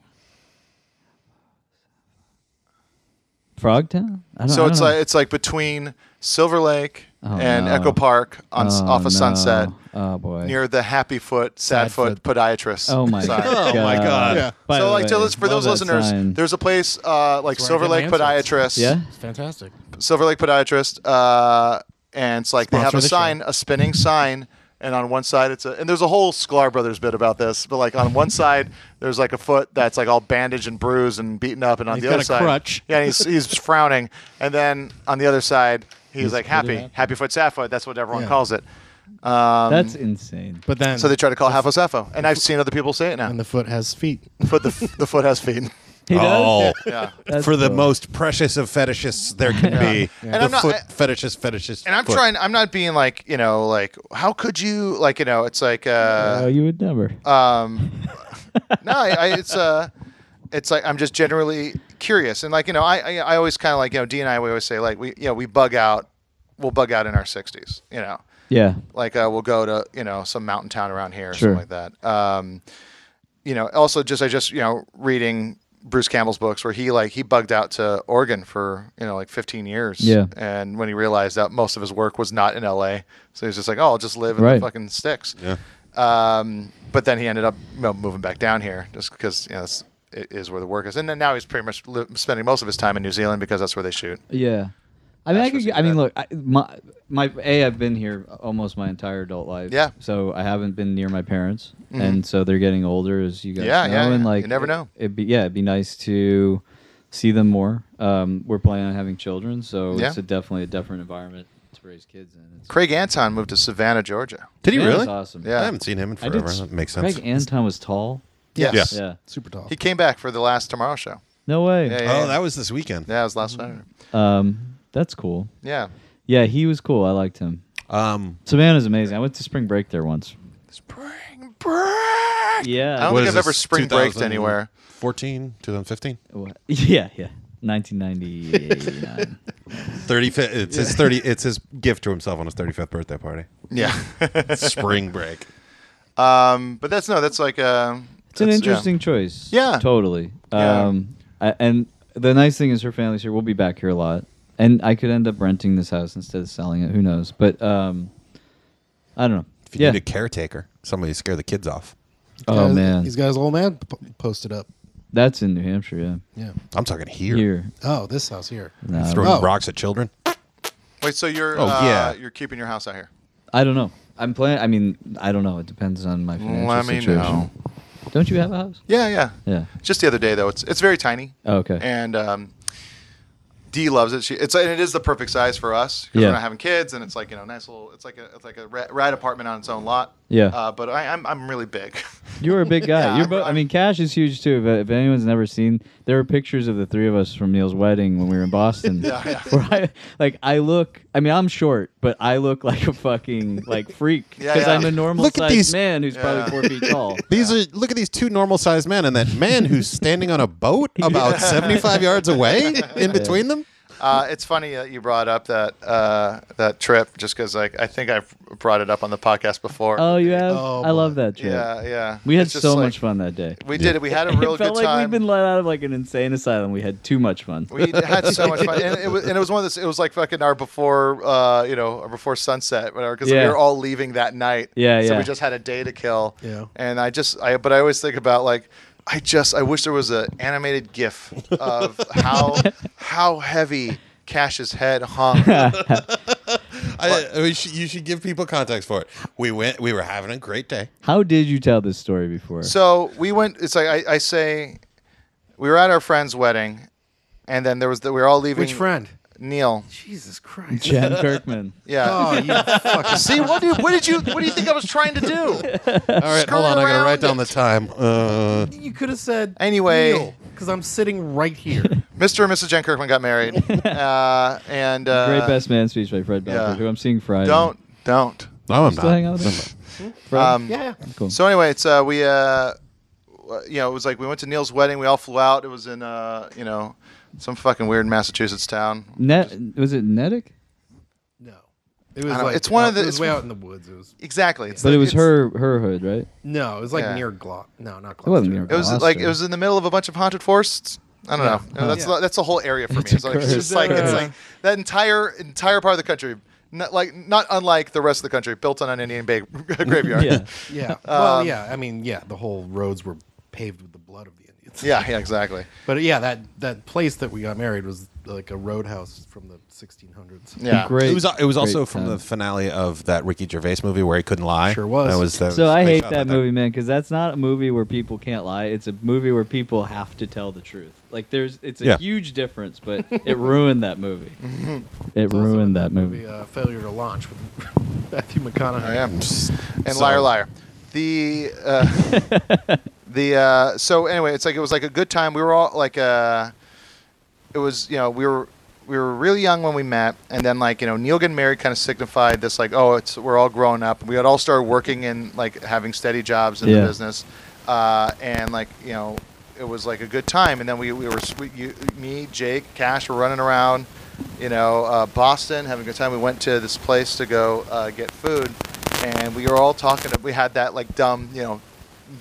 Speaker 8: Frogtown? I don't,
Speaker 5: So
Speaker 8: I don't
Speaker 5: it's
Speaker 8: know. Oh,
Speaker 5: like it's like between Silver Lake and
Speaker 8: no.
Speaker 5: Echo Park on s-
Speaker 8: Oh,
Speaker 5: off of
Speaker 8: no.
Speaker 5: Sunset
Speaker 8: Oh boy.
Speaker 5: near the Happy Foot
Speaker 6: Sad
Speaker 5: Sad, Foot podiatrist.
Speaker 8: oh my [LAUGHS]
Speaker 5: sign.
Speaker 8: god.
Speaker 7: Oh my God. Yeah.
Speaker 8: By
Speaker 5: So
Speaker 8: the
Speaker 5: like to
Speaker 8: way,
Speaker 5: lis- for
Speaker 8: love
Speaker 5: those
Speaker 8: that
Speaker 5: listeners,
Speaker 8: sign.
Speaker 5: there's a place uh, like
Speaker 6: That's where I
Speaker 5: Silver
Speaker 6: get my
Speaker 5: Lake
Speaker 6: answers.
Speaker 5: podiatrist.
Speaker 8: yeah.
Speaker 6: It's fantastic.
Speaker 5: Silver Lake podiatrist, uh, and it's like they
Speaker 6: Sponsor
Speaker 5: have a
Speaker 6: the show.
Speaker 5: sign, a spinning sign, and on one side it's a and there's a whole Sklar Brothers bit about this, but like
Speaker 8: [LAUGHS]
Speaker 5: on one side there's like a foot that's like all bandaged and bruised and beaten up, and on
Speaker 6: He's
Speaker 5: the
Speaker 6: got
Speaker 5: other
Speaker 6: a
Speaker 5: side,
Speaker 6: crutch.
Speaker 5: yeah, he's he's frowning, and then on the other side he's, like happy,
Speaker 8: happy.
Speaker 5: happy foot Sappho, that's what everyone
Speaker 6: Yeah.
Speaker 5: calls it.
Speaker 6: Um,
Speaker 5: Um,
Speaker 8: That's insane.
Speaker 6: But then
Speaker 5: So they try to call Hafo Sappho, and I've seen other people say it now.
Speaker 6: and the foot has feet.
Speaker 5: foot the, the foot
Speaker 6: [LAUGHS]
Speaker 5: has feet.
Speaker 8: He
Speaker 7: Oh,
Speaker 8: does?
Speaker 5: Yeah.
Speaker 8: That's
Speaker 7: for the
Speaker 8: cool.
Speaker 7: most precious of fetishists there can be.
Speaker 5: And
Speaker 7: The
Speaker 5: I'm not-
Speaker 7: foot
Speaker 5: I-
Speaker 7: fetishist, fetishist.
Speaker 5: And I'm
Speaker 7: foot.
Speaker 5: trying. I'm not being like you know, like how could you like you know? It's like
Speaker 8: Oh,
Speaker 5: uh,
Speaker 8: you would never. [LAUGHS]
Speaker 5: um, no, I, I, it's uh, it's like I'm just generally curious and like you know, I I, I always kind of like you know, D and I we always say like we you know we bug out, we'll bug out in our 60s, you know,
Speaker 8: yeah.
Speaker 5: like uh, we'll go to you know some mountain town around here or
Speaker 8: Sure.
Speaker 5: something like that. Um, you know, also just I just you know reading Bruce Campbell's books where he like he bugged out to Oregon for you know like 15 years.
Speaker 8: Yeah.
Speaker 5: and when he realized that most of his work was not in L.A., so he was just like, oh, I'll just live in the
Speaker 8: Right.
Speaker 5: fucking sticks.
Speaker 7: Yeah.
Speaker 5: Um, but then he ended up you know, moving back down here just because you know that's it is where the work is, and then now he's pretty much li- spending most of his time in New Zealand because that's where they shoot.
Speaker 8: Yeah. I mean, I,
Speaker 5: That's
Speaker 8: could,
Speaker 5: what's
Speaker 8: I mean,
Speaker 5: bad.
Speaker 8: look, I, my, my, A, I've been here almost my entire adult life.
Speaker 5: Yeah. Mm-hmm.
Speaker 8: So I haven't been near my parents. And so they're getting older, as you guys
Speaker 5: Yeah,
Speaker 8: know.
Speaker 5: yeah,
Speaker 8: and
Speaker 5: yeah.
Speaker 8: like,
Speaker 5: You never know.
Speaker 8: It, would be, yeah, it'd be nice to see them more. Um, we're planning on having children, so
Speaker 5: Yeah.
Speaker 8: it's a definitely a different environment to raise kids in. It's
Speaker 5: Craig Anton moved to Savannah, Georgia.
Speaker 7: Did he
Speaker 8: Yeah,
Speaker 7: really?
Speaker 8: that's awesome.
Speaker 5: Yeah.
Speaker 7: I haven't seen him in
Speaker 8: I
Speaker 7: forever.
Speaker 8: did s-
Speaker 7: That makes sense.
Speaker 8: Craig Anton was tall.
Speaker 5: Yes.
Speaker 7: Yes.
Speaker 8: Yeah.
Speaker 6: Super tall.
Speaker 5: He came back for the last Tomorrow Show.
Speaker 8: No way.
Speaker 5: Yeah, yeah, yeah.
Speaker 7: oh, that was this weekend.
Speaker 5: Yeah, it was last Saturday.
Speaker 8: Um, that's cool.
Speaker 5: Yeah.
Speaker 8: Yeah, he was cool. I liked him.
Speaker 7: Um,
Speaker 8: Savannah's amazing. I went to spring break there once.
Speaker 5: Spring break. I
Speaker 8: Yeah.
Speaker 5: don't
Speaker 7: what
Speaker 5: think
Speaker 7: is
Speaker 5: I've ever
Speaker 7: this,
Speaker 5: spring braked
Speaker 7: 2000
Speaker 5: anywhere.
Speaker 7: 14, 2015.
Speaker 8: [LAUGHS] Yeah, yeah.
Speaker 7: [LAUGHS]
Speaker 8: 1999.
Speaker 7: 35th. It's his 30. It's his gift to himself on his 35th birthday party.
Speaker 5: Yeah. [LAUGHS]
Speaker 7: Spring break.
Speaker 5: um, but that's no, that's like uh,
Speaker 8: it's an
Speaker 5: that's- yeah.
Speaker 8: interesting choice.
Speaker 5: Yeah.
Speaker 8: Totally.
Speaker 5: Yeah.
Speaker 8: Um, I, and the nice thing is her family's here. We'll be back here a lot. And I could end up renting this house instead of selling it. Who knows? But um, I don't know.
Speaker 7: If you
Speaker 8: yeah.
Speaker 7: need a caretaker, somebody to scare the kids off.
Speaker 8: oh,
Speaker 6: Guys-
Speaker 8: man.
Speaker 6: He's got his old man p- posted up.
Speaker 8: That's in New Hampshire, yeah.
Speaker 6: Yeah.
Speaker 7: I'm talking here.
Speaker 8: Here.
Speaker 6: Oh, this house here.
Speaker 8: Nah,
Speaker 7: Throwing
Speaker 6: Oh.
Speaker 7: rocks at children.
Speaker 5: Wait, so you're
Speaker 7: Oh,
Speaker 5: uh,
Speaker 7: yeah.
Speaker 5: you're keeping your house out here.
Speaker 8: I don't know. I'm planning. I mean, I don't know. It depends on my financial
Speaker 5: Let me
Speaker 8: situation.
Speaker 5: know.
Speaker 8: Don't you have a house?
Speaker 5: Yeah, yeah,
Speaker 8: Yeah.
Speaker 5: Just the other day though, it's it's very tiny.
Speaker 8: Oh, okay.
Speaker 5: And um, Dee loves it. She it's and it is the perfect size for us 'cause
Speaker 8: Yeah.
Speaker 5: we're not having kids, and it's like you know nice little. It's like a it's like a ra- rad apartment on its own lot.
Speaker 8: Yeah.
Speaker 5: Uh, but I, I'm I'm really big.
Speaker 8: You're a big guy.
Speaker 5: [LAUGHS] Yeah,
Speaker 8: You're
Speaker 5: I'm-
Speaker 8: bo- I
Speaker 5: I'm-
Speaker 8: mean, Cash is huge too. But if anyone's never seen, there are pictures of the three of us from Neil's wedding when we were in Boston.
Speaker 5: [LAUGHS] Yeah, yeah.
Speaker 8: Where I like, I look. I mean, I'm short, but I look like a fucking like
Speaker 5: [LAUGHS]
Speaker 8: freak
Speaker 5: Yeah,
Speaker 8: because
Speaker 5: yeah.
Speaker 8: I'm a normal
Speaker 7: Look at
Speaker 8: sized
Speaker 7: these-
Speaker 8: man who's
Speaker 5: Yeah.
Speaker 8: probably four feet tall.
Speaker 7: [LAUGHS] These are look at these two normal sized men and that man who's standing on a
Speaker 8: [LAUGHS]
Speaker 7: boat [LAUGHS] about
Speaker 5: [LAUGHS]
Speaker 7: 75 yards away in between them.
Speaker 5: Uh, it's funny that you brought up that uh, that trip just because like I think I've brought it up on the podcast before.
Speaker 8: Oh, you have?
Speaker 6: Oh,
Speaker 8: I love
Speaker 6: boy.
Speaker 8: that trip.
Speaker 5: yeah, yeah.
Speaker 8: We had
Speaker 5: It's just
Speaker 8: so
Speaker 5: like-
Speaker 8: much fun that day.
Speaker 5: We did it. We had a
Speaker 8: [LAUGHS]
Speaker 5: real
Speaker 8: it felt
Speaker 5: good
Speaker 8: like we'd
Speaker 5: time.
Speaker 8: been let out of like an insane asylum. We had too much fun.
Speaker 5: We had so much fun, and it was, and it was one of this. It was like fucking our before, uh, you know, our before sunset, whatever. Because we
Speaker 8: Yeah.
Speaker 5: were all leaving that night.
Speaker 8: Yeah,
Speaker 5: So
Speaker 8: yeah.
Speaker 5: we just had a day to kill.
Speaker 6: Yeah.
Speaker 5: And I just, I but I always think about like, I just, I wish there was an animated GIF of how
Speaker 7: [LAUGHS]
Speaker 5: how heavy Cash's head
Speaker 8: [LAUGHS]
Speaker 5: hung.
Speaker 7: I, I mean, sh- you should give people context for it. We went. We were having a great day.
Speaker 8: [LAUGHS] How did you tell this story before?
Speaker 5: So we went. It's like I, I say, we were at our friend's wedding, and then there was the, we were all leaving.
Speaker 6: Which friend?
Speaker 5: Neil.
Speaker 6: Jesus Christ.
Speaker 8: Jen
Speaker 5: [LAUGHS]
Speaker 8: Kirkman.
Speaker 5: Yeah.
Speaker 6: Oh, you fucking.
Speaker 5: See what did what did you what do you think I was trying to
Speaker 7: [LAUGHS]
Speaker 5: do?
Speaker 7: All right,
Speaker 5: Skirt
Speaker 7: hold on. I gotta
Speaker 5: around
Speaker 7: write down the time. Uh,
Speaker 6: You could have said
Speaker 5: Anyway.
Speaker 6: because I'm sitting right
Speaker 5: [LAUGHS]
Speaker 6: here.
Speaker 5: Mr. and Mrs. Jen Kirkman got married, uh, and uh,
Speaker 8: Great best man speech by Fred Belford,
Speaker 5: yeah.
Speaker 8: who I'm seeing Friday.
Speaker 5: Don't don't.
Speaker 7: no, I'm
Speaker 8: Still hang out
Speaker 7: not.
Speaker 8: with him?
Speaker 5: [LAUGHS]
Speaker 8: Fred?
Speaker 5: Um,
Speaker 6: yeah.
Speaker 8: cool.
Speaker 5: So anyway, it's uh, we uh, w- you know it was like we went to Neil's wedding. We all flew out. It was in uh, you know some fucking weird Massachusetts town.
Speaker 8: Net was it Netic?
Speaker 6: No. It was
Speaker 5: I don't-
Speaker 6: like
Speaker 5: it's one
Speaker 6: out-
Speaker 5: of the-
Speaker 6: It was
Speaker 5: it's-
Speaker 6: way out in the woods. It was
Speaker 5: Exactly. It's
Speaker 8: But
Speaker 5: like-
Speaker 8: it was
Speaker 5: it's-
Speaker 8: her her hood, right?
Speaker 6: no. It was like
Speaker 5: Yeah.
Speaker 6: near Glock. No, not Glock.
Speaker 8: It wasn't near
Speaker 5: It was
Speaker 8: Gloucester.
Speaker 5: like it was in the middle of a bunch of haunted forests. I don't know. You know, That's
Speaker 6: Yeah.
Speaker 5: the, that's the whole area for me. It's, like, it's
Speaker 8: curse.
Speaker 5: just like it's like that entire entire part of the country, not like not unlike the rest of the country, built on an Indian ba- [LAUGHS] graveyard.
Speaker 8: yeah.
Speaker 5: [LAUGHS]
Speaker 6: Yeah. Well,
Speaker 5: Um,
Speaker 6: yeah. I mean, yeah. The whole roads were paved with the blood of the Indians.
Speaker 5: yeah, yeah, exactly.
Speaker 6: But yeah, that that place that we got married was like a roadhouse from the 1600s.
Speaker 5: Yeah.
Speaker 8: Great.
Speaker 7: It was. It was also
Speaker 8: great
Speaker 7: from
Speaker 8: time.
Speaker 7: the finale of that Ricky Gervais movie where he couldn't lie.
Speaker 6: Sure was.
Speaker 7: That was. That
Speaker 8: So
Speaker 7: was-
Speaker 8: I
Speaker 7: they
Speaker 8: hate
Speaker 7: shot
Speaker 8: that
Speaker 7: there.
Speaker 8: movie, man, because that's not a movie where people can't lie. It's a movie where people have to tell the truth. Like there's, it's a
Speaker 7: Yeah.
Speaker 8: huge difference,
Speaker 6: [LAUGHS]
Speaker 8: but it ruined that movie.
Speaker 5: Mm-hmm.
Speaker 8: It ruined that movie.
Speaker 6: movie uh, Failure to Launch with [LAUGHS] Matthew McConaughey.
Speaker 5: I am. and
Speaker 7: So-
Speaker 5: liar liar the uh, [LAUGHS] the uh, so anyway it's like it was like a good time we were all like uh it was you know we were we were really young when we met and then like you know neil getting married kind of signified this like oh it's we're all grown up we had all started working and like having steady jobs in the
Speaker 8: Yeah.
Speaker 5: business uh, and like you know it was like a good time and then we, we were we, you, me jake cash were running around you know uh, boston having a good time we went to this place to go uh, get food and we were all talking we had that like dumb you know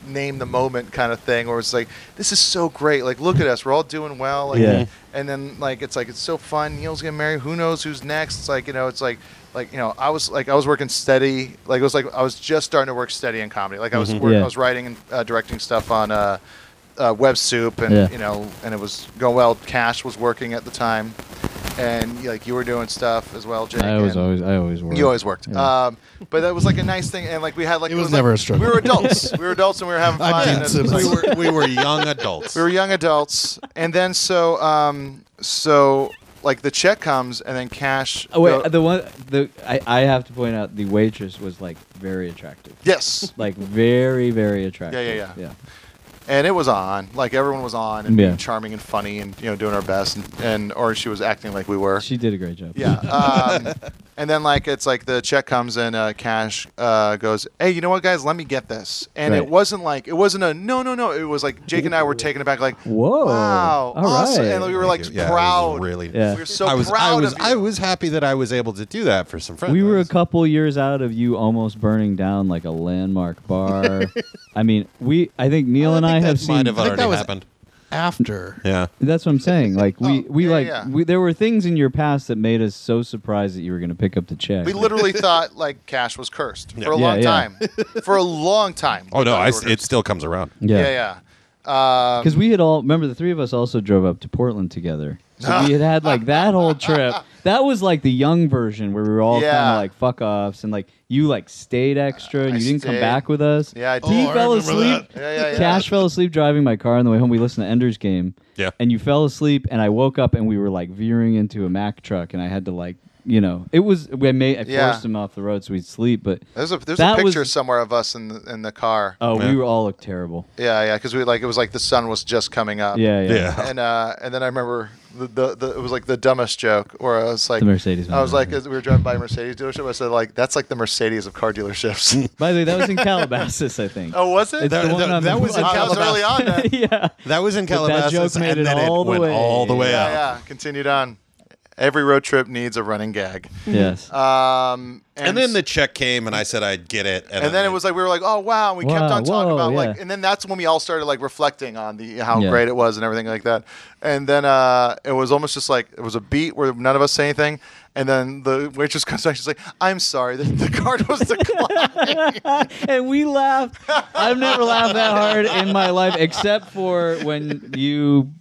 Speaker 5: name the moment kind of thing where it's like this is so great like look at us we're all doing well like,
Speaker 8: Yeah.
Speaker 5: and then like it's like it's so fun neil's getting married who knows who's next it's like you know it's like like you know i was like i was working steady like it was like i was just starting to work steady in comedy like i was work,
Speaker 8: Mm-hmm. Yeah.
Speaker 5: i was writing and uh, directing stuff on uh, uh web soup and
Speaker 8: Yeah.
Speaker 5: you know and it was going well cash was working at the time and like you were doing stuff as well, Jake.
Speaker 8: I was
Speaker 5: and-
Speaker 8: always, I always worked.
Speaker 5: You always worked.
Speaker 8: Yeah.
Speaker 5: Um, but that was like a nice thing, and like we had like it
Speaker 6: was never
Speaker 5: like-
Speaker 6: a struggle.
Speaker 5: We were adults. we were adults, and we were having
Speaker 6: I'm
Speaker 5: fun.
Speaker 6: Gene
Speaker 5: and it's
Speaker 6: Simmons.
Speaker 5: like-
Speaker 6: We were-
Speaker 7: [LAUGHS] we were young adults.
Speaker 5: we were young adults, and then so um, so like the check comes, and then cash.
Speaker 8: oh wait,
Speaker 5: go-
Speaker 8: the one, the I, I have to point out the waitress was like very attractive,
Speaker 5: yes,
Speaker 8: like very, very attractive.
Speaker 5: yeah, yeah. and it was on. Like everyone was on, and
Speaker 8: Yeah.
Speaker 5: being charming and funny, and you know doing our best, and, and or she was acting like we were.
Speaker 8: She did a great job.
Speaker 5: Yeah. Um, [LAUGHS] and then like it's like the check comes in, uh, cash uh, goes, hey, you know what, guys, let me get this. And it
Speaker 8: Right.
Speaker 5: wasn't like it wasn't a no, no, no. It was like Jake and I were taken aback, like
Speaker 8: Whoa.
Speaker 5: wow,
Speaker 8: All
Speaker 5: awesome,
Speaker 8: right.
Speaker 5: and we were like
Speaker 7: Yeah, it was
Speaker 5: proud.
Speaker 7: Really.
Speaker 8: Yeah.
Speaker 5: We were so
Speaker 7: I was,
Speaker 5: proud
Speaker 7: I was,
Speaker 5: of you.
Speaker 7: I was happy that I was able to do that for some friends.
Speaker 8: We were a couple years out of you almost burning down like a landmark
Speaker 5: [LAUGHS]
Speaker 8: bar. I mean, we. I think Neil
Speaker 7: I
Speaker 8: and
Speaker 7: think
Speaker 8: I
Speaker 7: that
Speaker 8: have
Speaker 7: might
Speaker 8: seen.
Speaker 7: have
Speaker 6: I think
Speaker 7: already
Speaker 6: that was-
Speaker 7: happened.
Speaker 6: after.
Speaker 7: Yeah.
Speaker 8: That's what I'm saying. Like we, we
Speaker 5: Oh, yeah,
Speaker 8: like
Speaker 5: yeah.
Speaker 8: We, there were things in your past that made us so surprised that you were going to pick up the check.
Speaker 5: we literally thought like cash was cursed for a
Speaker 8: Yeah,
Speaker 5: long
Speaker 8: yeah. [LAUGHS]
Speaker 5: time. for a long time.
Speaker 7: Oh
Speaker 5: we
Speaker 7: no,
Speaker 5: thought
Speaker 7: I
Speaker 5: we
Speaker 7: s
Speaker 5: were
Speaker 7: it
Speaker 5: cursed.
Speaker 7: still comes around.
Speaker 8: yeah,
Speaker 5: yeah, yeah. Um,
Speaker 8: Because we had all remember the three of us also drove up to Portland together. So we had had like that whole
Speaker 5: [LAUGHS]
Speaker 8: trip. That was like the young version where we were all kind
Speaker 5: Yeah.
Speaker 8: of like fuck offs and like you like stayed extra and
Speaker 5: I
Speaker 8: you didn't come
Speaker 5: stayed.
Speaker 8: back with us.
Speaker 5: Yeah,
Speaker 8: he
Speaker 5: I did. Oh, I
Speaker 8: fell
Speaker 6: remember
Speaker 8: asleep.
Speaker 5: that. Yeah, yeah, yeah.
Speaker 8: Cash fell asleep driving my car on the way home. We listened to Ender's Game.
Speaker 7: Yeah.
Speaker 8: And you fell asleep and I woke up and we were like veering into a Mack truck and I had to like you know it was we made I
Speaker 5: Yeah.
Speaker 8: forced him off the road so we'd sleep but
Speaker 5: there's a there's a
Speaker 8: That was-
Speaker 5: picture somewhere of us in the in the car.
Speaker 8: oh
Speaker 7: Yeah.
Speaker 8: we were all looked terrible. [LAUGHS]
Speaker 5: Yeah, yeah, because we like it was like the sun was just coming up.
Speaker 8: Yeah, yeah.
Speaker 7: Yeah.
Speaker 5: and uh, and then I remember the, the, the it was like the dumbest joke where I was like
Speaker 8: The Mercedes
Speaker 5: I was
Speaker 8: one,
Speaker 5: like
Speaker 8: yeah.
Speaker 5: as we were driving by a Mercedes dealership I said like that's like the Mercedes of car
Speaker 7: [LAUGHS]
Speaker 5: dealerships.
Speaker 8: By the way, that was in Calabasas, I think.
Speaker 5: oh, was it?
Speaker 8: It's the one
Speaker 7: that-
Speaker 8: on
Speaker 7: that
Speaker 8: the-
Speaker 7: was in
Speaker 8: on the
Speaker 5: That was early on. Then. yeah,
Speaker 8: [LAUGHS] yeah.
Speaker 7: That was in
Speaker 8: But that
Speaker 7: Calabasas,
Speaker 8: joke made
Speaker 7: and
Speaker 8: it
Speaker 7: then it
Speaker 8: all the
Speaker 7: went
Speaker 8: way.
Speaker 7: all the way up.
Speaker 5: yeah. Continued on. Every road trip needs a running gag.
Speaker 8: Yes.
Speaker 5: Um, and,
Speaker 7: And then the check came, and I said I'd get it, and,
Speaker 5: and then it was like we were like, oh wow, and we kept
Speaker 8: Wow,
Speaker 5: on talking
Speaker 8: whoa,
Speaker 5: about like,
Speaker 8: yeah.
Speaker 5: and then that's when we all started like reflecting on the how
Speaker 8: Yeah.
Speaker 5: great it was and everything like that. And then uh, it was almost just like it was a beat where none of us say anything, and then the waitress [LAUGHS] comes back, she's like, I'm sorry, [LAUGHS] the, the card was declined.
Speaker 8: [LAUGHS] and we laughed. I've never laughed that hard in my life, except for when you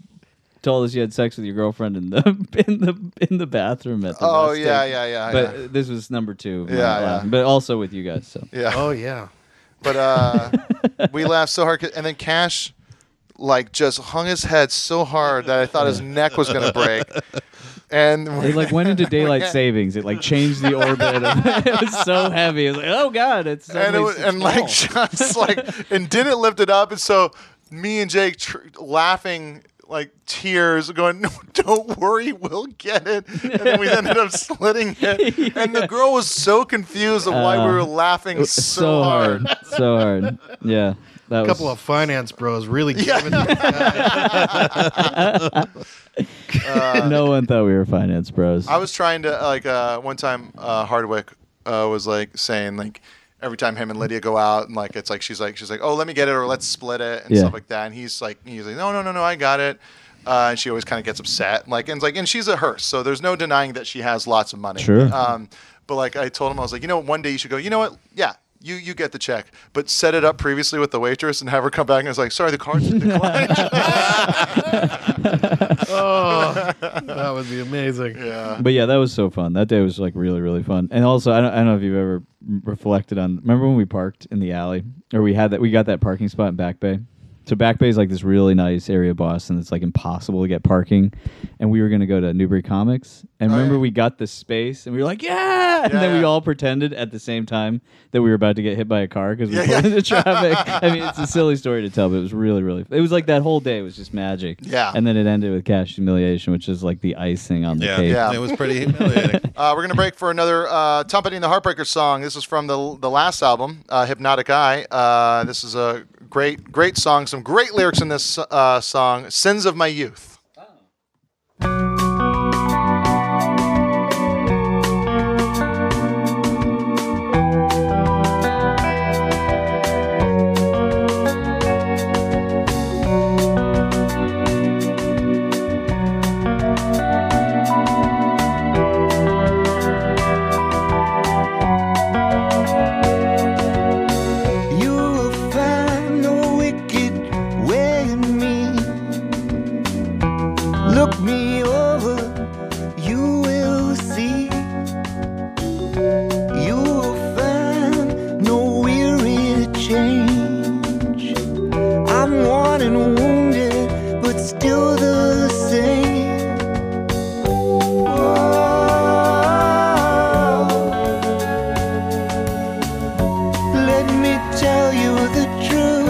Speaker 8: told us you had sex with your girlfriend in the [LAUGHS] in the in the bathroom at the.
Speaker 5: oh
Speaker 8: West
Speaker 5: yeah,
Speaker 8: End.
Speaker 5: yeah, yeah,
Speaker 8: But
Speaker 5: yeah.
Speaker 8: uh, this was number two. of my
Speaker 5: Yeah, yeah.
Speaker 8: laughing, But also with you guys. So
Speaker 5: yeah.
Speaker 6: Oh yeah.
Speaker 5: But uh, [LAUGHS] we laughed so hard, 'cause- and then Cash, like, just hung his head so hard that I thought his neck was
Speaker 8: [LAUGHS]
Speaker 5: gonna break. And
Speaker 8: it like went
Speaker 5: [LAUGHS]
Speaker 8: into daylight savings. It like changed the orbit. [LAUGHS] Of, it was so heavy. It was like, oh god, it's so
Speaker 5: and it was,
Speaker 8: it's
Speaker 5: and like
Speaker 8: small.
Speaker 5: [LAUGHS] just like and didn't lift it up and so me and jake tr- laughing like tears going no don't worry we'll get it and then we
Speaker 8: [LAUGHS]
Speaker 5: ended up slitting it and the girl was so confused of why
Speaker 8: [LAUGHS]
Speaker 5: we were laughing so,
Speaker 8: Uh, so
Speaker 5: hard,
Speaker 8: hard, so hard. Yeah, that
Speaker 6: A
Speaker 8: was
Speaker 6: couple of finance
Speaker 5: [LAUGHS]
Speaker 6: bros really
Speaker 8: [LAUGHS]
Speaker 6: giving
Speaker 8: no one thought we were finance bros.
Speaker 5: i was trying to like uh, one time uh, hardwick uh, was like saying like Every time him and Lydia go out, and like it's like she's like she's like, oh, let me get it or let's split it and
Speaker 8: Yeah.
Speaker 5: stuff like that. And he's like he's like, no, no, no, no, I got it. Uh, and she always kind of gets upset, like and it's like and she's a hearse, so there's no denying that she has lots of money.
Speaker 8: Sure.
Speaker 5: Um, but like I told him, I was like, you know, one day you should go. You know what? Yeah, you you get the check, but set it up previously with the waitress and have her come back and it's like, sorry,
Speaker 8: [LAUGHS]
Speaker 5: the card's declined.
Speaker 6: Oh, that would be amazing.
Speaker 5: yeah.
Speaker 8: But yeah, that was so fun. That day was like really, really fun. And also, I don't, I don't know if you've ever reflected on. Remember when we parked in the alley, or we had that we got that parking spot in Back Bay. So Back Bay is like this really nice area of Boston. It's like impossible to get parking, and we were gonna go to Newbury Comics. And remember,
Speaker 5: Oh, yeah.
Speaker 8: we got the space, and we were like, yeah! And
Speaker 5: Yeah,
Speaker 8: then we
Speaker 5: yeah.
Speaker 8: all pretended at the same time that we were about to get hit by a car because we
Speaker 5: Yeah,
Speaker 8: pulled
Speaker 5: yeah.
Speaker 8: into traffic.
Speaker 5: [LAUGHS]
Speaker 8: I mean, it's a silly story to tell, but it was really, really. It was like that whole day was just magic.
Speaker 5: Yeah.
Speaker 8: And then it ended with cash humiliation, which is like the icing on the
Speaker 7: yeah,
Speaker 8: cake.
Speaker 5: Yeah.
Speaker 7: it was pretty humiliating.
Speaker 5: [LAUGHS] Uh, we're gonna break for another uh, Tom Petty and the Heartbreakers song. This is from the the last album, uh, Hypnotic Eye. Uh, this is a great great song. Some great lyrics in this uh, song, "Sins of My Youth."
Speaker 3: You'll find no wicked way in me. the truth.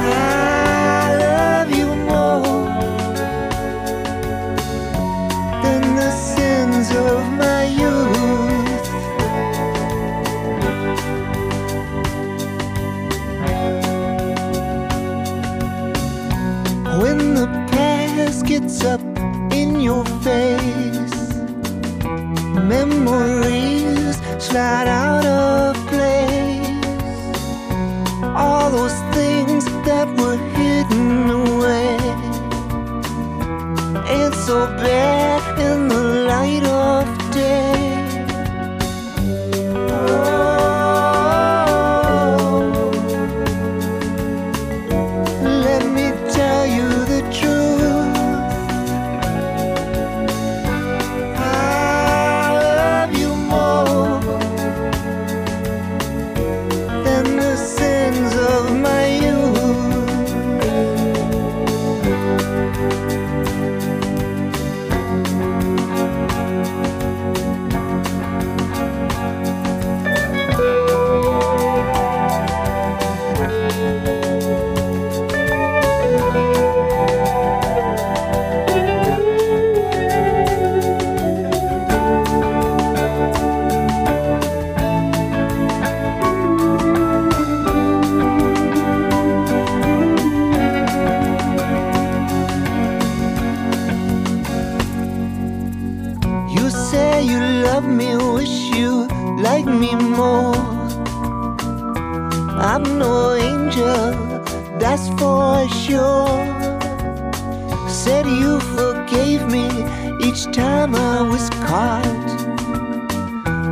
Speaker 3: I love you more than the sins of my youth. When the past gets up in your face, memories slide out of place. All those things that were hidden away. It's so bad in the light of day. Oh, Let me tell you the truth. I love you more than the sins of my youth. You say you love me, wish you like me more. I'm no angel, that's for sure. Said you forgave me each time I was caught.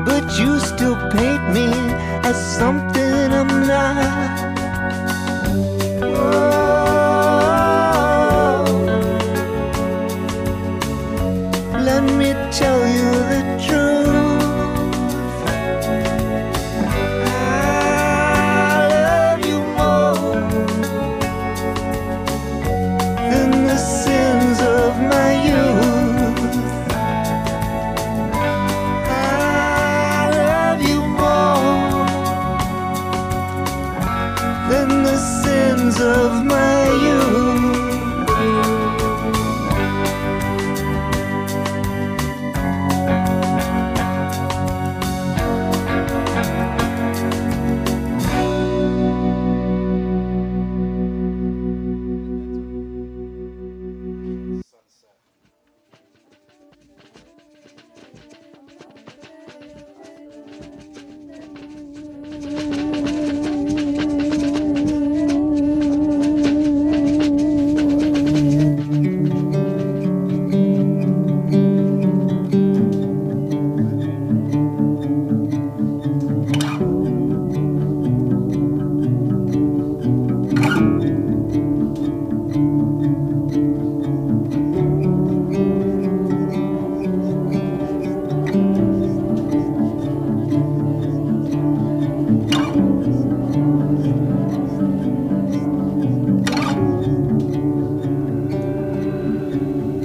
Speaker 3: But you still paint me as something I'm not. Oh. Let me tell you the truth. I love you more than the sins of my youth. I love you more than the sins of my youth.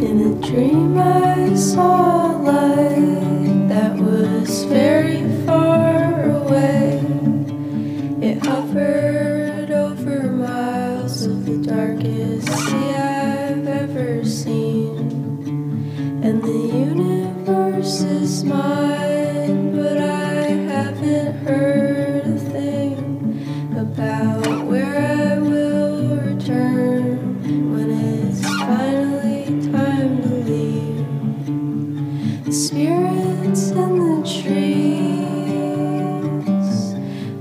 Speaker 11: In a dream, I saw a light that was very far away. It hovered over miles of the darkest sea I've ever seen. And the universe is mine, but I haven't heard a thing about where I will return when it's finally time to leave. The spirits in the trees,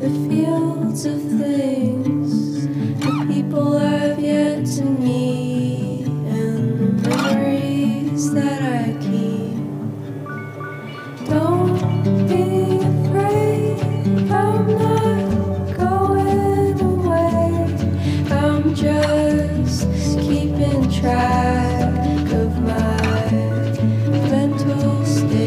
Speaker 11: the fields of things, the people I've yet to meet, and the memories that I keep. Don't be afraid, I'm not going away. I'm just keeping track of my mental state.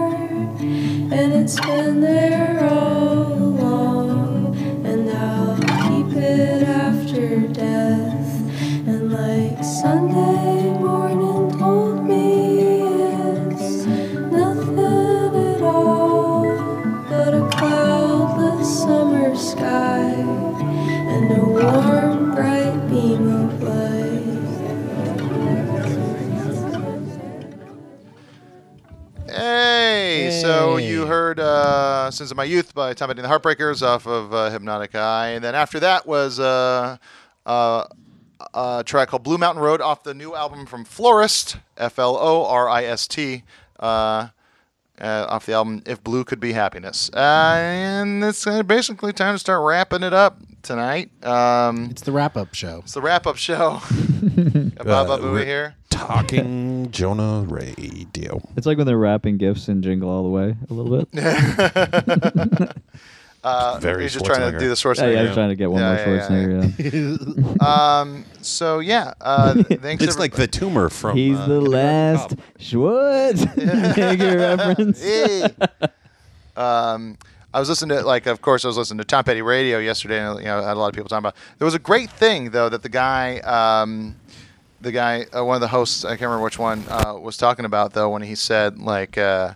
Speaker 11: and it's been there all along. And I'll keep it after death. And like Sunday morning told me, it's nothing at all but a cloudless summer sky and a warm, bright beam of light.
Speaker 5: Hey, so you heard uh, "Sins of My Youth" by Tom Petty and the Heartbreakers off of uh, "Hypnotic Eye," and then after that was uh, uh, a track called "Blue Mountain Road" off the new album from Florist, F L O R I S T, uh, uh, off the album "If Blue Could Be Happiness," uh, and it's uh, basically time to start wrapping it up tonight. Um,
Speaker 6: It's the wrap up show.
Speaker 5: it's the
Speaker 6: [LAUGHS]
Speaker 5: wrap-up show. Ababa
Speaker 7: Uh,
Speaker 5: Booey
Speaker 7: we're
Speaker 5: here.
Speaker 7: Talking Jonah Radio.
Speaker 12: It's like when they're wrapping gifts in Jingle All the Way a little bit.
Speaker 5: [LAUGHS] Uh,
Speaker 7: Very
Speaker 5: he's just trying to
Speaker 7: Schwarzenegger.
Speaker 5: do the
Speaker 12: Yeah,
Speaker 5: Schwarzenegger.
Speaker 12: yeah, I was trying to get one
Speaker 5: Yeah,
Speaker 12: more
Speaker 5: yeah, yeah,
Speaker 12: Schwarzenegger. Yeah,
Speaker 5: [LAUGHS] um, so yeah,
Speaker 12: [LAUGHS]
Speaker 5: uh, thanks.
Speaker 7: It's like the tumor from. uh,
Speaker 12: He's the last
Speaker 5: [LAUGHS]
Speaker 12: Schwarzenegger reference. [LAUGHS]
Speaker 5: Hey. um, I was listening to like, of course, I was listening to Tom Petty radio yesterday, and you know, I had a lot of people talking about. There was a great thing though that the guy, um, the guy, uh, one of the hosts, I can't remember which one, uh, was talking about though when he said like, uh,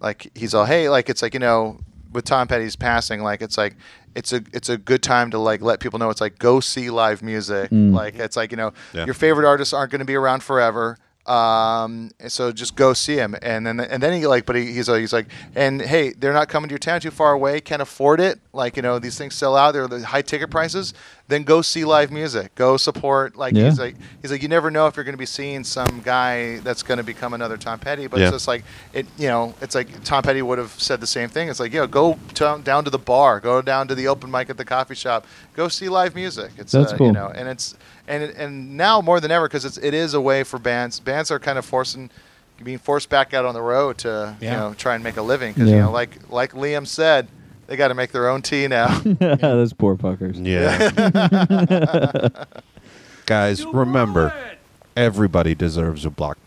Speaker 5: like he's all, hey, like it's like you know, with Tom Petty's passing, like it's like. It's a it's a good time to like let people know it's like go see live music
Speaker 12: Mm.
Speaker 5: like it's like you know
Speaker 7: Yeah.
Speaker 5: your favorite artists aren't going to be around forever. Um, and so just go see him, and then and then he like, but he, he's like, he's like, and hey, they're not coming to your town too far away, can't afford it. Like you know, these things sell out. They're the high ticket prices. Then go see live music. Go support. Like
Speaker 12: Yeah.
Speaker 5: he's like, he's like, you never know if you're going to be seeing some guy that's going to become another Tom Petty. But
Speaker 7: Yeah.
Speaker 5: it's just like it, you know, it's like Tom Petty would have said the same thing. It's like, you know, go to, down to the bar, go down to the open mic at the coffee shop, go see live music. It's
Speaker 12: That's
Speaker 5: uh, You
Speaker 12: cool.
Speaker 5: know, and it's and it- and now more than ever because it's it is a way for bands. Bands are kind of forcing, being forced back out on the road to
Speaker 6: Yeah.
Speaker 5: you know try and make a living because you
Speaker 12: Yeah.
Speaker 5: know like like Liam said, they got to make their own tea now.
Speaker 12: Those poor fuckers.
Speaker 7: Yeah. [LAUGHS] Guys, remember, everybody deserves a block,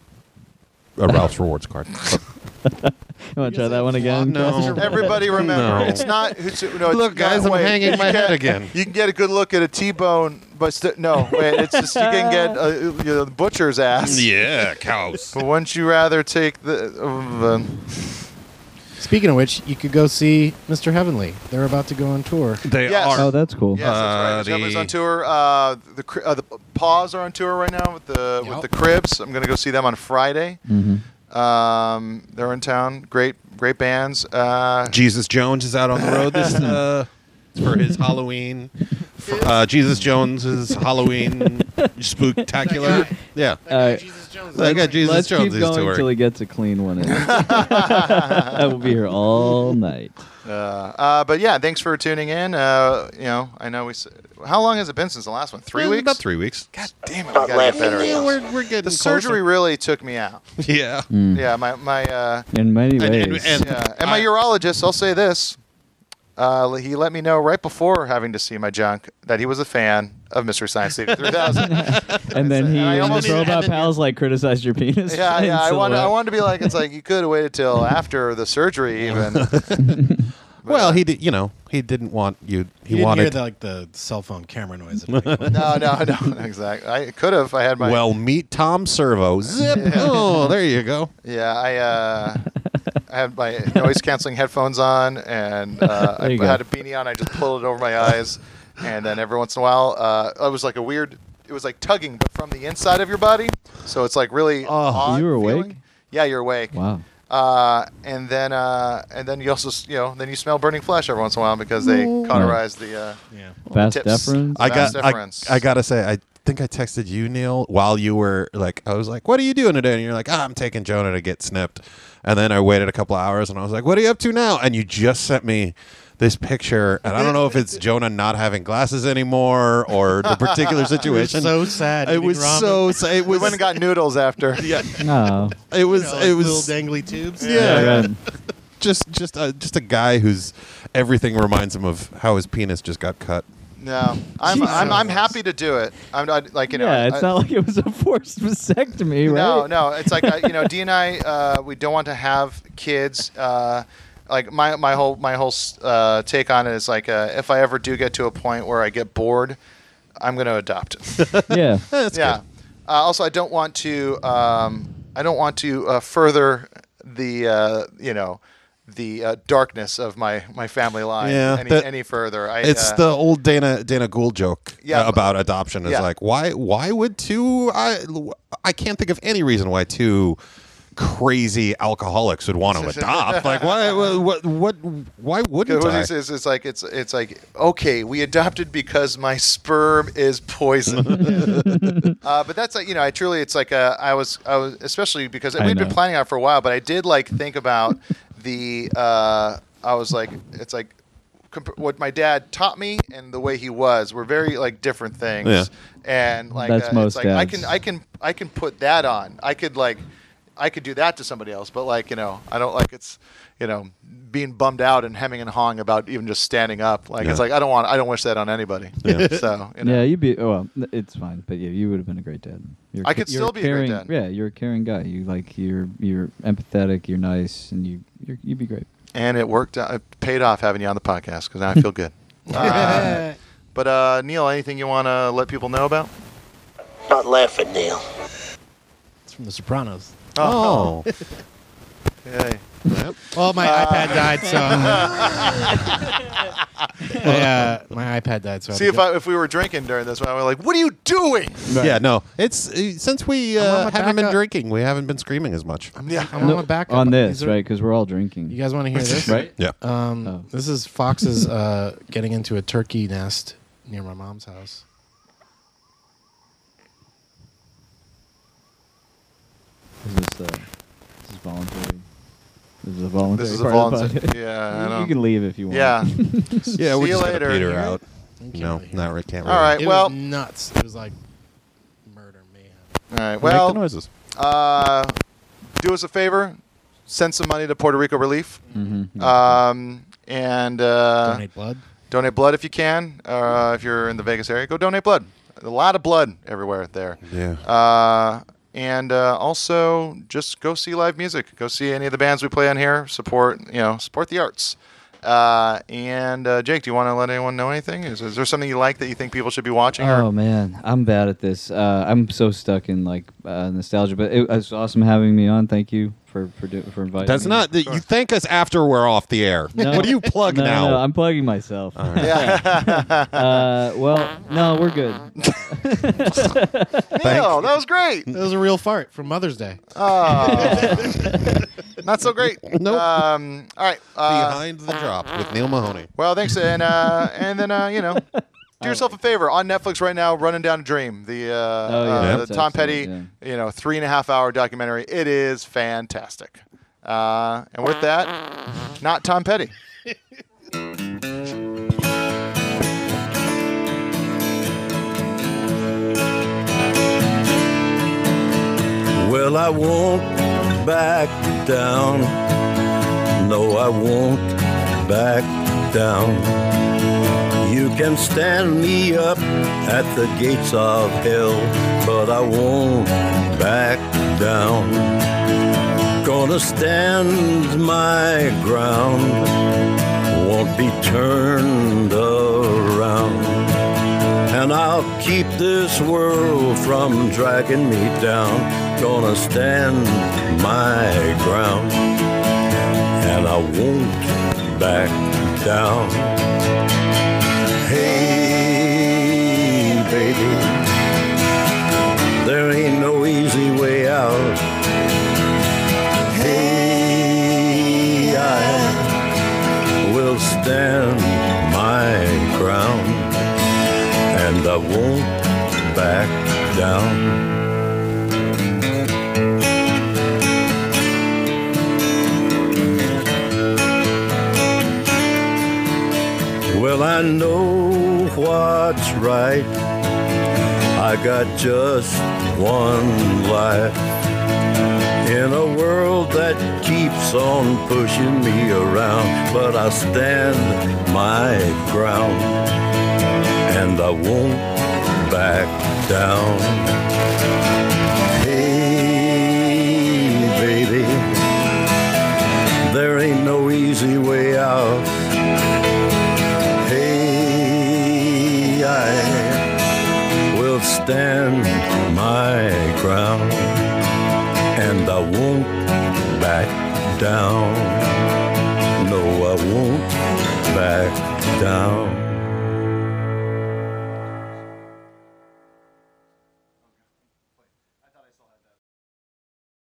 Speaker 7: a Ralph's Rewards card.
Speaker 12: You want to try that one again?
Speaker 7: [LAUGHS] No.
Speaker 5: [LAUGHS] Everybody remember,
Speaker 7: No.
Speaker 5: it's not. It's, no, it's
Speaker 7: Look, guys,
Speaker 5: not-
Speaker 7: I'm
Speaker 5: wait,
Speaker 7: hanging
Speaker 5: you
Speaker 7: my
Speaker 5: can't-
Speaker 7: head again.
Speaker 5: You can get a good look at a T-bone, but st- no, wait, it's just you can get uh, you know, the butcher's ass.
Speaker 7: Yeah, cows.
Speaker 5: But wouldn't you rather take the? Uh, uh,
Speaker 6: Speaking of which, you could go see Mr. Heavenly. They're about to go on tour.
Speaker 7: They
Speaker 5: Yes.
Speaker 7: are.
Speaker 12: Oh, that's cool.
Speaker 5: Yes, that's right.
Speaker 7: Uh,
Speaker 5: The Jumper's
Speaker 7: the-
Speaker 5: on tour. Uh, the cri- uh, the Paws are on tour right now with the with
Speaker 6: Yep.
Speaker 5: the Cribs. I'm gonna go see them on Friday.
Speaker 12: Mm-hmm.
Speaker 5: Um, they're in town. Great, great bands. Uh,
Speaker 7: Jesus Jones is out on the road
Speaker 5: [LAUGHS]
Speaker 7: this uh, for his Halloween. Uh, Jesus Jones is Halloween spooktacular. Yeah.
Speaker 12: All right.
Speaker 7: I got Jesus
Speaker 12: Let's
Speaker 7: Jones
Speaker 12: keep
Speaker 7: is
Speaker 12: going until
Speaker 7: touring.
Speaker 12: he gets a clean
Speaker 5: [LAUGHS]
Speaker 12: one in. [LAUGHS] I will be here all night.
Speaker 5: uh, uh, but yeah, thanks for tuning in. Uh, you know, I know we. s- How long has it been since the last one? Three
Speaker 7: Yeah,
Speaker 5: weeks.
Speaker 7: About three weeks.
Speaker 5: God damn it, we gotta get better. at
Speaker 7: Yeah,
Speaker 5: this.
Speaker 7: we're, we're getting
Speaker 5: The surgery
Speaker 7: closer.
Speaker 5: really took me out.
Speaker 7: [LAUGHS] Yeah.
Speaker 5: Yeah, my my uh,
Speaker 12: In many ways.
Speaker 7: And- and- and-
Speaker 5: yeah, and my
Speaker 7: I-
Speaker 5: urologist. I'll say this. Uh, he let me know right before having to see my junk that he was a fan of Mystery Science
Speaker 12: [LAUGHS]
Speaker 5: Theater 3000.
Speaker 12: And then he,
Speaker 5: And I almost-
Speaker 12: his robot pals, like criticized your penis. [LAUGHS]
Speaker 5: Yeah,
Speaker 12: in
Speaker 5: yeah. I wanted, I
Speaker 12: silhouette.
Speaker 5: wanted to be like, it's like you could have waited till after
Speaker 12: [LAUGHS]
Speaker 5: the surgery, even.
Speaker 7: [LAUGHS] Well, he did. You know, he didn't want you. He
Speaker 6: You didn't
Speaker 7: wanted.
Speaker 6: hear the, like the cell phone
Speaker 7: [LAUGHS]
Speaker 6: camera noise. It
Speaker 5: No, no, [LAUGHS] no. Exactly. I could have. I had my.
Speaker 7: well, meet Tom Servo. Zip. Oh, there you go.
Speaker 5: Yeah, I.
Speaker 12: [LAUGHS]
Speaker 5: Uh, I had my noise canceling headphones on, and uh, I
Speaker 12: There you go.
Speaker 5: had a beanie on. I just pulled it over my eyes, and then every once in a while, uh, it was like a weird. It was like tugging, but from the inside of your body. So it's like really.
Speaker 7: Oh.
Speaker 5: odd
Speaker 12: You were
Speaker 5: feeling.
Speaker 12: awake?
Speaker 5: Yeah, you're awake.
Speaker 12: Wow.
Speaker 5: Uh, and then uh, and then you also s- you know then you smell burning flesh every once in a while because they cauterize the. Uh,
Speaker 6: Yeah.
Speaker 12: Fast
Speaker 5: tips.
Speaker 12: deference.
Speaker 7: I got.
Speaker 5: Vast
Speaker 7: I,
Speaker 5: difference.
Speaker 7: I gotta say, I think I texted you, Neil, while you were like, I was like, "What are you doing today?" And you're like, "Ah, "I'm taking Jonah to get snipped." And then I waited a couple hours, and I was like, "What are you up to now?" And you just sent me this picture, and I don't know if it's Jonah not having glasses anymore or the
Speaker 6: [LAUGHS]
Speaker 5: [LAUGHS]
Speaker 7: particular
Speaker 6: was
Speaker 7: situation.
Speaker 6: so sad.
Speaker 7: It
Speaker 6: eating
Speaker 7: was
Speaker 6: ramen.
Speaker 7: so. sa- It
Speaker 5: we
Speaker 7: was.
Speaker 5: went and got noodles after.
Speaker 7: [LAUGHS] yeah,
Speaker 12: No.
Speaker 7: it was.
Speaker 6: You know,
Speaker 7: it
Speaker 6: like
Speaker 7: was.
Speaker 6: little dangly tubes.
Speaker 7: yeah.
Speaker 12: Yeah, right.
Speaker 7: [LAUGHS] just just a, just a guy who's everything reminds him of how his penis just got cut.
Speaker 5: No, I'm, I'm I'm
Speaker 6: Jesus.
Speaker 5: happy to do it. I'm not like you know.
Speaker 12: yeah, it's
Speaker 5: I-
Speaker 12: not like it was [LAUGHS] a forced vasectomy, right? [LAUGHS]
Speaker 5: No, no, it's like uh, you know, D and I, uh, we don't want to have kids. Uh, like my my whole my whole uh, take on it is like uh, if I ever do get to a point where I get bored, I'm going to adopt it.
Speaker 12: Yeah.
Speaker 7: [LAUGHS]
Speaker 5: yeah. Uh, also, I don't want to um, I don't want to uh, further the uh, you know the uh, darkness of my my family line
Speaker 7: Yeah,
Speaker 5: any,
Speaker 7: that-
Speaker 5: any further. I,
Speaker 7: it's
Speaker 5: uh,
Speaker 7: the old Dana Dana Gould joke
Speaker 5: Yeah,
Speaker 7: uh, about adoption. It's
Speaker 5: yeah.
Speaker 7: like why why would two I I can't think of any reason why two crazy alcoholics would want to adopt. like why what what why wouldn't
Speaker 5: What
Speaker 7: I?
Speaker 5: he says is like it's it's like okay, we adopted because my sperm
Speaker 12: [LAUGHS]
Speaker 5: is poison. uh, but that's like you know, I truly it's like uh, I was I was especially because
Speaker 1: I
Speaker 5: we'd been
Speaker 1: know.
Speaker 5: planning on it for a while, but I did like think about the uh, I was like it's like comp- what my dad taught me and the way he was were very like different things.
Speaker 7: Yeah.
Speaker 5: And like
Speaker 12: That's
Speaker 5: uh, it's
Speaker 12: most
Speaker 5: like I
Speaker 12: dads.
Speaker 5: can I can I can put that on. I could like I could do that to somebody else, but like you know, I don't like it's you know being bummed out and hemming and hawing about even just standing up. Like
Speaker 12: Yeah.
Speaker 5: it's like I don't want I don't wish that on anybody. so you know,
Speaker 12: yeah, you'd be. Oh well, n- it's fine. But yeah, you would have been a great dad. You're
Speaker 5: I
Speaker 12: ca-
Speaker 5: could
Speaker 12: you're
Speaker 5: still be a great
Speaker 12: caring,
Speaker 5: dad.
Speaker 12: Yeah, you're a caring guy. You like you're you're empathetic. You're nice, and you you're, you'd be great.
Speaker 5: and it worked. out- It paid off having you on the podcast because now I feel
Speaker 13: [LAUGHS]
Speaker 5: good. Uh, but uh, Neil, anything you want to let people know about?
Speaker 14: Not laughing, Neil.
Speaker 13: It's from The Sopranos.
Speaker 5: Oh. Yay.
Speaker 7: Oh.
Speaker 13: [LAUGHS] Well, my
Speaker 5: Uh,
Speaker 13: iPad died,
Speaker 5: [LAUGHS]
Speaker 13: so [LAUGHS] my, uh, my iPad died. So I had
Speaker 5: [LAUGHS] See
Speaker 13: to
Speaker 5: if
Speaker 13: go-
Speaker 5: I, if we were drinking during this one, I was like, "What are you doing?"
Speaker 7: Yeah, no. It's uh, since we
Speaker 13: I'm on
Speaker 7: uh,
Speaker 13: my
Speaker 7: haven't been
Speaker 13: backup.
Speaker 7: drinking, we haven't been screaming as much.
Speaker 5: Yeah,
Speaker 13: I'm on my backup.
Speaker 12: on
Speaker 13: Is
Speaker 12: this
Speaker 13: there-
Speaker 12: right because we're all drinking.
Speaker 13: You guys want to hear this?
Speaker 12: [LAUGHS] right? Oh.
Speaker 7: Yeah.
Speaker 13: Um, This is foxes uh, getting into a turkey nest near my mom's house.
Speaker 12: Is this, uh, this is voluntary. This is a voluntary.
Speaker 5: This is a
Speaker 12: part of the
Speaker 5: voluntary-
Speaker 12: podcast.
Speaker 5: yeah,
Speaker 12: you,
Speaker 5: I
Speaker 12: you
Speaker 5: don't-
Speaker 12: can leave if you want. [LAUGHS]
Speaker 7: Yeah,
Speaker 5: Yeah.
Speaker 7: we're
Speaker 5: See
Speaker 7: just
Speaker 5: you
Speaker 7: gonna
Speaker 5: later.
Speaker 7: peter out. No, not really. Can't.
Speaker 5: All right.
Speaker 13: It
Speaker 5: well,
Speaker 13: was nuts. It was like
Speaker 5: All right.
Speaker 7: Make
Speaker 5: Well,
Speaker 7: the noises.
Speaker 5: Uh, do us a favor, send some money to Puerto Rico Relief,
Speaker 12: Mm-hmm.
Speaker 7: Mm-hmm.
Speaker 5: um, and uh,
Speaker 13: Donate blood.
Speaker 5: Donate blood if you can. Uh, if you're in the Vegas area, go donate blood. A lot of blood everywhere there.
Speaker 7: Yeah.
Speaker 5: Uh, and uh, also, just go see live music. Go see any of the bands we play on here. Support, you know, support the arts. Uh, and uh, Jake, do you want to let anyone know anything? Is, is there something you like that you think people should be watching?
Speaker 7: Uh,
Speaker 5: or-
Speaker 12: Oh man, I'm bad at this. Uh, I'm so stuck in like uh, nostalgia. But it, it's awesome having me on. Thank you for for, do, for inviting.
Speaker 7: That's
Speaker 12: me.
Speaker 7: not. You thank us after we're off the air.
Speaker 12: No.
Speaker 7: What do you plug
Speaker 12: No,
Speaker 7: now?
Speaker 12: no, I'm plugging myself.
Speaker 7: right.
Speaker 12: [LAUGHS]
Speaker 7: [LAUGHS]
Speaker 12: uh, well, no, we're good.
Speaker 5: Neil, that was great.
Speaker 13: That was a real fart from Mother's Day.
Speaker 5: Oh, not
Speaker 7: [LAUGHS]
Speaker 5: so great.
Speaker 7: Nope.
Speaker 5: Um, all right. Uh,
Speaker 7: Behind the drop with Neil Mahoney.
Speaker 5: Well, thanks, and uh, and then uh,
Speaker 12: [LAUGHS]
Speaker 5: you know, do yourself a favor on Netflix right now. Running Down a Dream, the uh,
Speaker 12: Oh, yeah,
Speaker 5: uh,
Speaker 12: Yeah.
Speaker 5: the
Speaker 12: that's
Speaker 5: Tom
Speaker 12: excellent,
Speaker 5: Petty, you know, three and a half hour documentary. It is fantastic. Uh, and with that, not Tom Petty.
Speaker 15: Well, I won't back down. No, I won't back down. You can stand me up at the gates of hell, but I won't back down. Gonna stand my ground, won't be turned around. And I'll keep this world from dragging me down. Gonna stand my ground. And I won't back down. Hey, baby. There ain't no easy way out. Hey, I will stand my ground. And I won't back down. Well, I know what's right. I got just one life. In a world that keeps on pushing me around, but I stand my ground and I won't back down. Hey, baby, there ain't no easy easy way out. Hey, I will stand my ground and I won't back down. No, I won't back down.